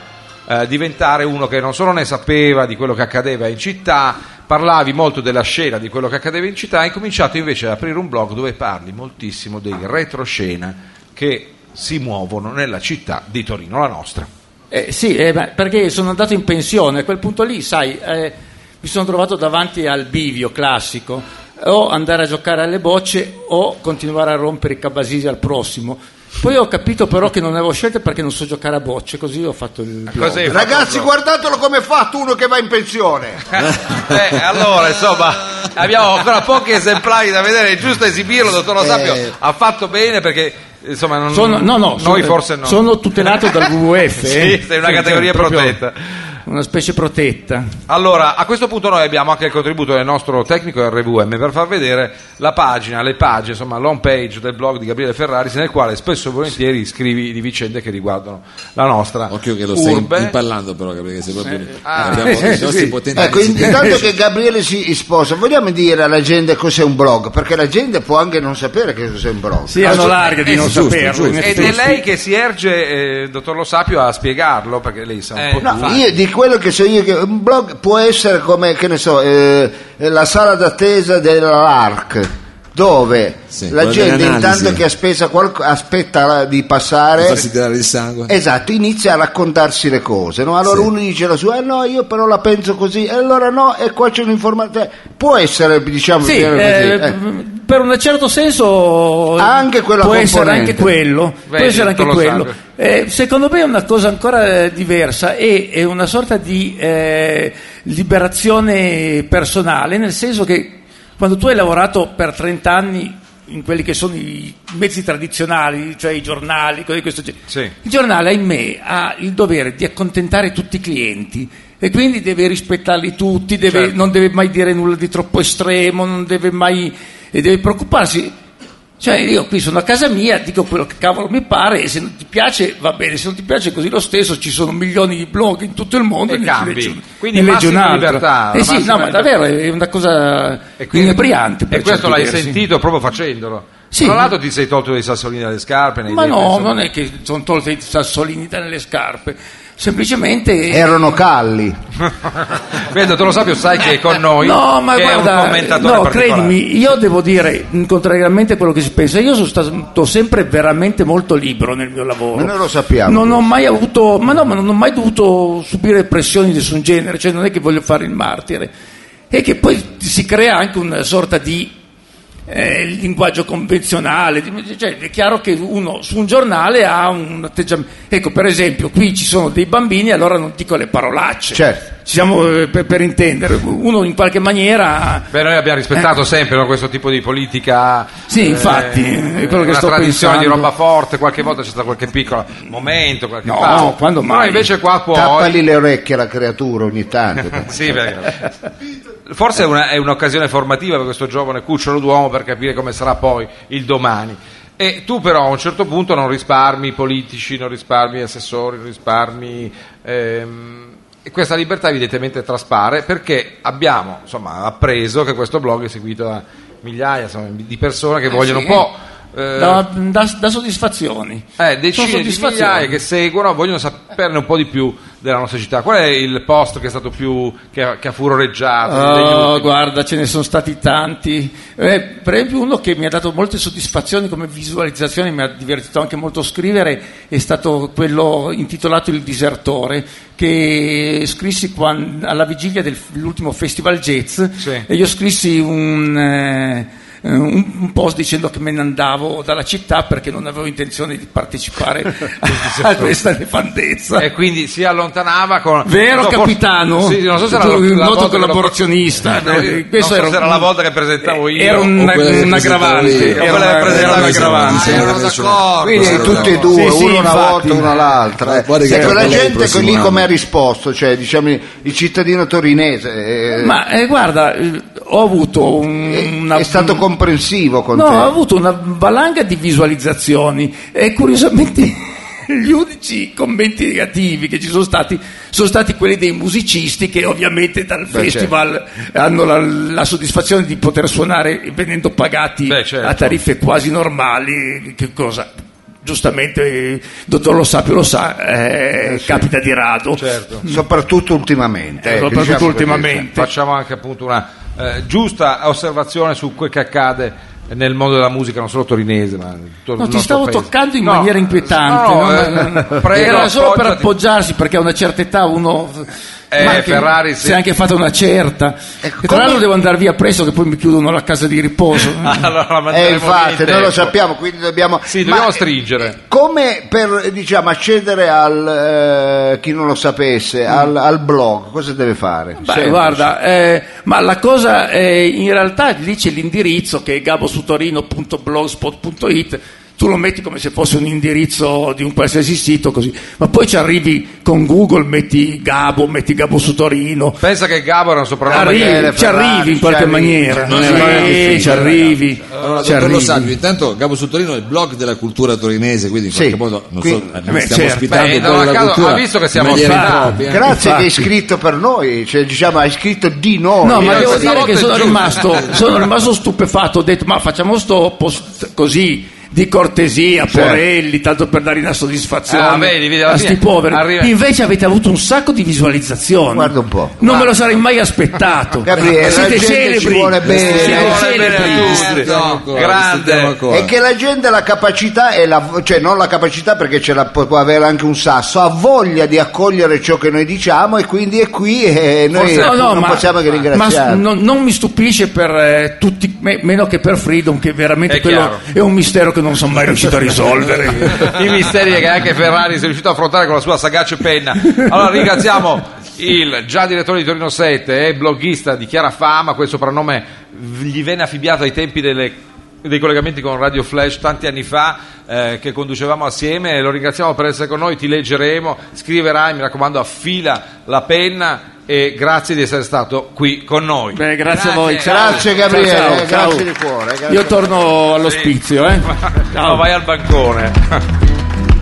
[SPEAKER 3] eh, diventare uno che non solo ne sapeva di quello che accadeva in città, parlavi molto della scena, di quello che accadeva in città, hai cominciato invece ad aprire un blog dove parli moltissimo dei retroscena che si muovono nella città di Torino, la nostra.
[SPEAKER 9] Eh, sì, eh, ma perché sono andato in pensione, a quel punto lì, sai, eh, mi sono trovato davanti al bivio classico, o andare a giocare alle bocce o continuare a rompere i cabasisi al prossimo. Poi ho capito però che non avevo scelta perché non so giocare a bocce, così ho fatto il blog.
[SPEAKER 3] Cos'hai fatto?
[SPEAKER 1] Ragazzi, guardatelo come è fatto uno che va in pensione.
[SPEAKER 3] Eh, allora, insomma, abbiamo ancora pochi esemplari da vedere, è giusto esibirlo, dottor Lo Sapio.
[SPEAKER 2] Eh.
[SPEAKER 3] Ha fatto bene perché, insomma, non-
[SPEAKER 9] Sono, no,
[SPEAKER 3] noi
[SPEAKER 9] no, sono-
[SPEAKER 3] forse no.
[SPEAKER 9] sono tutelato dal WWF. eh.
[SPEAKER 3] Sì, sei una
[SPEAKER 9] Sì,
[SPEAKER 3] categoria
[SPEAKER 9] proprio
[SPEAKER 3] protetta.
[SPEAKER 9] Una specie protetta.
[SPEAKER 3] Allora, a questo punto noi abbiamo anche il contributo del nostro tecnico RVM per far vedere la pagina, le pagine, insomma, l'home page del blog di Gabriele Ferraris nel quale spesso e volentieri scrivi di vicende che riguardano la nostra
[SPEAKER 2] Occhio che lo stai
[SPEAKER 3] urbe.
[SPEAKER 2] impallando però perché sei proprio
[SPEAKER 3] ah,
[SPEAKER 2] abbiamo
[SPEAKER 3] eh,
[SPEAKER 2] i nostri
[SPEAKER 3] sì.
[SPEAKER 2] potenti
[SPEAKER 1] Ecco, intanto che Gabriele si sposa, vogliamo dire alla gente cos'è un blog? Perché la gente può anche non sapere che cos'è un blog.
[SPEAKER 9] Sì, hanno larga di non
[SPEAKER 2] Ah, giusto,
[SPEAKER 9] saperlo. in
[SPEAKER 2] giusto.
[SPEAKER 3] Ed è
[SPEAKER 9] effetti.
[SPEAKER 3] lei che si erge, eh, dottor Lo Sapio, a spiegarlo perché lei sa un
[SPEAKER 2] Eh,
[SPEAKER 3] po'
[SPEAKER 1] No, io di quello che so io che un blog può essere come che ne so, eh, la sala d'attesa dell'ARC dove
[SPEAKER 2] Sì,
[SPEAKER 1] la
[SPEAKER 2] quella
[SPEAKER 1] gente
[SPEAKER 2] dell'analisi.
[SPEAKER 1] intanto che aspetta, qualco- aspetta di passare
[SPEAKER 2] farsi tirare il sangue
[SPEAKER 1] Esatto, inizia a raccontarsi le cose, no? allora
[SPEAKER 2] Sì.
[SPEAKER 1] uno dice la sua, eh no, io però la penso così, e allora no, e qua c'è un'informazione. Può essere, diciamo,
[SPEAKER 9] Sì,
[SPEAKER 1] dire
[SPEAKER 9] eh,
[SPEAKER 1] così, eh.
[SPEAKER 9] m- per un certo senso eh,
[SPEAKER 1] Anche quella
[SPEAKER 9] può essere
[SPEAKER 1] componente.
[SPEAKER 9] anche quello.
[SPEAKER 3] Vedi,
[SPEAKER 9] può essere anche
[SPEAKER 3] tutto lo
[SPEAKER 9] quello.
[SPEAKER 3] sangue.
[SPEAKER 9] Eh, secondo me è una cosa ancora eh, diversa e è una sorta di eh, liberazione personale, nel senso che quando tu hai lavorato per 30 anni in quelli che sono i mezzi tradizionali, cioè i giornali, cose di questo genere.
[SPEAKER 3] Sì.
[SPEAKER 9] Il giornale, ahimè, ha il dovere di accontentare tutti i clienti e quindi deve rispettarli tutti, deve-
[SPEAKER 3] Certo.
[SPEAKER 9] non deve mai dire nulla di troppo estremo, non deve mai e deve preoccuparsi. Cioè, io qui sono a casa mia, dico quello che cavolo mi pare e se non ti piace va bene, se non ti piace così lo stesso, ci sono milioni di blog in tutto il mondo
[SPEAKER 3] E
[SPEAKER 9] ne
[SPEAKER 3] cambi.
[SPEAKER 9] leggi un-
[SPEAKER 3] Quindi
[SPEAKER 9] ne leggi
[SPEAKER 3] massima
[SPEAKER 9] un altro.
[SPEAKER 3] libertà,
[SPEAKER 9] Eh sì,
[SPEAKER 3] massima
[SPEAKER 9] no, ma
[SPEAKER 3] libertà.
[SPEAKER 9] davvero è una cosa inebriante. per
[SPEAKER 3] E questo
[SPEAKER 9] certi
[SPEAKER 3] l'hai
[SPEAKER 9] versi.
[SPEAKER 3] sentito proprio facendolo.
[SPEAKER 9] Sì.
[SPEAKER 3] Tra l'altro ti sei tolto dei sassolini dalle scarpe. nei
[SPEAKER 9] Ma
[SPEAKER 3] denti,
[SPEAKER 9] no,
[SPEAKER 3] insomma.
[SPEAKER 9] non è che sono tolti i sassolini dalle scarpe, semplicemente...
[SPEAKER 1] Erano calli.
[SPEAKER 3] Vedo, te lo sapio, sai che è con noi.
[SPEAKER 9] No, ma
[SPEAKER 3] che è un
[SPEAKER 9] guarda,
[SPEAKER 3] commentatore
[SPEAKER 9] no,
[SPEAKER 3] particolare.
[SPEAKER 9] credimi, io devo dire, mh, contrariamente a quello che si pensa, io sono stato sempre veramente molto libero nel mio lavoro.
[SPEAKER 1] Ma noi lo sappiamo.
[SPEAKER 9] Non ho mai avuto, ma no, ma non ho mai dovuto subire pressioni di nessun genere, cioè non è che voglio fare il martire. E che poi si crea anche una sorta di eh, linguaggio convenzionale, di- cioè, è chiaro che uno su un giornale ha un atteggiamento. Ecco, per esempio, qui ci sono dei bambini, allora non dico le parolacce.
[SPEAKER 1] Certo.
[SPEAKER 9] Ci Siamo eh, per, per intendere, uno in qualche maniera. eh,
[SPEAKER 3] Beh, noi abbiamo rispettato sempre no, questo tipo di politica. eh,
[SPEAKER 9] Sì, infatti, è quello che
[SPEAKER 3] una
[SPEAKER 9] sto
[SPEAKER 3] tradizione
[SPEAKER 9] pensando.
[SPEAKER 3] di roba forte, qualche volta c'è stato qualche piccolo momento, qualche
[SPEAKER 9] No,
[SPEAKER 3] pausa.
[SPEAKER 9] no, quando
[SPEAKER 3] Però
[SPEAKER 9] mai?
[SPEAKER 3] invece qua puoi.
[SPEAKER 1] Tappali le orecchie alla creatura ogni tanto.
[SPEAKER 3] Sì, perché- Forse è, una- è un'occasione formativa per questo giovane cucciolo d'uomo per capire come sarà poi il domani. E tu però a un certo punto non risparmi politici, non risparmi assessori, non risparmi... ehm, e questa libertà evidentemente traspare perché abbiamo insomma, appreso che questo blog è seguito da migliaia insomma, di persone che vogliono
[SPEAKER 9] sì.
[SPEAKER 3] un po' eh,
[SPEAKER 9] da, da- da soddisfazioni.
[SPEAKER 3] eh,
[SPEAKER 9] Sono
[SPEAKER 3] decine di
[SPEAKER 9] soddisfazioni.
[SPEAKER 3] migliaia che seguono, vogliono saperne un po' di più della nostra città. Qual è il posto che è stato più che ha, che ha furoreggiato? degli
[SPEAKER 9] Oh,
[SPEAKER 3] ultimi?
[SPEAKER 9] guarda, ce ne sono stati tanti. Eh, per esempio, uno che mi ha dato molte soddisfazioni come visualizzazione, mi ha divertito anche molto scrivere, è stato quello intitolato Il Disertore, che scrissi quan- alla vigilia del- dell'ultimo festival jazz.
[SPEAKER 3] Sì.
[SPEAKER 9] E io scrissi un. eh, un un post dicendo che me ne andavo dalla città perché non avevo intenzione di partecipare a questa nefandezza.
[SPEAKER 3] e quindi si allontanava con
[SPEAKER 9] Vero
[SPEAKER 3] non so, forse-
[SPEAKER 9] capitano?
[SPEAKER 3] Sì, non so se era
[SPEAKER 9] Tu,
[SPEAKER 3] la-
[SPEAKER 9] un
[SPEAKER 3] la
[SPEAKER 9] noto
[SPEAKER 3] volta che lo-
[SPEAKER 9] collaborazionista.
[SPEAKER 3] Non
[SPEAKER 9] Eh,
[SPEAKER 3] so
[SPEAKER 9] questo era
[SPEAKER 3] se era
[SPEAKER 9] un-
[SPEAKER 3] la volta che presentavo io
[SPEAKER 9] Era un,
[SPEAKER 2] O quella che
[SPEAKER 9] un
[SPEAKER 2] presentavo
[SPEAKER 9] aggravante.
[SPEAKER 2] io.
[SPEAKER 9] Era
[SPEAKER 2] O
[SPEAKER 9] una-
[SPEAKER 3] quella che
[SPEAKER 9] era un
[SPEAKER 3] presentavo io.
[SPEAKER 9] aggravante.
[SPEAKER 3] Ah, ero d'accordo.
[SPEAKER 1] Quindi
[SPEAKER 2] Era
[SPEAKER 1] tutte e
[SPEAKER 2] d'accordo.
[SPEAKER 1] due,
[SPEAKER 9] Sì, sì,
[SPEAKER 1] uno una
[SPEAKER 9] infatti.
[SPEAKER 1] volta, uno l'altra.
[SPEAKER 2] Ma guarda che
[SPEAKER 1] Ecco, la
[SPEAKER 2] capello
[SPEAKER 1] gente
[SPEAKER 2] prossimo
[SPEAKER 1] lì
[SPEAKER 2] anno.
[SPEAKER 1] come ha risposto, cioè diciamo il cittadino torinese eh,
[SPEAKER 9] Ma eh, guarda, eh, ho avuto un-
[SPEAKER 1] è,
[SPEAKER 9] una...
[SPEAKER 1] è stato comprensivo con
[SPEAKER 9] No,
[SPEAKER 1] te.
[SPEAKER 9] ho avuto una valanga di visualizzazioni e curiosamente gli unici commenti negativi che ci sono stati sono stati quelli dei musicisti che ovviamente dal
[SPEAKER 1] certo.
[SPEAKER 9] festival hanno la, la soddisfazione di poter suonare venendo pagati
[SPEAKER 3] Beh, certo.
[SPEAKER 9] a tariffe quasi normali, che cosa giustamente il dottor Lo Sapio lo sa, eh, capita di rado.
[SPEAKER 3] Certo.
[SPEAKER 1] Soprattutto ultimamente. ecco,
[SPEAKER 9] soprattutto
[SPEAKER 1] diciamo così.
[SPEAKER 9] ultimamente.
[SPEAKER 3] facciamo anche appunto una eh, giusta osservazione su quel che accade nel mondo della musica non solo torinese ma in tutto il
[SPEAKER 9] No, ti
[SPEAKER 3] nostro
[SPEAKER 9] stavo
[SPEAKER 3] paese.
[SPEAKER 9] toccando in
[SPEAKER 3] No,
[SPEAKER 9] maniera inquietante.
[SPEAKER 3] no,
[SPEAKER 9] no?
[SPEAKER 3] eh,
[SPEAKER 9] Ma- ma-
[SPEAKER 3] prego,
[SPEAKER 9] era solo per
[SPEAKER 3] appoggiati.
[SPEAKER 9] appoggiarsi perché a una certa età uno.
[SPEAKER 3] Eh,
[SPEAKER 9] ma anche-
[SPEAKER 3] Ferrari, sì.
[SPEAKER 9] si è anche fatta una certa.
[SPEAKER 1] Ecco,
[SPEAKER 9] E tra
[SPEAKER 1] come-
[SPEAKER 9] l'altro devo andare via presto, che poi mi chiudono la casa di riposo.
[SPEAKER 3] allora la manderemo
[SPEAKER 1] Eh,
[SPEAKER 3] via in
[SPEAKER 1] infatti, noi
[SPEAKER 3] tempo.
[SPEAKER 1] lo sappiamo, quindi dobbiamo...
[SPEAKER 3] sì, dobbiamo
[SPEAKER 1] Ma- eh,
[SPEAKER 3] stringere
[SPEAKER 1] Come per eh, diciamo, accedere al, eh, chi non lo sapesse, al, al blog, cosa deve fare?
[SPEAKER 9] Mm. Beh,
[SPEAKER 1] Semplice.
[SPEAKER 9] Cioè, guarda, eh, ma la cosa eh, in realtà lì c'è l'indirizzo che è gabosutorino.blogspot.it. Tu lo metti come se fosse un indirizzo di un qualsiasi sito, così. Ma poi ci arrivi con Google, metti Gabo, metti Gabo su Torino,
[SPEAKER 3] pensa che Gabo era un soprannome
[SPEAKER 9] Arrivi,
[SPEAKER 3] che-
[SPEAKER 1] Michele
[SPEAKER 9] ci
[SPEAKER 1] Ferrari,
[SPEAKER 9] arrivi in
[SPEAKER 1] ci
[SPEAKER 9] qualche
[SPEAKER 1] arrivi,
[SPEAKER 9] maniera.
[SPEAKER 1] non
[SPEAKER 2] è mai
[SPEAKER 9] Sì,
[SPEAKER 2] difficile,
[SPEAKER 9] ci arrivi.
[SPEAKER 2] Allora,
[SPEAKER 9] ci
[SPEAKER 2] dottor Lo
[SPEAKER 9] arrivi.
[SPEAKER 2] Sapio, intanto Gabo su Torino è il blog della cultura torinese, quindi in
[SPEAKER 1] Sì.
[SPEAKER 2] qualche modo non
[SPEAKER 1] Quindi-
[SPEAKER 2] so, stiamo
[SPEAKER 9] beh, certo.
[SPEAKER 2] ospitando
[SPEAKER 3] Beh,
[SPEAKER 2] un po'
[SPEAKER 3] no, a
[SPEAKER 2] la
[SPEAKER 3] caso-
[SPEAKER 2] cultura
[SPEAKER 3] ha visto che siamo
[SPEAKER 2] in maniera
[SPEAKER 3] ospitati.
[SPEAKER 2] impropria.
[SPEAKER 1] Grazie che
[SPEAKER 9] infatti.
[SPEAKER 1] hai scritto per noi, cioè, diciamo, hai scritto di noi.
[SPEAKER 9] No, ma
[SPEAKER 3] Io
[SPEAKER 9] devo
[SPEAKER 3] stavolta
[SPEAKER 9] dire che
[SPEAKER 3] è
[SPEAKER 9] sono
[SPEAKER 3] giusto.
[SPEAKER 9] rimasto, sono rimasto stupefatto. Ho detto, ma facciamo sto post così di cortesia, Porelli, tanto per dare una soddisfazione
[SPEAKER 3] Ah, vedi, vedi, alla
[SPEAKER 9] a
[SPEAKER 3] fine
[SPEAKER 9] sti poveri.
[SPEAKER 3] arriva-
[SPEAKER 9] Invece avete avuto un sacco di visualizzazioni.
[SPEAKER 1] Guarda un po'.
[SPEAKER 9] Non me lo sarei mai aspettato.
[SPEAKER 1] Gabriele, la
[SPEAKER 9] siete
[SPEAKER 1] gente
[SPEAKER 9] celebri.
[SPEAKER 1] ci vuole bene.
[SPEAKER 9] Siete
[SPEAKER 1] Ci
[SPEAKER 3] vuole bene a
[SPEAKER 9] celebri.
[SPEAKER 3] tutti.
[SPEAKER 2] Stiamo
[SPEAKER 3] No,
[SPEAKER 2] ancora,
[SPEAKER 3] grande.
[SPEAKER 2] stiamo ancora.
[SPEAKER 1] È che la gente ha la capacità, e la- cioè non la capacità perché ce la può può avere anche un sasso, ha voglia di accogliere ciò che noi diciamo e quindi è qui e noi
[SPEAKER 9] No, no,
[SPEAKER 1] non
[SPEAKER 9] ma-
[SPEAKER 1] possiamo che
[SPEAKER 9] ma-
[SPEAKER 1] ringraziare.
[SPEAKER 9] ma non, non mi stupisce per eh, tutti, me- meno che per Freedom, che veramente
[SPEAKER 3] È
[SPEAKER 9] quello
[SPEAKER 3] chiaro.
[SPEAKER 9] è un mistero che non sono mai riuscito a risolvere.
[SPEAKER 3] i misteri che anche Ferrari si è riuscito a affrontare con la sua sagace penna. Allora ringraziamo il già direttore di Torino 7 e bloggista di chiara fama, quel soprannome gli venne affibbiato ai tempi delle- dei collegamenti con Radio Flash tanti anni fa eh, che conducevamo assieme lo ringraziamo per essere con noi, ti leggeremo, scriverai, mi raccomando, affila la penna e grazie di essere stato qui con noi.
[SPEAKER 9] Beh, grazie, a voi.
[SPEAKER 1] Grazie, Gabriele, eh, grazie di cuore, grazie.
[SPEAKER 9] Io torno all'ospizio. Eh.
[SPEAKER 3] Ciao, vai al bancone.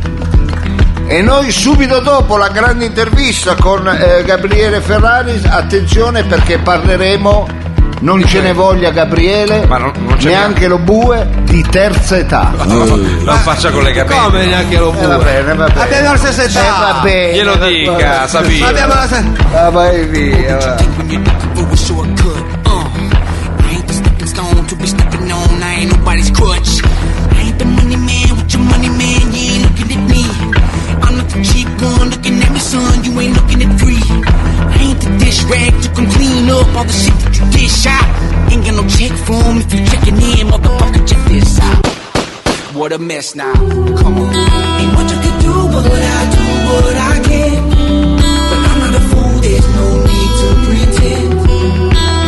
[SPEAKER 1] E noi subito dopo la grande intervista con eh, Gabriele Ferraris, attenzione perché parleremo, non ce ne voglia Gabriele,
[SPEAKER 3] Ma non- non ce
[SPEAKER 1] neanche lo bue, di terza età.
[SPEAKER 3] Non faccia collegamenti.
[SPEAKER 10] Come neanche lo
[SPEAKER 1] Eh, va
[SPEAKER 10] vuole.
[SPEAKER 1] bene, va bene.
[SPEAKER 4] Abbiamo la stessa età.
[SPEAKER 1] Eh, va bene.
[SPEAKER 3] Glielo dica, Sabino.
[SPEAKER 4] Abbiamo la se-
[SPEAKER 1] Ah, vai via. va.
[SPEAKER 8] when you looking for a shortcut. Uh, I ain't the stepping stone to be stepping on. I ain't nobody's crutch. I ain't the money man with your money man. You ain't looking at me. I'm not the cheap one looking at me, son. You ain't looking at three. I ain't the dish rag to come clean up all the shit that you dish out. Ain't got no check form if you checking in, motherfucker. Check this out. What a mess now. Come on. Ain't much I could do, but I do what I can. But I'm not a fool, there's no need to pretend.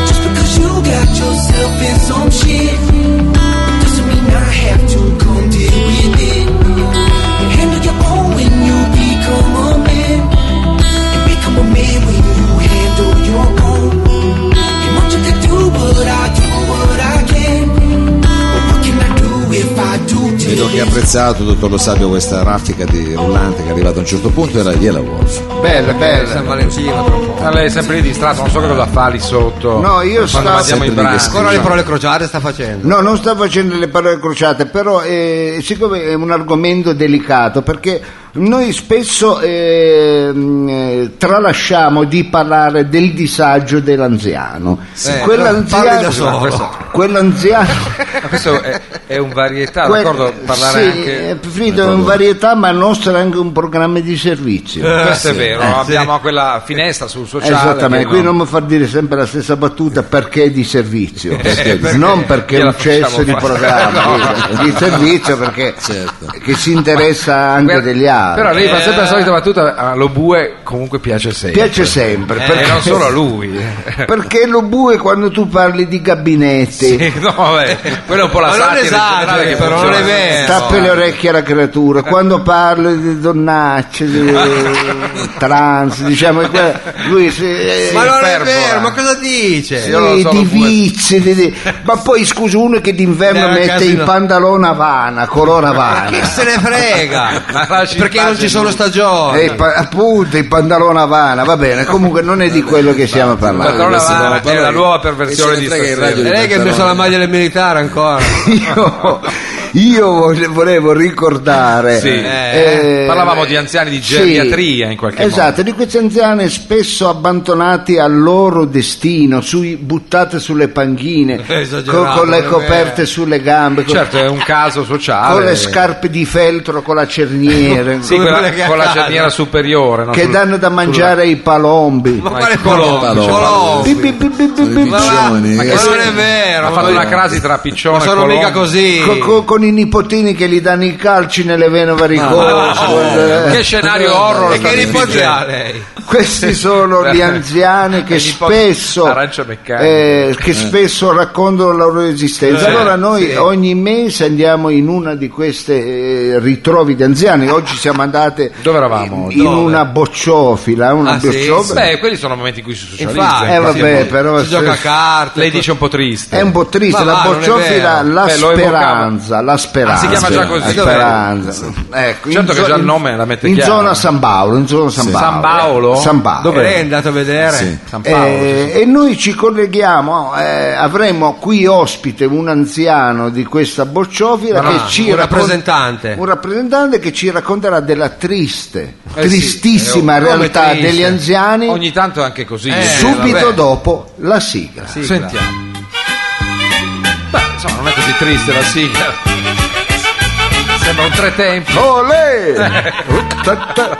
[SPEAKER 8] Just because you got yourself in some shit, doesn't mean I have to come deal with it. Handle your own when you become a man. And become a man when you handle your own. Ain't much I could do, but I do what I can. But what can I do if I do to
[SPEAKER 2] Vedo che ha apprezzato, dottor Lo Sabio, questa raffica di rullante che è arrivata a un certo punto, era Yellow Wolf.
[SPEAKER 1] Bella,
[SPEAKER 4] San
[SPEAKER 1] bella.
[SPEAKER 4] Valentino tra un po'.
[SPEAKER 3] Ah, lei è sempre lì distratto, non so che cosa fa lì sotto.
[SPEAKER 1] No, io
[SPEAKER 3] Quando
[SPEAKER 1] stavo-
[SPEAKER 3] mandiamo i
[SPEAKER 2] Sempre lì che
[SPEAKER 3] brani.
[SPEAKER 2] scrivo.
[SPEAKER 4] Ancora le parole crociate sta facendo.
[SPEAKER 1] No, non sto facendo le parole crociate, però eh, siccome è un argomento delicato, perché noi spesso eh, mh, eh, tralasciamo di parlare del disagio dell'anziano. Eh,
[SPEAKER 4] parli da
[SPEAKER 1] quell'anziano, Esatto,
[SPEAKER 4] solo.
[SPEAKER 1] quell'anziano
[SPEAKER 3] Ma Questo è, è un
[SPEAKER 4] Cioè,
[SPEAKER 3] varietà,
[SPEAKER 1] Que-
[SPEAKER 3] d'accordo? Parlare
[SPEAKER 1] sì, eh,
[SPEAKER 3] anche.
[SPEAKER 1] è preferito in varietà, ma il nostro è anche un programma di servizio.
[SPEAKER 3] Questo è vero,
[SPEAKER 4] eh,
[SPEAKER 3] abbiamo
[SPEAKER 4] sì.
[SPEAKER 3] quella finestra sul sociale.
[SPEAKER 1] Esattamente,
[SPEAKER 3] che
[SPEAKER 1] qui
[SPEAKER 3] no.
[SPEAKER 1] non mi far dire sempre la stessa battuta perché di servizio,
[SPEAKER 3] Eh, perché?
[SPEAKER 1] non perché è
[SPEAKER 3] Gliela
[SPEAKER 1] un cesso
[SPEAKER 3] facciamo
[SPEAKER 1] di
[SPEAKER 3] fare.
[SPEAKER 1] programma, di servizio perché
[SPEAKER 2] Certo.
[SPEAKER 1] che si interessa anche
[SPEAKER 3] Per-
[SPEAKER 1] degli altri.
[SPEAKER 3] Però lei fa sempre la solita battuta, allo bue comunque piace sempre.
[SPEAKER 1] Piace sempre,
[SPEAKER 3] Eh,
[SPEAKER 1] perché,
[SPEAKER 3] e non solo a lui.
[SPEAKER 1] perché lo bue quando tu parli di gabinetti,
[SPEAKER 3] Eh, no, vabbè, quello è un po' la
[SPEAKER 4] Ma non
[SPEAKER 3] satira in
[SPEAKER 4] esageri,
[SPEAKER 3] generale che
[SPEAKER 4] però,
[SPEAKER 3] funziona. Eh,
[SPEAKER 4] non è vero.
[SPEAKER 1] tappi le orecchie alla creatura, quando parli di donnacce, di trans, diciamo, que- lui si, eh,
[SPEAKER 4] Ma non è
[SPEAKER 3] Iperbola.
[SPEAKER 4] vero, ma cosa dice?
[SPEAKER 3] Eh, Io non
[SPEAKER 1] Sì,
[SPEAKER 3] so,
[SPEAKER 1] Eh, di
[SPEAKER 3] pure-
[SPEAKER 1] vizi, di- di- ma poi scusa uno che d'inverno
[SPEAKER 4] Era
[SPEAKER 1] mette
[SPEAKER 4] casino.
[SPEAKER 1] il pantalone Havana, color
[SPEAKER 4] Chi
[SPEAKER 1] Havana.
[SPEAKER 4] se ne frega?
[SPEAKER 3] Ma lasci in
[SPEAKER 4] Perché non
[SPEAKER 3] pace
[SPEAKER 4] ci sono
[SPEAKER 3] lui.
[SPEAKER 4] stagioni.
[SPEAKER 1] Eh, il pa- appunto il pantalone Havana, va bene, comunque non è di quello che stiamo
[SPEAKER 3] Ma però la-
[SPEAKER 1] parlando.
[SPEAKER 2] Questa
[SPEAKER 3] è
[SPEAKER 2] nuova parola
[SPEAKER 3] la
[SPEAKER 2] che-
[SPEAKER 3] nuova
[SPEAKER 2] che
[SPEAKER 3] perversione
[SPEAKER 2] se
[SPEAKER 3] di
[SPEAKER 2] ne frega il
[SPEAKER 3] stasera.
[SPEAKER 2] radio
[SPEAKER 4] E
[SPEAKER 2] di
[SPEAKER 4] lei che ha messo
[SPEAKER 2] Pantalone.
[SPEAKER 4] la maglia del militare ancora.
[SPEAKER 1] Io, io vole- volevo ricordare
[SPEAKER 3] Sì, eh, parlavamo di anziani di geriatria in qualche
[SPEAKER 1] esatto, di questi anziani spesso abbandonati al loro destino sui, buttate sulle panchine co-
[SPEAKER 4] Esagerato,
[SPEAKER 1] con, le
[SPEAKER 4] vabbè.
[SPEAKER 1] coperte sulle gambe con-
[SPEAKER 3] eh. Certo, è un caso sociale.
[SPEAKER 1] con le scarpe di feltro, con la cerniera,
[SPEAKER 3] Ah, Sì, quella-
[SPEAKER 4] quelle che
[SPEAKER 3] con la
[SPEAKER 4] accadono.
[SPEAKER 3] cerniera superiore. no?
[SPEAKER 1] che
[SPEAKER 3] Sul-
[SPEAKER 1] danno da mangiare ai palombi.
[SPEAKER 4] Ma
[SPEAKER 3] Ma
[SPEAKER 4] quale
[SPEAKER 3] il
[SPEAKER 4] colombo?
[SPEAKER 2] Palombo.
[SPEAKER 1] Bi-
[SPEAKER 4] Colombo.
[SPEAKER 1] bi- bi- bi- bi- bi-
[SPEAKER 2] Ma va,
[SPEAKER 1] bi-
[SPEAKER 4] Ma
[SPEAKER 2] eh, Sì.
[SPEAKER 4] che non è vero.
[SPEAKER 3] Ha
[SPEAKER 4] ma
[SPEAKER 3] fatto
[SPEAKER 4] no.
[SPEAKER 3] una crasi tra
[SPEAKER 4] Non
[SPEAKER 3] piccione e
[SPEAKER 4] sono mica
[SPEAKER 3] colombo.
[SPEAKER 4] così.
[SPEAKER 1] co- co- Con i nipotini che gli danno i calci nelle vene
[SPEAKER 3] Oh,
[SPEAKER 1] varicose. guarda.
[SPEAKER 3] Ah,
[SPEAKER 1] eh.
[SPEAKER 3] Che scenario horror
[SPEAKER 4] E
[SPEAKER 3] sta
[SPEAKER 4] che nipoti
[SPEAKER 3] dipingendo?
[SPEAKER 4] ha lei?
[SPEAKER 1] Questi sono gli anziani che
[SPEAKER 3] Gli nipoti-
[SPEAKER 1] spesso,
[SPEAKER 3] arancia meccanica.
[SPEAKER 1] eh, che spesso raccontano la loro esistenza.
[SPEAKER 4] Eh,
[SPEAKER 1] Allora noi
[SPEAKER 4] sì.
[SPEAKER 1] ogni mese andiamo in una di queste eh, ritrovi di anziani. Oggi siamo andate
[SPEAKER 3] Dove eravamo?
[SPEAKER 1] in
[SPEAKER 4] Dove?
[SPEAKER 1] una bocciofila, una
[SPEAKER 4] Ah, sì?
[SPEAKER 1] bocciofila.
[SPEAKER 3] Beh, quelli sono momenti in cui si socializza.
[SPEAKER 4] Infatti,
[SPEAKER 1] Eh, vabbè,
[SPEAKER 4] si-
[SPEAKER 1] però
[SPEAKER 4] si
[SPEAKER 1] se-
[SPEAKER 4] gioca a carte.
[SPEAKER 3] Lei dice un po' triste.
[SPEAKER 1] È un po' triste,
[SPEAKER 4] Ma
[SPEAKER 1] la
[SPEAKER 4] va, non è
[SPEAKER 1] bocciofila,
[SPEAKER 4] vero.
[SPEAKER 1] la
[SPEAKER 3] Beh, lo
[SPEAKER 1] speranza, la speranza.
[SPEAKER 3] Ah, si chiama già così,
[SPEAKER 1] La speranza. Ecco,
[SPEAKER 3] Certo
[SPEAKER 1] in
[SPEAKER 3] che
[SPEAKER 1] zo-
[SPEAKER 3] già il nome la mette
[SPEAKER 1] In
[SPEAKER 3] chiara.
[SPEAKER 1] zona San Paolo, in zona San Paolo.
[SPEAKER 3] San Paolo?
[SPEAKER 1] San Paolo.
[SPEAKER 4] Dove lei Ah, eh, è andato a vedere? San Paolo.
[SPEAKER 1] Eh, e noi ci colleghiamo, eh, avremo qui ospite un anziano di questa bocciofila
[SPEAKER 4] Ma
[SPEAKER 1] che
[SPEAKER 4] no,
[SPEAKER 1] ci
[SPEAKER 4] un
[SPEAKER 1] raccon-
[SPEAKER 4] rappresentante.
[SPEAKER 1] un rappresentante che ci racconterà della triste,
[SPEAKER 3] Eh sì,
[SPEAKER 1] tristissima
[SPEAKER 4] eh, oh, come
[SPEAKER 1] realtà
[SPEAKER 4] triste.
[SPEAKER 1] degli anziani
[SPEAKER 3] Ogni tanto è anche così.
[SPEAKER 4] Eh,
[SPEAKER 1] subito
[SPEAKER 4] vabbè.
[SPEAKER 1] dopo la sigla.
[SPEAKER 4] Sì,
[SPEAKER 3] Sentiamo. Beh, insomma, non è così triste la sigla. Sembra un tre tempi.
[SPEAKER 1] Olè! Ottanta-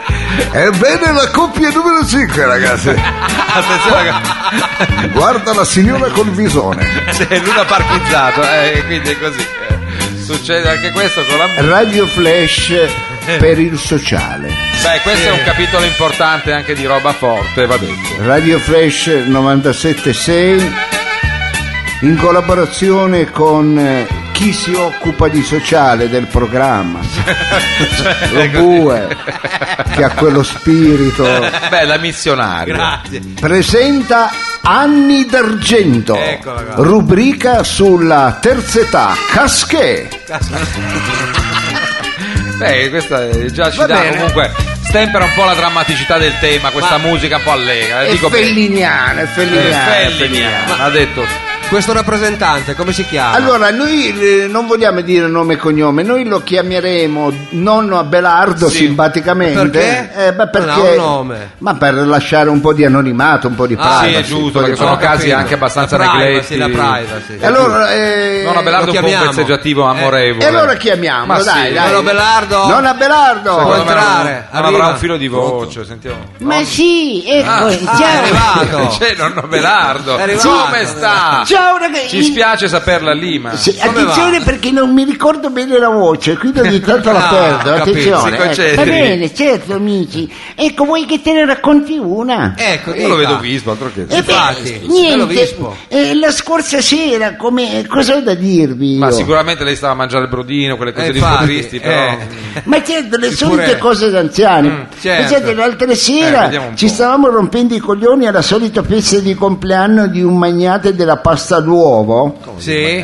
[SPEAKER 1] Ebbene la coppia numero 5 ragazzi
[SPEAKER 3] Ah, Attenzione, ragazzi.
[SPEAKER 1] Guarda la signora col visone
[SPEAKER 3] C'è l'una parchizzato, eh, quindi è così. Eh, Succede anche questo con la musica.
[SPEAKER 1] Radio Flash per il sociale
[SPEAKER 3] Beh, questo è un capitolo importante anche di roba forte, va detto.
[SPEAKER 1] Radio Flash 976 in collaborazione con eh, chi si occupa di sociale del programma Lo Bue che ha quello spirito
[SPEAKER 3] Beh, la missionaria.
[SPEAKER 4] Grazie.
[SPEAKER 1] presenta Anni d'argento
[SPEAKER 3] Ecco,
[SPEAKER 4] Eccola qua.
[SPEAKER 1] rubrica sulla terza età Casché
[SPEAKER 3] Beh, questa eh, già ci
[SPEAKER 1] Va
[SPEAKER 3] dà
[SPEAKER 1] bene.
[SPEAKER 3] comunque stempera un po' la drammaticità del tema, questa musica un po' allegra.
[SPEAKER 1] È
[SPEAKER 3] Eh, Dico bene.
[SPEAKER 1] felliniana, è
[SPEAKER 3] Eh,
[SPEAKER 1] felliniana. è
[SPEAKER 3] Fellini,
[SPEAKER 1] felliniana.
[SPEAKER 3] ha detto.
[SPEAKER 4] Questo rappresentante, come si chiama?
[SPEAKER 1] Allora, noi eh, non vogliamo dire nome e cognome, noi lo chiameremo nonno Abelardo
[SPEAKER 4] Sì.
[SPEAKER 1] simpaticamente.
[SPEAKER 4] Perché?
[SPEAKER 1] Eh, beh, perché-
[SPEAKER 4] Non ha un nome.
[SPEAKER 1] Ma per lasciare un po' di anonimato, un po' di
[SPEAKER 4] Ah,
[SPEAKER 3] sì,
[SPEAKER 1] privacy.
[SPEAKER 3] è
[SPEAKER 1] un
[SPEAKER 3] giusto,
[SPEAKER 1] po' di
[SPEAKER 3] perché sono
[SPEAKER 1] privacy.
[SPEAKER 3] casi anche abbastanza
[SPEAKER 4] la
[SPEAKER 3] negletti.
[SPEAKER 4] privacy, la privacy.
[SPEAKER 1] E allora, eh,
[SPEAKER 3] Non Abelardo
[SPEAKER 4] Lo
[SPEAKER 3] è un po' un
[SPEAKER 4] chiamiamo.
[SPEAKER 3] pezzeggiativo amorevole.
[SPEAKER 1] e allora chiamiamo,
[SPEAKER 3] Ma
[SPEAKER 1] dai,
[SPEAKER 3] sì,
[SPEAKER 1] dai.
[SPEAKER 4] Nonno Abelardo.
[SPEAKER 1] Nonno Abelardo.
[SPEAKER 3] Secondo
[SPEAKER 4] Può
[SPEAKER 3] me non-
[SPEAKER 4] entrare,
[SPEAKER 3] non
[SPEAKER 4] arriva.
[SPEAKER 3] avrà un filo di voce, sentiamo.
[SPEAKER 11] Ma sì, ecco,
[SPEAKER 4] ah, è
[SPEAKER 11] ciao.
[SPEAKER 4] arrivato.
[SPEAKER 3] C'è nonno Belardo.
[SPEAKER 4] È arrivato.
[SPEAKER 3] Come sta?
[SPEAKER 11] Ciao ragazzi.
[SPEAKER 3] Ci spiace saperla lì, ma
[SPEAKER 1] Sì,
[SPEAKER 4] Come
[SPEAKER 1] attenzione perché non mi ricordo bene la voce, quindi ogni tanto ecco la
[SPEAKER 4] Ah,
[SPEAKER 1] perdo, eh,
[SPEAKER 4] capito,
[SPEAKER 1] attenzione. ecco,
[SPEAKER 3] si concentri.
[SPEAKER 11] Va bene, certo amici. Ecco, vuoi che te ne racconti una?
[SPEAKER 4] Ecco,
[SPEAKER 3] io lo
[SPEAKER 4] dica.
[SPEAKER 3] vedo vispo, altro che.
[SPEAKER 11] Eh beh,
[SPEAKER 4] infatti, bello
[SPEAKER 11] niente,
[SPEAKER 4] vispo.
[SPEAKER 11] eh, la scorsa sera, come, cosa ho da dirvi?
[SPEAKER 3] Ma
[SPEAKER 11] io?
[SPEAKER 3] sicuramente lei stava a mangiare il brodino, quelle cose
[SPEAKER 4] Eh,
[SPEAKER 3] di un po'
[SPEAKER 4] infatti,
[SPEAKER 3] tristi, però.
[SPEAKER 4] eh.
[SPEAKER 11] Ma certo, le
[SPEAKER 4] Il
[SPEAKER 11] solite
[SPEAKER 4] purè.
[SPEAKER 11] cose d'anziani.
[SPEAKER 4] certo.
[SPEAKER 11] Pensate, l'altra
[SPEAKER 3] Mm, Eh,
[SPEAKER 11] sera
[SPEAKER 3] vediamo un
[SPEAKER 11] ci
[SPEAKER 3] po'.
[SPEAKER 11] stavamo rompendo i coglioni alla solita festa di compleanno di un magnate della pasta
[SPEAKER 1] pasta all'uovo.
[SPEAKER 3] Sì.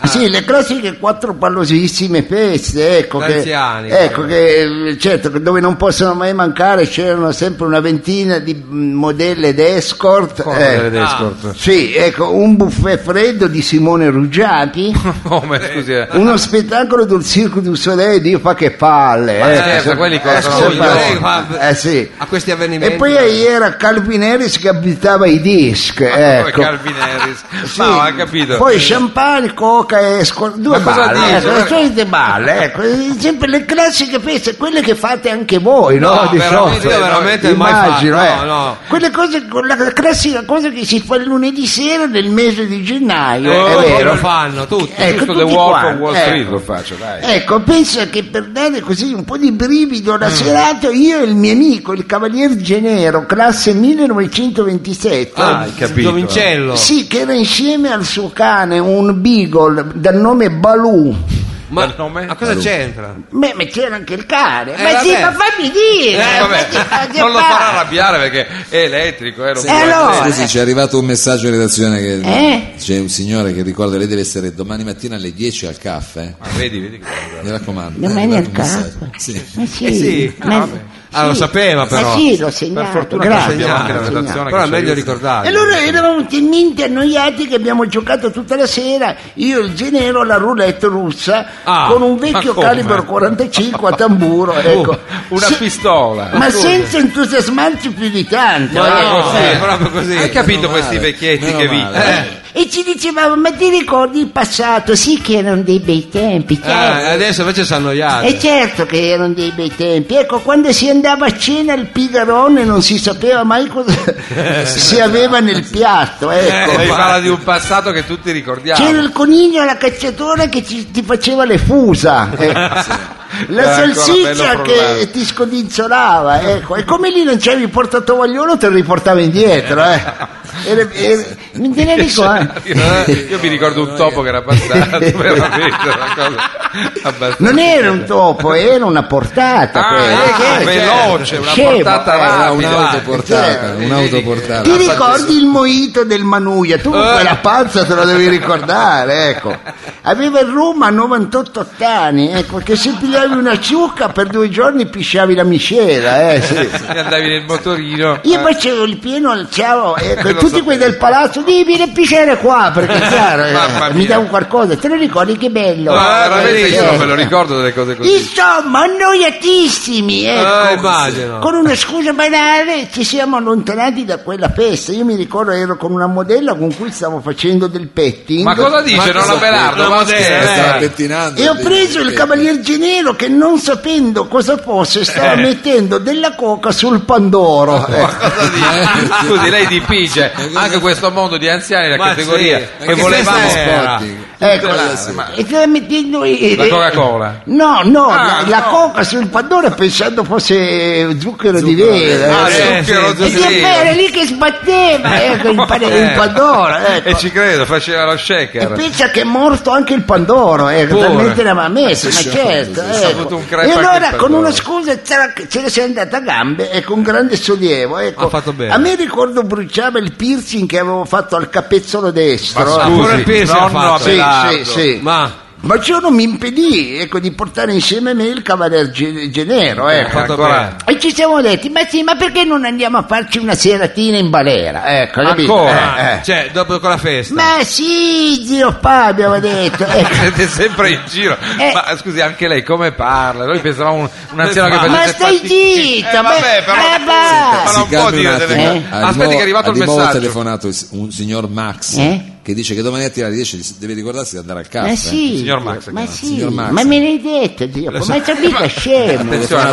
[SPEAKER 3] Ah.
[SPEAKER 1] Sì, le classiche quattro pallosissime peste, ecco che,
[SPEAKER 3] Anziani,
[SPEAKER 1] ecco che, eh, certo, che dove non possono mai mancare c'erano sempre una ventina di mm, modelle d'escort.
[SPEAKER 3] Come
[SPEAKER 1] eh.
[SPEAKER 3] modelle d'escort?
[SPEAKER 1] Ah. Sì, ecco, un buffet freddo di Simone Ruggiati,
[SPEAKER 3] Come, scusi. eh.
[SPEAKER 1] uno spettacolo del Circo du Soleil, Dio fa che palle.
[SPEAKER 3] Ma
[SPEAKER 1] eh,
[SPEAKER 3] certo,
[SPEAKER 1] se-
[SPEAKER 3] quelli costano
[SPEAKER 1] se
[SPEAKER 3] un
[SPEAKER 1] fa-
[SPEAKER 3] milione.
[SPEAKER 1] eh, sì.
[SPEAKER 4] a questi
[SPEAKER 1] E
[SPEAKER 4] avvenimenti.
[SPEAKER 1] poi era Calvin Harris che abitava i disc,
[SPEAKER 3] Ah, Come
[SPEAKER 1] ecco.
[SPEAKER 3] Calvin Harris.
[SPEAKER 1] Sì.
[SPEAKER 3] Ma ho capito.
[SPEAKER 1] Poi champagne, coca e scor- due
[SPEAKER 3] Ma cosa
[SPEAKER 1] balle,
[SPEAKER 3] dice?
[SPEAKER 1] ecco, le solite balle, ecco. sempre le classiche feste, quelle che fate anche voi, no?
[SPEAKER 3] No,
[SPEAKER 1] Di
[SPEAKER 3] veramente,
[SPEAKER 1] solito.
[SPEAKER 3] veramente mai
[SPEAKER 1] immagino,
[SPEAKER 3] fatto,
[SPEAKER 1] eh.
[SPEAKER 3] no, no.
[SPEAKER 1] Quelle cose, la classica cosa che si fa il lunedì sera del mese di gennaio,
[SPEAKER 3] Eh,
[SPEAKER 1] è vero?
[SPEAKER 3] lo fanno tutti,
[SPEAKER 1] Ecco,
[SPEAKER 3] giusto The
[SPEAKER 1] tutti
[SPEAKER 3] Walk of
[SPEAKER 1] quanti,
[SPEAKER 3] Wall Street
[SPEAKER 1] ecco.
[SPEAKER 3] lo faccio, dai.
[SPEAKER 1] Ecco, penso che per dare così un po' di brivido
[SPEAKER 3] Mm.
[SPEAKER 1] alla serata, io e il mio amico, il Cavalier Genero, classe 1927,
[SPEAKER 4] Ah,
[SPEAKER 3] hai capito.
[SPEAKER 4] Giovincello.
[SPEAKER 1] sì, che era insieme al suo cane un beagle dal nome Baloo.
[SPEAKER 4] Ma,
[SPEAKER 3] Dal nome?
[SPEAKER 4] ma cosa c'entra?
[SPEAKER 1] Beh, ma c'era anche il cane.
[SPEAKER 4] Eh,
[SPEAKER 1] ma sì,
[SPEAKER 4] vabbè.
[SPEAKER 1] ma fammi dire!
[SPEAKER 3] Eh, vabbè,
[SPEAKER 1] ma che- ma che
[SPEAKER 3] non lo
[SPEAKER 1] fa?
[SPEAKER 3] farà arrabbiare perché è elettrico. Eh, lo
[SPEAKER 1] Sì.
[SPEAKER 3] può-
[SPEAKER 1] Eh, allora.
[SPEAKER 2] Scusi, ci è arrivato un messaggio in redazione che
[SPEAKER 1] Eh?
[SPEAKER 2] c'è un signore che ricorda lei deve essere domani mattina alle 10 al caffè. eh.
[SPEAKER 3] Ah, vedi, vedi. che-
[SPEAKER 2] Mi raccomando.
[SPEAKER 11] Domani
[SPEAKER 2] è
[SPEAKER 11] al
[SPEAKER 2] arrivato un
[SPEAKER 11] caffè?
[SPEAKER 2] messaggio. Sì.
[SPEAKER 11] Ma sì,
[SPEAKER 4] Eh sì,
[SPEAKER 11] ma-
[SPEAKER 4] Ah, lo
[SPEAKER 11] sì.
[SPEAKER 4] sapeva però.
[SPEAKER 11] Ma sì, l'ho segnato.
[SPEAKER 3] Per fortuna che
[SPEAKER 11] grazie.
[SPEAKER 3] sappiamo anche la
[SPEAKER 1] signora.
[SPEAKER 3] redazione.
[SPEAKER 4] Però è
[SPEAKER 3] che ci
[SPEAKER 4] meglio
[SPEAKER 3] aiuta.
[SPEAKER 4] ricordarlo.
[SPEAKER 1] E allora eravamo talmente annoiati che abbiamo giocato tutta la sera, io e il Genero, alla roulette russa
[SPEAKER 3] Ah,
[SPEAKER 1] con un vecchio
[SPEAKER 3] ma come?
[SPEAKER 1] calibro 45 a tamburo.
[SPEAKER 3] Oh,
[SPEAKER 1] Ecco.
[SPEAKER 3] una
[SPEAKER 1] Se-
[SPEAKER 3] pistola.
[SPEAKER 1] Ma senza entusiasmarci più di tanto.
[SPEAKER 4] Ma
[SPEAKER 1] ecco.
[SPEAKER 4] no, così,
[SPEAKER 3] Eh,
[SPEAKER 4] proprio così.
[SPEAKER 3] Hai capito
[SPEAKER 2] Meno
[SPEAKER 3] questi
[SPEAKER 2] male,
[SPEAKER 3] vecchietti
[SPEAKER 2] meno
[SPEAKER 3] che vi...
[SPEAKER 2] male.
[SPEAKER 3] Eh,
[SPEAKER 11] E ci dicevamo, ma ti ricordi il passato? Sì che erano dei bei tempi, certo.
[SPEAKER 4] Ah, adesso invece si
[SPEAKER 3] eh.
[SPEAKER 4] annoiato.
[SPEAKER 11] E
[SPEAKER 1] E certo che erano dei bei tempi, ecco quando si andava a cena il pigarone non si sapeva mai cosa si aveva nel piatto, ecco.
[SPEAKER 3] eh, mi parla di un passato che tutti ricordiamo.
[SPEAKER 1] C'era il coniglio alla cacciatora che ci- ti faceva le fusa, eh. la
[SPEAKER 3] Era Eh, ancora
[SPEAKER 1] salsiccia
[SPEAKER 3] bello frullato.
[SPEAKER 1] che ti scodinzolava, ecco. E come lì non c'avevi il portatovagliolo te lo riportava indietro, eh. Era- era- non te ne eh. ricordo.
[SPEAKER 3] Cioè, Io mi ricordo un topo che era passato, veramente una cosa abbastanza.
[SPEAKER 1] Non era un topo, era una portata
[SPEAKER 3] Ah,
[SPEAKER 1] quella.
[SPEAKER 3] ah,
[SPEAKER 1] Certo.
[SPEAKER 3] veloce, una
[SPEAKER 1] Scemo,
[SPEAKER 3] portata
[SPEAKER 1] eh.
[SPEAKER 2] Era
[SPEAKER 3] rapida.
[SPEAKER 2] un'autoportata, un'autoportata.
[SPEAKER 1] Ti ricordi il moito del Manuia? Tu
[SPEAKER 3] Eh.
[SPEAKER 1] quella panza te la devi ricordare, ecco. Aveva il Roma a 98 anni, ecco, che se pigliavi una ciucca per due giorni pisciavi la miscela, eh, sì.
[SPEAKER 3] E andavi nel motorino.
[SPEAKER 1] Io facevo il pieno al ciao ecco, e
[SPEAKER 3] Eh, Lo
[SPEAKER 1] tutti
[SPEAKER 3] so.
[SPEAKER 1] quelli del palazzo devi pisciare qua perché chiaro, eh,
[SPEAKER 3] Mamma
[SPEAKER 1] mi
[SPEAKER 3] mia.
[SPEAKER 1] davo qualcosa, te lo ricordi che bello?
[SPEAKER 3] No, veramente
[SPEAKER 1] Eh,
[SPEAKER 3] io non
[SPEAKER 1] eh.
[SPEAKER 3] me lo ricordo delle cose così. Eh,
[SPEAKER 1] Insomma, annoiatissimi, ecco.
[SPEAKER 4] Ah, immagino.
[SPEAKER 1] Con una scusa banale ci siamo allontanati da quella festa. Io mi ricordo ero con una modella con cui stavo facendo del petting.
[SPEAKER 3] Ma cosa dice? Eh, Non la Belardo, ma
[SPEAKER 2] Stava
[SPEAKER 3] scherza.
[SPEAKER 2] pettinando.
[SPEAKER 1] E ho preso il cavalier Genero che non sapendo cosa fosse stava
[SPEAKER 3] Eh.
[SPEAKER 1] mettendo della coca sul pandoro. ecco.
[SPEAKER 3] Cosa dice? Scusi, lei dipinge anche questo mondo di anziani, la
[SPEAKER 4] Ma
[SPEAKER 3] categoria
[SPEAKER 4] sì, ma
[SPEAKER 3] che
[SPEAKER 4] che
[SPEAKER 3] volevamo
[SPEAKER 4] senso era?
[SPEAKER 1] Ecco,
[SPEAKER 3] Sì.
[SPEAKER 1] la- e stava mettendo eh,
[SPEAKER 3] La
[SPEAKER 1] eh,
[SPEAKER 3] Coca-Cola.
[SPEAKER 1] No, no,
[SPEAKER 3] Ah,
[SPEAKER 1] la, la
[SPEAKER 3] no.
[SPEAKER 1] coca sul pandoro pensando fosse eh, zucchero, di
[SPEAKER 3] Ah,
[SPEAKER 1] vera. ecco.
[SPEAKER 4] eh,
[SPEAKER 3] zucchero, Eh.
[SPEAKER 4] sì.
[SPEAKER 11] E
[SPEAKER 3] zucchero.
[SPEAKER 11] che era lì che sbatteva, ecco, il pane.
[SPEAKER 1] il Pandoro, ecco.
[SPEAKER 3] E ci credo, faceva lo
[SPEAKER 1] E
[SPEAKER 3] shaker.
[SPEAKER 1] pensa che è morto anche il Pandoro, eh,
[SPEAKER 3] Pure. Eh,
[SPEAKER 1] talmente l'aveva messo, ma
[SPEAKER 2] Sì,
[SPEAKER 1] certo.
[SPEAKER 2] sì,
[SPEAKER 1] ecco.
[SPEAKER 2] sì,
[SPEAKER 3] ha avuto un crack
[SPEAKER 1] e
[SPEAKER 3] anche il
[SPEAKER 1] allora con
[SPEAKER 3] Pandoro.
[SPEAKER 1] una scusa trac, ce ne sei andata a gambe e con grande sollievo. Ecco.
[SPEAKER 4] Ha fatto bene.
[SPEAKER 1] A me ricordo bruciava il piercing che avevo fatto al capezzolo destro.
[SPEAKER 3] Ma
[SPEAKER 1] eh.
[SPEAKER 4] Ah, pure il
[SPEAKER 3] Scusi,
[SPEAKER 4] piercing ha
[SPEAKER 3] nonno
[SPEAKER 4] fatto.
[SPEAKER 1] Sì,
[SPEAKER 3] Abelardo.
[SPEAKER 1] sì, sì. Ma...
[SPEAKER 4] Ma
[SPEAKER 1] ciò non mi impedì ecco, di portare insieme a me il Cavalier Ge- Genero.
[SPEAKER 3] Eh,
[SPEAKER 1] Ecco.
[SPEAKER 3] fatto
[SPEAKER 4] ancora-
[SPEAKER 3] bene.
[SPEAKER 11] E ci siamo detti, ma sì, ma perché non andiamo a farci una seratina in balera?
[SPEAKER 1] Ecco, capito? Eh,
[SPEAKER 3] Ancora?
[SPEAKER 1] eh.
[SPEAKER 4] cioè, dopo con la festa.
[SPEAKER 11] Ma sì, zio Fabio, aveva detto. Ecco.
[SPEAKER 3] Siete sempre in giro.
[SPEAKER 11] Eh.
[SPEAKER 3] Ma scusi, anche lei come parla? Noi pensavamo un, un anziano che
[SPEAKER 4] Ma-
[SPEAKER 3] facesse
[SPEAKER 11] ma stai
[SPEAKER 3] fatica.
[SPEAKER 11] zitto,
[SPEAKER 3] Eh, vabbè,
[SPEAKER 11] ma-
[SPEAKER 3] però,
[SPEAKER 11] ma va.
[SPEAKER 3] però non può dire
[SPEAKER 1] Eh?
[SPEAKER 3] delle
[SPEAKER 2] Eh,
[SPEAKER 3] cose. Aspetti che è arrivato il
[SPEAKER 2] Ho
[SPEAKER 3] messaggio.
[SPEAKER 2] telefonato il- un signor Max
[SPEAKER 11] Eh?
[SPEAKER 2] che dice che domani mattina alle 10 dis- deve ricordarsi di andare al caffè.
[SPEAKER 11] Ma
[SPEAKER 1] Eh
[SPEAKER 11] sì,
[SPEAKER 3] Signor Max,
[SPEAKER 11] ma
[SPEAKER 3] chiama.
[SPEAKER 11] sì,
[SPEAKER 2] Signor Max.
[SPEAKER 11] ma me l'hai detto, zio, ma c'è mica scemo.
[SPEAKER 3] Attenzione, ma
[SPEAKER 2] Ho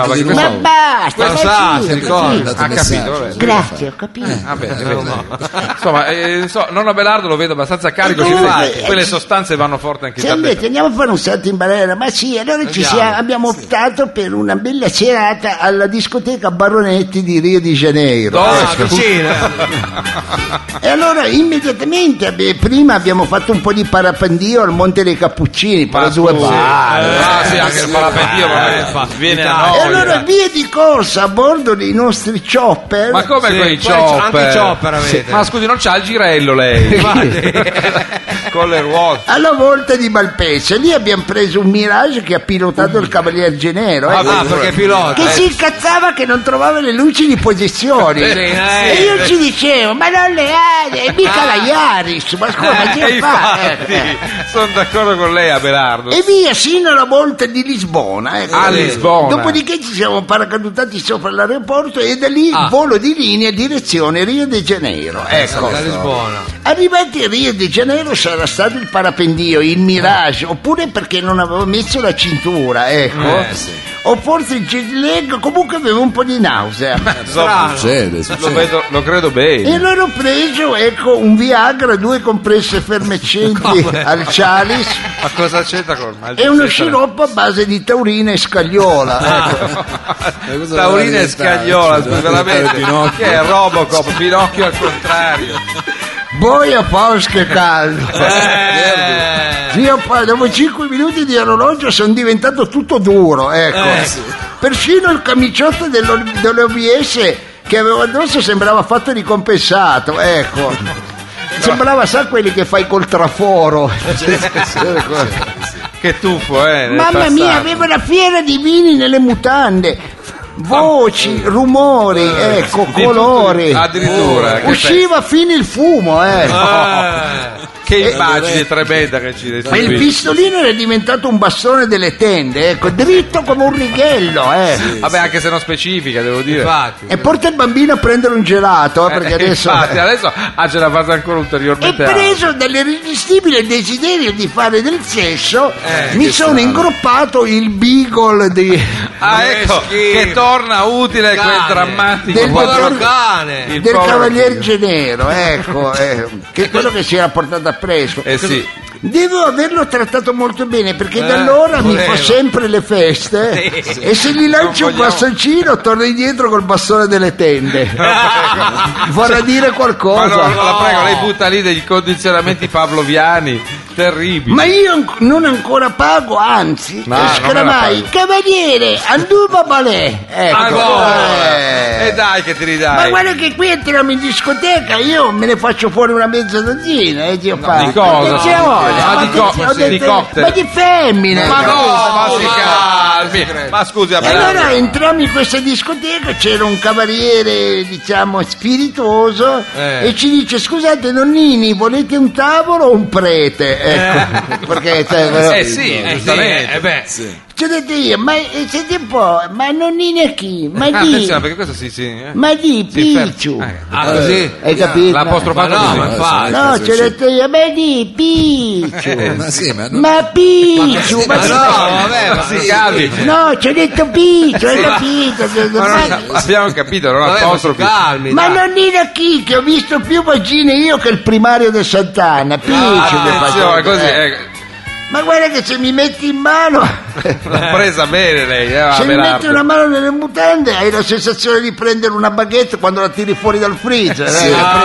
[SPEAKER 2] telefonato di
[SPEAKER 3] questo-
[SPEAKER 11] Ma
[SPEAKER 2] nuovo.
[SPEAKER 11] basta,
[SPEAKER 4] Lo
[SPEAKER 11] ma
[SPEAKER 4] sa,
[SPEAKER 11] zitto,
[SPEAKER 4] si ricorda.
[SPEAKER 11] zitto.
[SPEAKER 2] Dato
[SPEAKER 3] Ha
[SPEAKER 2] un messaggio,
[SPEAKER 3] capito, vabbè.
[SPEAKER 2] scusa,
[SPEAKER 11] Grazie, ho capito.
[SPEAKER 3] Ah, beh, eh, Insomma, eh, so, nonno Belardo lo vedo abbastanza carico.
[SPEAKER 11] E
[SPEAKER 3] ci
[SPEAKER 11] comunque,
[SPEAKER 3] vede.
[SPEAKER 11] eh,
[SPEAKER 3] Quelle
[SPEAKER 11] ci-
[SPEAKER 3] sostanze vanno forti anche
[SPEAKER 11] Ci
[SPEAKER 3] da
[SPEAKER 11] hanno
[SPEAKER 3] dentro.
[SPEAKER 11] detto andiamo a fare un salto in balera, ma sì, allora ci
[SPEAKER 3] Andiamo.
[SPEAKER 11] siamo, abbiamo
[SPEAKER 1] optato per una bella serata alla discoteca Baronetti di
[SPEAKER 3] Eh,
[SPEAKER 1] Rio di Janeiro.
[SPEAKER 3] Dove?
[SPEAKER 4] Ah, vicina.
[SPEAKER 1] E allora immediatamente abbi- prima abbiamo fatto un po' di parapendio al Monte dei Cappuccini, per due palle.
[SPEAKER 3] Ah, sì, anche il parapendio va bene fatto. Viene a
[SPEAKER 1] E
[SPEAKER 3] noia.
[SPEAKER 1] allora via di corsa a bordo dei nostri chopper.
[SPEAKER 3] Ma come
[SPEAKER 4] Sì,
[SPEAKER 3] quei
[SPEAKER 4] poi c'è-
[SPEAKER 3] chopper?
[SPEAKER 4] anche i chopper avete.
[SPEAKER 3] Sì. Ma scusi, non c'ha il girello lei? Con le ruote.
[SPEAKER 1] alla volta di Malpensa lì abbiamo preso un Mirage che ha pilotato il Cavalier Genero eh.
[SPEAKER 4] Ah, ah, perché è pilota.
[SPEAKER 1] che
[SPEAKER 4] eh.
[SPEAKER 1] si incazzava che non trovava le luci di posizione
[SPEAKER 3] Sì, eh.
[SPEAKER 1] e io ci dicevo ma non le ha e mica la Iaris ma scusa ma
[SPEAKER 3] Eh,
[SPEAKER 1] che fa eh.
[SPEAKER 3] infatti, sono d'accordo con lei, Abelardo.
[SPEAKER 1] e via sino alla volta di Lisbona ecco.
[SPEAKER 3] Certo. A Lisbona.
[SPEAKER 1] dopodiché ci siamo paracadutati sopra l'aeroporto e da lì
[SPEAKER 3] Ah.
[SPEAKER 1] volo di linea direzione Rio de Janeiro ecco
[SPEAKER 4] Da Lisbona.
[SPEAKER 1] Arrivati a Rio de Janeiro sarà stato il parapendio, il mirage, oppure perché non avevo messo la cintura, ecco.
[SPEAKER 3] Eh, sì.
[SPEAKER 1] O forse il jet lag, comunque avevo un po' di nausea.
[SPEAKER 3] Strano.
[SPEAKER 2] Succede,
[SPEAKER 3] Lo,
[SPEAKER 2] succede.
[SPEAKER 3] vedo- lo credo bene.
[SPEAKER 1] E allora ho preso, ecco, un Viagra, due compresse fermecenti al Cialis
[SPEAKER 3] Ma cosa c'entra con il
[SPEAKER 1] e uno sciroppo a base di taurina e
[SPEAKER 3] Eh,
[SPEAKER 1] scagliola. ecco.
[SPEAKER 2] Ma cosa
[SPEAKER 3] Taurina e
[SPEAKER 2] doveva diventare?
[SPEAKER 3] scagliola,
[SPEAKER 2] Doveva diventare
[SPEAKER 3] veramente.
[SPEAKER 2] Pinocchio.
[SPEAKER 3] Che è Robocop, Pinocchio al contrario.
[SPEAKER 1] Boia Paus che caldo!
[SPEAKER 3] Eh,
[SPEAKER 1] Io poi dopo 5 minuti di orologio sono diventato tutto duro, ecco.
[SPEAKER 3] Eh,
[SPEAKER 1] Persino il camiciotto dello- dell'OBS che avevo addosso sembrava fatto di compensato, ecco. Sembrava, sa, quelli che fai col traforo.
[SPEAKER 3] Eh,
[SPEAKER 1] Cioè, ecco.
[SPEAKER 3] che tuffo, eh. nel
[SPEAKER 1] Mamma mia,
[SPEAKER 3] passato.
[SPEAKER 1] aveva la fiera di vini nelle mutande. Voci, rumori, ecco,
[SPEAKER 3] Ah. Di tutto-
[SPEAKER 1] colori. Oh.
[SPEAKER 3] Addirittura. che
[SPEAKER 1] Usciva fino il fumo, ecco.
[SPEAKER 3] Ah, che immagine tremenda che ci
[SPEAKER 1] Ma il
[SPEAKER 3] restituisce.
[SPEAKER 1] pistolino era diventato un bastone delle tende, ecco, dritto come un righello, eh.
[SPEAKER 3] Vabbè, anche se non specifica, devo dire.
[SPEAKER 4] Infatti.
[SPEAKER 1] E porta il bambino a prendere un gelato, eh, perché
[SPEAKER 3] Eh,
[SPEAKER 1] adesso...
[SPEAKER 3] infatti, adesso ah, ce la fate ancora
[SPEAKER 1] E
[SPEAKER 3] ulteriormente. alta.
[SPEAKER 1] preso dall'irresistibile desiderio di fare del sesso,
[SPEAKER 3] Eh,
[SPEAKER 1] mi sono ingroppato il beagle di-
[SPEAKER 3] Ah, ecco,
[SPEAKER 4] schifo.
[SPEAKER 3] che torna utile quel
[SPEAKER 4] Cane.
[SPEAKER 3] drammatico
[SPEAKER 1] Del
[SPEAKER 3] povero
[SPEAKER 1] povero
[SPEAKER 4] cane.
[SPEAKER 3] Il
[SPEAKER 1] del
[SPEAKER 3] povero
[SPEAKER 1] cavalier
[SPEAKER 3] figlio.
[SPEAKER 1] Genero, ecco, eh, che è quello che si era portato appresso.
[SPEAKER 3] Eh sì.
[SPEAKER 1] Devo averlo trattato molto bene perché da allora mi
[SPEAKER 4] voleva.
[SPEAKER 1] fa sempre le feste
[SPEAKER 3] Eh, Sì.
[SPEAKER 1] e se gli lancio un
[SPEAKER 3] vogliamo-
[SPEAKER 1] bastoncino torno indietro col bastone delle tende. Vorrà
[SPEAKER 3] Ma
[SPEAKER 1] dire
[SPEAKER 3] no,
[SPEAKER 1] qualcosa.
[SPEAKER 3] no, la prego, lei butta lì degli condizionamenti pavloviani terribili.
[SPEAKER 1] Ma io anc- non ancora pago, anzi,
[SPEAKER 3] Ma non me la
[SPEAKER 1] esclamai,
[SPEAKER 3] pago.
[SPEAKER 1] cavaliere, anduva balè. Ecco.
[SPEAKER 3] Allora,
[SPEAKER 1] Eh.
[SPEAKER 3] e dai che ti
[SPEAKER 1] Ma
[SPEAKER 3] ridai.
[SPEAKER 1] guarda che qui entriamo in discoteca, io me ne faccio fuori una mezza dozzina, eh, zio Fabio.
[SPEAKER 3] di cosa?
[SPEAKER 1] Attenzione,
[SPEAKER 3] Ah, di
[SPEAKER 1] ho
[SPEAKER 3] co-
[SPEAKER 1] detto- ho
[SPEAKER 3] sì, di
[SPEAKER 1] detto-
[SPEAKER 3] cocktail.
[SPEAKER 1] Ma di femmine!
[SPEAKER 3] Ma no, ma si
[SPEAKER 4] ma-
[SPEAKER 3] calmi. Ma scusi,
[SPEAKER 1] E allora entrammo in questa discoteca, c'era un cavaliere, diciamo, spiritoso
[SPEAKER 3] Eh.
[SPEAKER 1] e ci dice "Scusate nonnini, volete un tavolo o un prete?" Ecco, perché cioè,
[SPEAKER 3] Eh sì,
[SPEAKER 4] Eh,
[SPEAKER 3] giustamente.
[SPEAKER 4] sì, eh, beh.
[SPEAKER 1] ci ho detto io, ma eh, senti un po', ma nonnini a chi? Ma
[SPEAKER 3] Ah,
[SPEAKER 1] di
[SPEAKER 3] attenzione, perché questo si... si eh.
[SPEAKER 1] Ma di
[SPEAKER 3] Si ferma.
[SPEAKER 1] Picciu.
[SPEAKER 3] Eh,
[SPEAKER 4] Ah, così?
[SPEAKER 1] Hai capito?
[SPEAKER 3] L'apostrofata
[SPEAKER 4] Ma no,
[SPEAKER 3] così.
[SPEAKER 4] ma
[SPEAKER 2] sì,
[SPEAKER 4] infatti.
[SPEAKER 1] No,
[SPEAKER 2] sì,
[SPEAKER 1] ce
[SPEAKER 2] sì.
[SPEAKER 1] l'ho detto io, ma di
[SPEAKER 2] Eh,
[SPEAKER 1] Picciu.
[SPEAKER 2] Ma sì, ma non...
[SPEAKER 1] Ma Picciu,
[SPEAKER 2] Ma
[SPEAKER 1] ma
[SPEAKER 4] Ma no, vabbè,
[SPEAKER 3] Ma
[SPEAKER 4] ma
[SPEAKER 3] si calmi.
[SPEAKER 1] No, ci ho detto Picciu, hai capito? Che-
[SPEAKER 3] Ma non-
[SPEAKER 1] Ma,
[SPEAKER 3] abbiamo capito, non
[SPEAKER 4] Vabbè, ma si
[SPEAKER 3] apostrofi.
[SPEAKER 4] calmi.
[SPEAKER 1] ma
[SPEAKER 4] dai.
[SPEAKER 1] non era chi che ho visto più vagine io che il primario del Sant'Anna. Picciu mi ha fatto
[SPEAKER 3] Ah, Attenzione, così,
[SPEAKER 1] vedere.
[SPEAKER 3] eh,
[SPEAKER 1] Ma guarda che se mi metti in
[SPEAKER 3] Ah,
[SPEAKER 1] mano...
[SPEAKER 3] l'ha presa bene lei, eh,
[SPEAKER 1] Se mi
[SPEAKER 3] Abelardo.
[SPEAKER 1] metti una mano nelle mutande hai la sensazione di prendere una baguette quando la tiri fuori dal freezer. eh, la
[SPEAKER 4] Ah,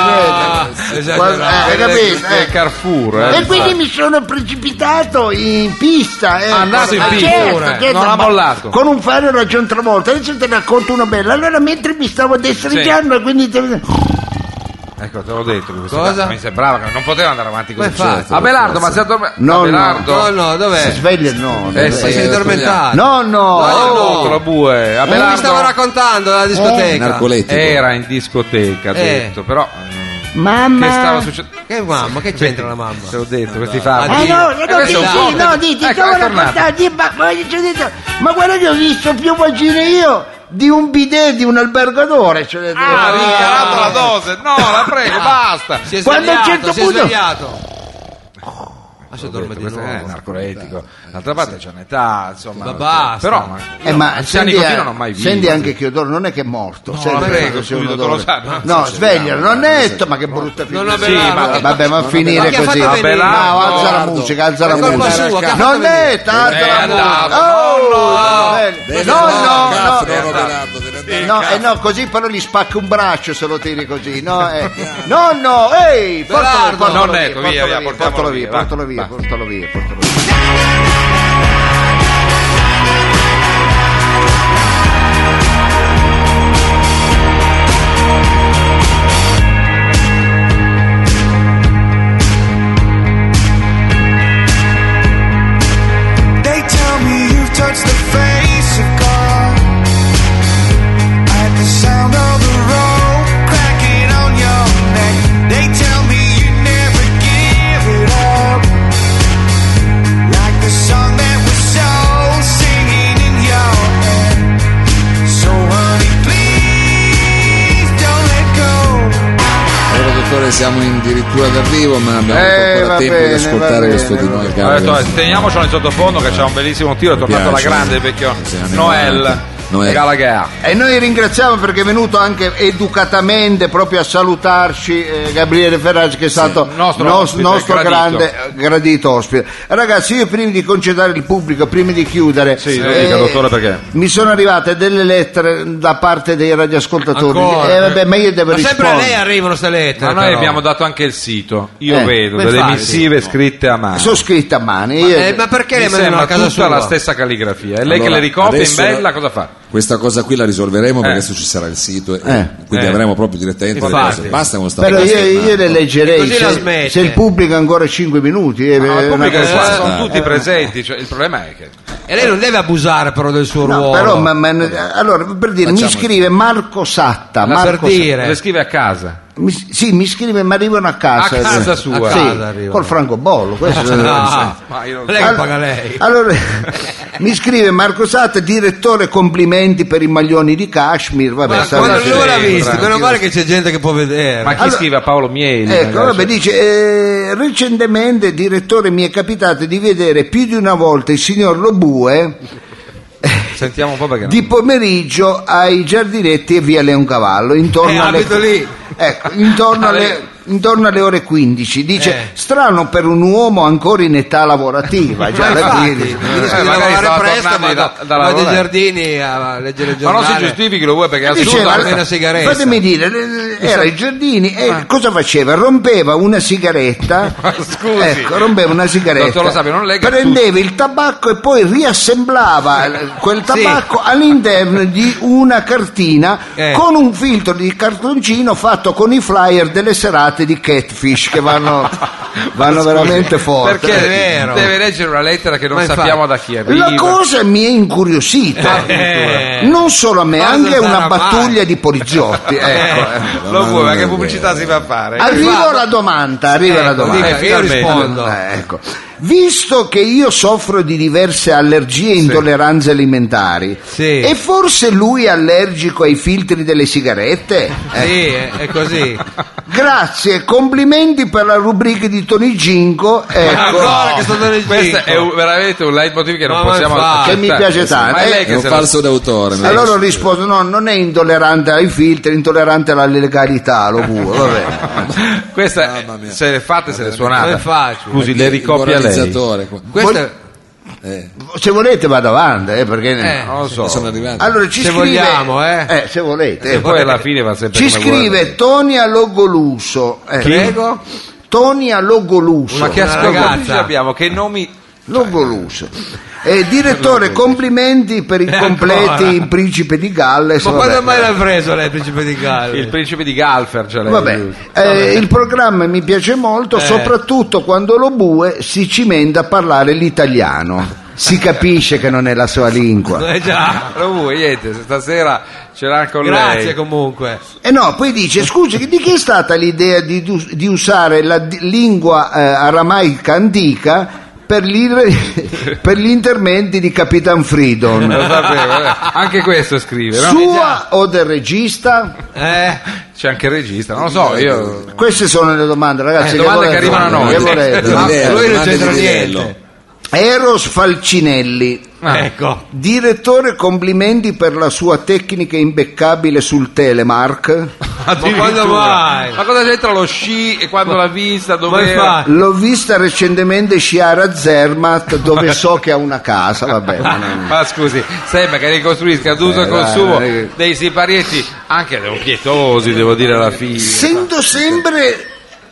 [SPEAKER 1] prendete.
[SPEAKER 4] esagerato.
[SPEAKER 1] Guarda, eh, hai capito?
[SPEAKER 3] esatto, Del
[SPEAKER 1] eh.
[SPEAKER 3] Carrefour, eh.
[SPEAKER 1] E quindi mi sono precipitato in pista. eh.
[SPEAKER 3] Andato in
[SPEAKER 1] Ah,
[SPEAKER 3] pista,
[SPEAKER 1] certo,
[SPEAKER 3] pure,
[SPEAKER 1] certo,
[SPEAKER 3] non l'ha
[SPEAKER 1] ma
[SPEAKER 3] mollato.
[SPEAKER 1] Con un fare ragion travolta. Adesso te ne racconto una bella. Allora, mentre mi stavo destreggiando, quindi. te-
[SPEAKER 3] Ecco, te l'ho detto. che questa
[SPEAKER 4] Cosa?
[SPEAKER 3] cosa Mi sembrava che non poteva andare avanti così. Certo.
[SPEAKER 4] Ma infatti.
[SPEAKER 3] Abelardo, ma si addormenta.
[SPEAKER 1] No,
[SPEAKER 3] Abelardo.
[SPEAKER 4] No, no, dov'è?
[SPEAKER 1] Sveglia, no.
[SPEAKER 3] Eh,
[SPEAKER 4] Ma
[SPEAKER 3] sì,
[SPEAKER 4] sei
[SPEAKER 3] eh,
[SPEAKER 4] addormentato.
[SPEAKER 1] No, no.
[SPEAKER 4] Ma
[SPEAKER 1] Oh,
[SPEAKER 4] no.
[SPEAKER 3] Oh, la bue.
[SPEAKER 4] Eh, mi stavo
[SPEAKER 3] Abelardo
[SPEAKER 4] raccontando la
[SPEAKER 1] Eh,
[SPEAKER 4] discoteca.
[SPEAKER 2] Narcoletico.
[SPEAKER 3] era in discoteca, ha
[SPEAKER 4] Eh.
[SPEAKER 3] detto, però... mm, Che stava
[SPEAKER 1] Mamma.
[SPEAKER 3] succedendo?
[SPEAKER 4] che mamma, che c'entra la mamma?
[SPEAKER 3] Te l'ho detto, questi fatti.
[SPEAKER 1] Ah no,
[SPEAKER 3] Eh,
[SPEAKER 1] no,
[SPEAKER 3] questo
[SPEAKER 1] sì,
[SPEAKER 3] è un
[SPEAKER 1] sì,
[SPEAKER 3] po'.
[SPEAKER 1] no, di, ti
[SPEAKER 3] Ecco,
[SPEAKER 1] stavo
[SPEAKER 3] è tornato.
[SPEAKER 1] raccontando, di- ma, ma, ci ho detto, ma guarda che ho visto più vagine io di un bidet di un albergatore. cioè, eh, ci ho detto.
[SPEAKER 3] Ah, ha rincarato la dose. No, la prego, basta.
[SPEAKER 4] Ah, Si è
[SPEAKER 1] Quando a un
[SPEAKER 4] svegliato,
[SPEAKER 1] certo
[SPEAKER 4] si è
[SPEAKER 1] punto-
[SPEAKER 4] svegliato. Ma Ah, si
[SPEAKER 3] Questo
[SPEAKER 4] addorme di
[SPEAKER 3] è
[SPEAKER 4] nuovo.
[SPEAKER 3] narcoletico. D'altra parte c'è un'età, insomma.
[SPEAKER 4] Ma basta.
[SPEAKER 3] Però, ma,
[SPEAKER 1] Eh, ma
[SPEAKER 3] se
[SPEAKER 1] senti,
[SPEAKER 3] nicotina
[SPEAKER 1] eh,
[SPEAKER 3] non ho mai visto.
[SPEAKER 1] senti anche Chiodoro, non è che è morto. senti
[SPEAKER 3] la
[SPEAKER 1] che
[SPEAKER 3] prego,
[SPEAKER 1] c'è un
[SPEAKER 3] subito te
[SPEAKER 1] odore.
[SPEAKER 3] lo sa, no?
[SPEAKER 1] No, sveglialo, non è detto, ma che brutta figura.
[SPEAKER 4] aveva-
[SPEAKER 1] Sì, ma-
[SPEAKER 4] non-
[SPEAKER 1] vabbè, ma a finire
[SPEAKER 4] perché ha
[SPEAKER 1] così.
[SPEAKER 4] fatto venire-
[SPEAKER 1] No, alza la
[SPEAKER 2] Abelardo.
[SPEAKER 1] musica, alza
[SPEAKER 4] È
[SPEAKER 1] la
[SPEAKER 4] colpa
[SPEAKER 1] musica.
[SPEAKER 4] sua, che ha fatto
[SPEAKER 1] Non è
[SPEAKER 4] venire.
[SPEAKER 1] detto, alza
[SPEAKER 3] Eh,
[SPEAKER 1] la musica.
[SPEAKER 3] andava.
[SPEAKER 1] Oh,
[SPEAKER 3] No, no.
[SPEAKER 1] bello.
[SPEAKER 2] Deve
[SPEAKER 1] No,
[SPEAKER 2] andare,
[SPEAKER 1] no, no.
[SPEAKER 2] Cafro, Roberardo, deve andare.
[SPEAKER 1] eh, no, eh, no, così però gli spacca un braccio se lo tiri così. No, eh. Nonno, ehi, portalo,
[SPEAKER 3] Bernardo!
[SPEAKER 1] portalo
[SPEAKER 3] Nonno, ecco, via,
[SPEAKER 1] portalo
[SPEAKER 3] via,
[SPEAKER 1] via,
[SPEAKER 3] portiamolo
[SPEAKER 1] portalo via,
[SPEAKER 3] via, va.
[SPEAKER 1] portalo via, portalo via, portalo via.
[SPEAKER 12] They tell me you've touched the face of God. At the sound of the rope cracking on your neck, they tell me you never give it up. Like the song that was so singing in your head. So honey, please don't let go.
[SPEAKER 2] Allora, dottore, siamo addirittura d'arrivo, ma abbiamo
[SPEAKER 12] Eh,
[SPEAKER 2] ancora
[SPEAKER 12] va
[SPEAKER 2] tempo
[SPEAKER 12] bene,
[SPEAKER 2] di
[SPEAKER 12] va
[SPEAKER 2] ascoltare
[SPEAKER 12] bene.
[SPEAKER 2] questo di noi.
[SPEAKER 3] Ho detto,
[SPEAKER 2] caro.
[SPEAKER 3] eh, teniamocelo in sottofondo che c'è un bellissimo tiro, è tornato alla
[SPEAKER 2] piace,
[SPEAKER 3] grande il vecchio
[SPEAKER 2] anni
[SPEAKER 3] Noel, Eh,
[SPEAKER 2] 90. Noel.
[SPEAKER 3] Gallagher.
[SPEAKER 1] E noi ringraziamo perché è venuto anche educatamente proprio a salutarci eh, Gabriele Ferraggi che è stato
[SPEAKER 3] nostro
[SPEAKER 1] nos-
[SPEAKER 3] ospite,
[SPEAKER 1] nostro
[SPEAKER 3] gradito.
[SPEAKER 1] grande eh, gradito ospite. Ragazzi, io prima di concedere il pubblico, prima di chiudere,
[SPEAKER 3] Sì, lo
[SPEAKER 1] eh,
[SPEAKER 3] dica dottore perché.
[SPEAKER 1] mi sono arrivate delle lettere da parte dei radioascoltatori.
[SPEAKER 4] Ancora?
[SPEAKER 1] Eh, vabbè, ma io devo
[SPEAKER 4] Ma sempre a
[SPEAKER 1] rispondere.
[SPEAKER 4] lei arrivano queste lettere.
[SPEAKER 3] Ma noi
[SPEAKER 4] però.
[SPEAKER 3] abbiamo dato anche il sito, io
[SPEAKER 1] Eh,
[SPEAKER 3] vedo
[SPEAKER 4] per
[SPEAKER 3] delle
[SPEAKER 4] fare,
[SPEAKER 3] missive scritte a mano.
[SPEAKER 1] Sono scritte a mani.
[SPEAKER 4] Ma,
[SPEAKER 1] io-
[SPEAKER 4] eh, ma perché le
[SPEAKER 3] Mi
[SPEAKER 4] mandano
[SPEAKER 3] sembra
[SPEAKER 4] a casa
[SPEAKER 3] tutta
[SPEAKER 4] sua?
[SPEAKER 3] la stessa calligrafia. E lei
[SPEAKER 2] Allora,
[SPEAKER 3] che le ricopia in
[SPEAKER 2] adesso-
[SPEAKER 3] bella cosa fa?
[SPEAKER 2] Questa cosa qui la risolveremo perché
[SPEAKER 3] Eh.
[SPEAKER 2] adesso ci sarà il sito e
[SPEAKER 1] Eh.
[SPEAKER 2] quindi
[SPEAKER 3] Eh.
[SPEAKER 2] avremo proprio direttamente le
[SPEAKER 3] Infatti.
[SPEAKER 2] cose. Basta con sta
[SPEAKER 1] Però io,
[SPEAKER 2] bastonata.
[SPEAKER 1] io le leggerei
[SPEAKER 4] Così la
[SPEAKER 1] se,
[SPEAKER 4] smette. Ah,
[SPEAKER 1] se il pubblico ha ancora 5 minuti. eh,
[SPEAKER 3] Ma
[SPEAKER 1] è
[SPEAKER 3] il
[SPEAKER 1] una
[SPEAKER 3] pubblico
[SPEAKER 1] cosa-
[SPEAKER 3] qua
[SPEAKER 2] cosa-
[SPEAKER 3] Ah, sono
[SPEAKER 2] eh,
[SPEAKER 3] tutti presenti, cioè, il problema è che
[SPEAKER 4] E lei non deve abusare però del suo
[SPEAKER 1] No,
[SPEAKER 4] ruolo.
[SPEAKER 1] però, ma- ma- allora, per dire, mi
[SPEAKER 2] Facciamo-
[SPEAKER 1] scrive Marco Satta.
[SPEAKER 4] Ma
[SPEAKER 1] Marco
[SPEAKER 4] per dire-
[SPEAKER 3] le scrive a casa.
[SPEAKER 1] Satta. Mi- sì, mi scrive, ma arrivano a casa.
[SPEAKER 3] A casa
[SPEAKER 1] Eh,
[SPEAKER 3] sua.
[SPEAKER 1] Sì,
[SPEAKER 4] A casa arrivano.
[SPEAKER 1] col francobollo. Questo
[SPEAKER 4] No,
[SPEAKER 3] Ma io non-
[SPEAKER 4] lei che paga lei.
[SPEAKER 1] Allora, mi scrive Marco Satta, direttore, complimenti per i maglioni di Kashmir. Vabbè,
[SPEAKER 4] Ma
[SPEAKER 1] sarà-
[SPEAKER 4] quando
[SPEAKER 3] sì,
[SPEAKER 4] lui l'ha
[SPEAKER 3] sì,
[SPEAKER 4] visto,
[SPEAKER 3] tranquillo.
[SPEAKER 4] meno male che c'è gente che può vedere.
[SPEAKER 3] Ma chi
[SPEAKER 1] Allora-
[SPEAKER 3] scrive a Paolo Mieli?
[SPEAKER 1] Ecco,
[SPEAKER 3] magari?
[SPEAKER 1] vabbè, dice, eh, recentemente, direttore, mi è capitato di vedere più di una volta il signor Lobue
[SPEAKER 3] Sentiamo un po' perché
[SPEAKER 1] di pomeriggio ai giardinetti e via Leoncavallo intorno,
[SPEAKER 4] Eh,
[SPEAKER 1] alle,
[SPEAKER 4] abito lì.
[SPEAKER 1] Ecco, intorno,
[SPEAKER 3] Ah,
[SPEAKER 1] alle, intorno alle ore 15 dice
[SPEAKER 4] Eh.
[SPEAKER 1] strano per un uomo ancora in età lavorativa già
[SPEAKER 4] Ma
[SPEAKER 1] alla
[SPEAKER 4] infatti,
[SPEAKER 1] fine.
[SPEAKER 4] mi rischio
[SPEAKER 3] Eh,
[SPEAKER 4] di
[SPEAKER 3] magari
[SPEAKER 4] lavorare
[SPEAKER 3] stava
[SPEAKER 4] presto,
[SPEAKER 3] tornando
[SPEAKER 4] ma
[SPEAKER 3] da-
[SPEAKER 4] da,
[SPEAKER 3] da
[SPEAKER 4] vado ai
[SPEAKER 3] lavorare.
[SPEAKER 4] giardini a leggere il
[SPEAKER 3] Ma non
[SPEAKER 4] giornale.
[SPEAKER 3] si giustifichi lo vuoi perché è assurdo.
[SPEAKER 1] Diceva,
[SPEAKER 4] Diceva,
[SPEAKER 3] almeno
[SPEAKER 4] una sigaretta.
[SPEAKER 1] fatemi dire, le- era i giardini e cosa faceva? Rompeva una sigaretta,
[SPEAKER 3] Ma scusi.
[SPEAKER 1] ecco, rompeva una sigaretta,
[SPEAKER 3] Dottor Lo Sapio, non legga
[SPEAKER 1] prendeva il tabacco e poi riassemblava eh, quel tabacco all'interno di una cartina
[SPEAKER 4] Eh.
[SPEAKER 1] con un filtro di cartoncino fatto con i flyer delle serate di Catfish che vanno, vanno veramente forti.
[SPEAKER 3] Perché eh,
[SPEAKER 4] È vero.
[SPEAKER 3] deve leggere una lettera che non
[SPEAKER 4] Ma infatti-
[SPEAKER 3] sappiamo da chi arriva.
[SPEAKER 1] La cosa mi è incuriosita,
[SPEAKER 4] Eh.
[SPEAKER 1] non solo a me,
[SPEAKER 4] Quando
[SPEAKER 1] anche a
[SPEAKER 4] sarà
[SPEAKER 1] una
[SPEAKER 4] mai?
[SPEAKER 1] battaglia di poliziotti. Ecco, eh.
[SPEAKER 3] Lo vuoi, ma che pubblicità si fa fare?
[SPEAKER 1] Arrivo alla domanda, arriva
[SPEAKER 4] Eh,
[SPEAKER 1] la domanda.
[SPEAKER 4] dica, io
[SPEAKER 3] finalmente.
[SPEAKER 4] rispondo.
[SPEAKER 1] Eh, ecco. Visto che io soffro di diverse allergie e intolleranze alimentari,
[SPEAKER 4] Sì.
[SPEAKER 1] è forse lui allergico ai filtri delle sigarette? Eh.
[SPEAKER 4] Sì, è, è così.
[SPEAKER 1] Grazie, complimenti per la rubrica di Tony Ginco. Ecco.
[SPEAKER 4] Ancora Ah, che sto dando il
[SPEAKER 3] Questo
[SPEAKER 4] ginco.
[SPEAKER 3] è un- veramente un leitmotiv che non
[SPEAKER 4] Ma
[SPEAKER 3] possiamo
[SPEAKER 4] infatti.
[SPEAKER 1] Che mi piace tanto.
[SPEAKER 3] Ma è lei
[SPEAKER 1] Eh,
[SPEAKER 2] È
[SPEAKER 3] che
[SPEAKER 2] un
[SPEAKER 3] se
[SPEAKER 2] falso d'autore. ma-
[SPEAKER 1] Allora ho risposto: no, non è intollerante ai filtri, è intollerante alla legalità, lo pure. Vabbè.
[SPEAKER 3] la... Questa
[SPEAKER 2] Mamma mia.
[SPEAKER 3] se le fate se le
[SPEAKER 4] Come
[SPEAKER 3] suonate.
[SPEAKER 4] faccio?
[SPEAKER 3] Scusi,
[SPEAKER 2] Il
[SPEAKER 3] le ricopia lei.
[SPEAKER 2] moralizzatore qua.
[SPEAKER 4] Questo è-
[SPEAKER 1] Se volete vado avanti, eh, perché
[SPEAKER 4] Eh,
[SPEAKER 3] Non lo so.
[SPEAKER 2] Sono arrivato.
[SPEAKER 1] Allora ci
[SPEAKER 4] Se
[SPEAKER 1] scrive,
[SPEAKER 4] vogliamo, eh.
[SPEAKER 1] se volete.
[SPEAKER 3] E poi alla fine va sempre
[SPEAKER 1] Ci
[SPEAKER 3] come
[SPEAKER 1] scrive
[SPEAKER 3] vuole.
[SPEAKER 1] Tonia Logoluso. Eh,
[SPEAKER 4] Prego.
[SPEAKER 1] Tonia Logoluso.
[SPEAKER 3] Ma che
[SPEAKER 4] Una
[SPEAKER 3] ascolto
[SPEAKER 4] ragazza.
[SPEAKER 3] abbiamo? Che nomi
[SPEAKER 1] Logoluso. Eh, direttore, complimenti per i completi in Principe di Galles.
[SPEAKER 4] Ma
[SPEAKER 1] Vabbè.
[SPEAKER 4] quando mai l'ha preso lei, principe di Galles?
[SPEAKER 3] eh. Il principe di Galfer, cioè lei.
[SPEAKER 1] Vabbè, eh, il programma mi piace molto,
[SPEAKER 4] Eh.
[SPEAKER 1] soprattutto quando lo bue si cimenta a parlare l'italiano. Si capisce che non è la sua lingua.
[SPEAKER 4] Eh già.
[SPEAKER 3] Lo vuoi, niente, stasera ce l'ha con
[SPEAKER 4] Grazie
[SPEAKER 3] lei.
[SPEAKER 4] comunque.
[SPEAKER 1] E Eh no, poi dice, scusi, di chi è stata l'idea di, dus- di usare la di- lingua eh, aramaica antica per, l'ir- per gli interventi di Capitan
[SPEAKER 3] Lo
[SPEAKER 1] Freedom?
[SPEAKER 3] sapevo, eh. Anche questo scrive, no?
[SPEAKER 1] Sua o del regista?
[SPEAKER 4] Eh,
[SPEAKER 3] C'è anche il regista, non lo so, io...
[SPEAKER 1] Queste sono le domande, ragazzi.
[SPEAKER 3] Eh, domande che
[SPEAKER 1] volete?
[SPEAKER 3] arrivano a noi.
[SPEAKER 1] Che volete?
[SPEAKER 4] Ma
[SPEAKER 2] Dell'idea,
[SPEAKER 4] lui non
[SPEAKER 2] domande di
[SPEAKER 4] c'entra
[SPEAKER 2] livello.
[SPEAKER 4] niente.
[SPEAKER 1] Eros Falcinelli.
[SPEAKER 3] ecco.
[SPEAKER 1] Direttore, complimenti per la sua tecnica imbeccabile sul telemark.
[SPEAKER 3] Ma quando vai? Ma cosa c'entra lo sci e quando l'ha vista? Dove era?
[SPEAKER 1] L'ho vista recentemente sciare a Zermatt dove so che ha una casa, vabbè. ma non-
[SPEAKER 3] Ah, Ma scusi, sembra che ricostruisca ad uso
[SPEAKER 1] Eh,
[SPEAKER 3] e
[SPEAKER 1] dai,
[SPEAKER 3] consumo
[SPEAKER 1] non è che-
[SPEAKER 3] dei siparietti, anche dei pietosi, devo dire alla fine.
[SPEAKER 1] Sento sempre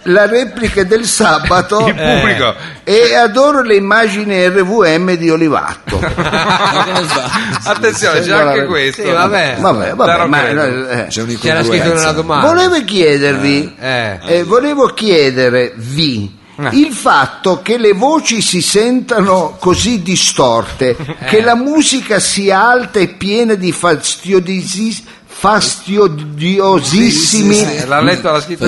[SPEAKER 1] la replica del sabato Eh,
[SPEAKER 3] Il pubblico.
[SPEAKER 1] e adoro le immagini RVM di Olivatto.
[SPEAKER 3] Attenzione, c'è
[SPEAKER 1] Sembra-
[SPEAKER 3] anche questo.
[SPEAKER 1] Sì,
[SPEAKER 3] Eh,
[SPEAKER 1] vabbè. Vabbè, vabbè,
[SPEAKER 3] Darò
[SPEAKER 1] ma-
[SPEAKER 3] credito.
[SPEAKER 1] eh,
[SPEAKER 3] C'era scritto nella domanda.
[SPEAKER 1] Volevo chiedervi,
[SPEAKER 3] Cioè, Eh.
[SPEAKER 1] eh, volevo chiedervi il fatto che le voci si sentano così distorte,
[SPEAKER 3] Eh.
[SPEAKER 1] che la musica sia alta e piena di fastiosi- fastidiosissimi
[SPEAKER 3] Sì, sì, sì, l'ha letto, l'ha scritto.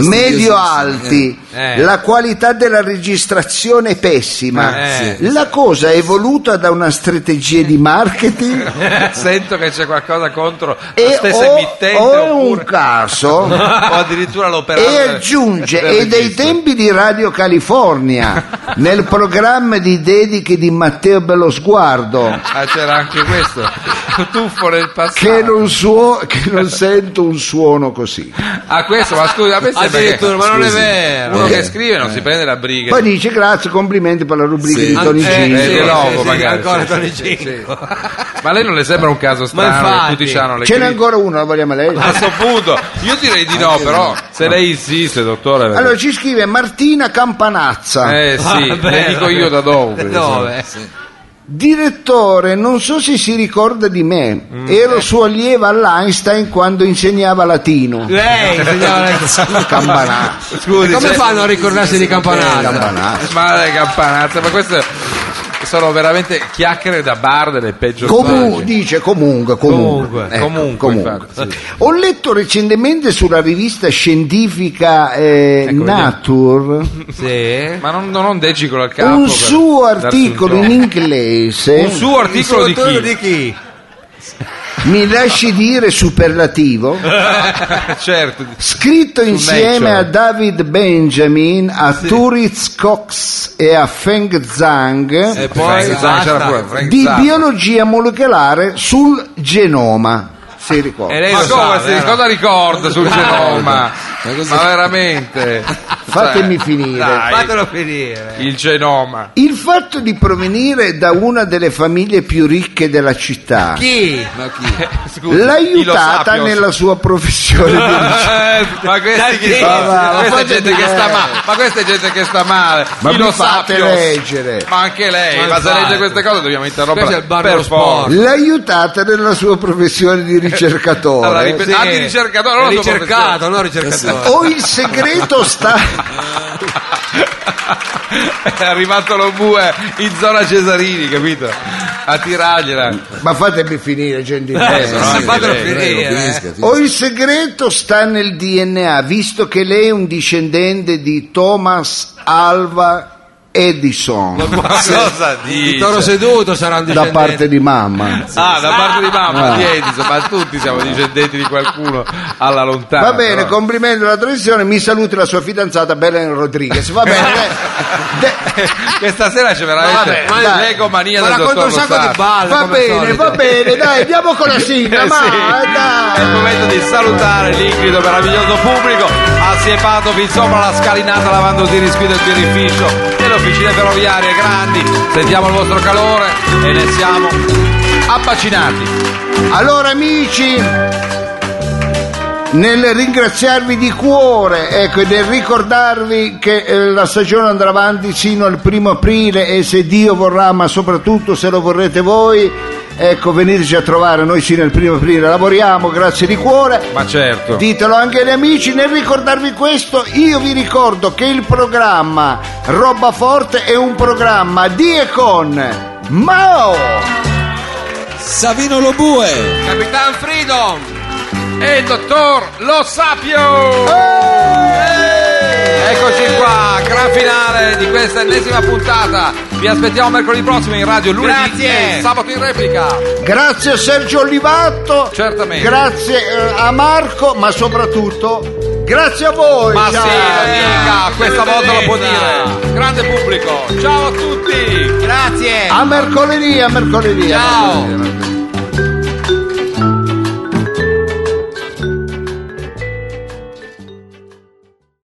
[SPEAKER 3] Fastidiosissimi,
[SPEAKER 1] medio alti
[SPEAKER 3] eh. Eh.
[SPEAKER 1] la qualità della registrazione è pessima
[SPEAKER 3] Eh,
[SPEAKER 1] la cosa è voluta da una strategia di marketing
[SPEAKER 3] Sento che c'è qualcosa contro Eh. la
[SPEAKER 1] e
[SPEAKER 3] stessa
[SPEAKER 1] o,
[SPEAKER 3] emittente
[SPEAKER 1] o è
[SPEAKER 3] oppure-
[SPEAKER 1] un caso
[SPEAKER 3] o addirittura l'operatore.
[SPEAKER 1] e aggiunge e dai tempi di Radio California nel programma di dediche di Matteo Bellosguardo
[SPEAKER 3] Ah, c'era anche questo. Tuffo nel passato.
[SPEAKER 1] che non, suo- che non sento un suono così
[SPEAKER 3] Ah, questo, ma scusa, a me sembra che-
[SPEAKER 4] Addirittura, ma non è
[SPEAKER 3] Scusi.
[SPEAKER 4] vero.
[SPEAKER 3] Uno
[SPEAKER 1] Eh.
[SPEAKER 3] che scrive non si prende la briga.
[SPEAKER 1] poi dice grazie complimenti per la rubrica di Tony
[SPEAKER 3] Eh,
[SPEAKER 1] Gini
[SPEAKER 3] eh, di Lobo,
[SPEAKER 4] sì,
[SPEAKER 3] magari,
[SPEAKER 4] ancora
[SPEAKER 3] sì,
[SPEAKER 4] Tony
[SPEAKER 3] sì, Eh, sì. Ma lei non le sembra un caso strano
[SPEAKER 4] infatti.
[SPEAKER 3] che tutti hanno le
[SPEAKER 1] ce n'è
[SPEAKER 3] critiche?
[SPEAKER 1] ancora uno la vogliamo leggere
[SPEAKER 3] A questo punto, io direi di no, però, se lei insiste, dottore.
[SPEAKER 1] Allora ah, ci scrive Martina Campanazza,
[SPEAKER 3] eh sì,
[SPEAKER 4] Vabbè,
[SPEAKER 3] le dico io da dove.
[SPEAKER 4] Ah, Dove?
[SPEAKER 1] direttore, non so se si ricorda di me,
[SPEAKER 3] Mm. Eh.
[SPEAKER 1] ero sua allieva all'Einstein quando insegnava latino.
[SPEAKER 3] Eh.
[SPEAKER 4] Lei, signore.
[SPEAKER 1] Campanazza.
[SPEAKER 3] Scusi,
[SPEAKER 4] Come
[SPEAKER 3] cioè-
[SPEAKER 4] fa a non ricordarsi
[SPEAKER 1] eh,
[SPEAKER 4] di Campanata?
[SPEAKER 1] Campanazza.
[SPEAKER 3] Ma le campanazze, ma queste sono veramente chiacchiere da bar delle peggiori.
[SPEAKER 1] Comu- dice comunque, comunque.
[SPEAKER 3] Comunque,
[SPEAKER 1] Ecco,
[SPEAKER 3] comunque,
[SPEAKER 1] comunque.
[SPEAKER 3] infatti,
[SPEAKER 1] Ho letto recentemente sulla rivista scientifica eh,
[SPEAKER 3] Ecco,
[SPEAKER 1] Nature
[SPEAKER 4] Sì.
[SPEAKER 3] Ma non, non ondeggi con il capo.
[SPEAKER 1] un
[SPEAKER 3] per darsi
[SPEAKER 1] suo
[SPEAKER 3] un
[SPEAKER 1] articolo
[SPEAKER 3] tocco.
[SPEAKER 1] in inglese.
[SPEAKER 3] Un suo articolo di chi?
[SPEAKER 4] Di chi?
[SPEAKER 1] Mi lasci dire superlativo?
[SPEAKER 3] certo.
[SPEAKER 1] Scritto insieme
[SPEAKER 3] Nature.
[SPEAKER 1] a David Benjamin, a Turitz Cox e a Feng Zhang
[SPEAKER 3] E poi
[SPEAKER 4] Frank
[SPEAKER 3] Zappa,
[SPEAKER 4] Zappa.
[SPEAKER 3] c'era pure Frank
[SPEAKER 1] di
[SPEAKER 3] Zappa.
[SPEAKER 1] biologia molecolare sul genoma. Si
[SPEAKER 3] E
[SPEAKER 1] ricorda.
[SPEAKER 3] lei
[SPEAKER 4] Ma
[SPEAKER 3] lo
[SPEAKER 4] come
[SPEAKER 3] sa,
[SPEAKER 4] si-
[SPEAKER 3] vero?
[SPEAKER 4] cosa
[SPEAKER 3] cosa ricorda sul genoma? Ma veramente?
[SPEAKER 1] Fatemi finire.
[SPEAKER 3] dai,
[SPEAKER 4] Fatelo finire.
[SPEAKER 3] il genoma.
[SPEAKER 1] Il fatto di provenire da una delle famiglie più ricche della città
[SPEAKER 4] Chi? Ma
[SPEAKER 3] Scusi,
[SPEAKER 1] l'ha
[SPEAKER 3] Ilo
[SPEAKER 1] aiutata
[SPEAKER 3] Sapiens.
[SPEAKER 1] nella sua professione di
[SPEAKER 3] Eh, ma questi chi
[SPEAKER 4] Dai,
[SPEAKER 3] sono?
[SPEAKER 1] ma va, ma
[SPEAKER 3] questa è
[SPEAKER 1] fate
[SPEAKER 3] gente che
[SPEAKER 1] vedere.
[SPEAKER 3] sta male ma questa è gente che sta male
[SPEAKER 1] Ma
[SPEAKER 3] Chi
[SPEAKER 1] mi
[SPEAKER 3] lo
[SPEAKER 1] fate
[SPEAKER 3] sappia?
[SPEAKER 1] leggere.
[SPEAKER 3] ma anche lei
[SPEAKER 4] Ma
[SPEAKER 3] ma, se
[SPEAKER 4] infatti.
[SPEAKER 3] legge queste cose dobbiamo interrompere
[SPEAKER 4] Questo è il bar dello
[SPEAKER 3] per
[SPEAKER 4] sport.
[SPEAKER 3] forza
[SPEAKER 1] L'ha aiutata nella sua professione di
[SPEAKER 3] allora,
[SPEAKER 1] ricercatore.
[SPEAKER 3] ripet- ah, di ricercatore non la sua
[SPEAKER 4] ricercato, non ricercatore.
[SPEAKER 1] O il segreto sta
[SPEAKER 3] è arrivato lo bue in zona Cesarini capito a tirargliela
[SPEAKER 1] Ma fatemi finire, gentilmente.
[SPEAKER 3] Eh, però
[SPEAKER 2] Sì,
[SPEAKER 3] anche
[SPEAKER 4] fatelo
[SPEAKER 3] lei,
[SPEAKER 4] finire,
[SPEAKER 2] prego,
[SPEAKER 4] eh.
[SPEAKER 2] finisca, finisca.
[SPEAKER 1] O il segreto sta nel DNA, visto che lei è un discendente di Thomas Alva Edison
[SPEAKER 3] ma cosa
[SPEAKER 4] Il
[SPEAKER 3] dice
[SPEAKER 4] toro seduto sarà un
[SPEAKER 1] da
[SPEAKER 4] discendente.
[SPEAKER 1] parte di mamma.
[SPEAKER 3] ah da parte di mamma di Edison ma tutti siamo discendenti di qualcuno alla lontana
[SPEAKER 1] Va bene,
[SPEAKER 3] però.
[SPEAKER 1] complimento alla tradizione, mi saluti la sua fidanzata Belen Rodriguez. Va bene. de-
[SPEAKER 3] questa sera c'è veramente
[SPEAKER 1] Vabbè, dai.
[SPEAKER 3] l'egomania
[SPEAKER 4] Ma
[SPEAKER 3] del
[SPEAKER 4] racconta
[SPEAKER 3] dottor
[SPEAKER 4] un sacco
[SPEAKER 3] Rosato.
[SPEAKER 4] di balle.
[SPEAKER 1] va
[SPEAKER 4] come al
[SPEAKER 1] bene,
[SPEAKER 4] solito.
[SPEAKER 1] va bene, dai, andiamo con la sigla,
[SPEAKER 3] Eh
[SPEAKER 1] ma
[SPEAKER 3] sì. È il
[SPEAKER 1] dai.
[SPEAKER 3] momento di salutare l'ingrido meraviglioso pubblico assiepato sopra la scalinata lavandosi i rischi del birrificio delle officine ferroviarie grandi. Sentiamo il vostro calore e ne siamo abbacinati.
[SPEAKER 1] Allora amici, nel ringraziarvi di cuore, ecco, e nel ricordarvi che eh, la stagione andrà avanti sino al primo aprile e se Dio vorrà, ma soprattutto se lo vorrete voi, ecco, venirci a trovare, noi sino al primo aprile lavoriamo, grazie di cuore.
[SPEAKER 3] Ma certo.
[SPEAKER 1] Ditelo anche agli amici, nel ricordarvi questo io vi ricordo che il programma Roba Forte è un programma di e con Mao!
[SPEAKER 2] Savino Lobue.
[SPEAKER 4] Capitan Freedom.
[SPEAKER 3] E il dottor Lo Sapio! Eccoci qua, gran finale di questa ennesima puntata. Vi aspettiamo mercoledì prossimo in radio lunedì
[SPEAKER 4] Grazie.
[SPEAKER 3] e sabato in replica.
[SPEAKER 1] Grazie a Sergio Olivatto,
[SPEAKER 3] Certamente.
[SPEAKER 1] grazie eh, a Marco, ma soprattutto grazie a voi.
[SPEAKER 3] Ma sì, eh.
[SPEAKER 1] Ciao.
[SPEAKER 3] la mica, questa
[SPEAKER 4] che
[SPEAKER 3] volta lo può
[SPEAKER 4] bellezza.
[SPEAKER 3] dire. Grande pubblico, ciao a tutti!
[SPEAKER 4] Grazie.
[SPEAKER 1] A mercoledì, a mercoledì. a mercoledì, a mercoledì.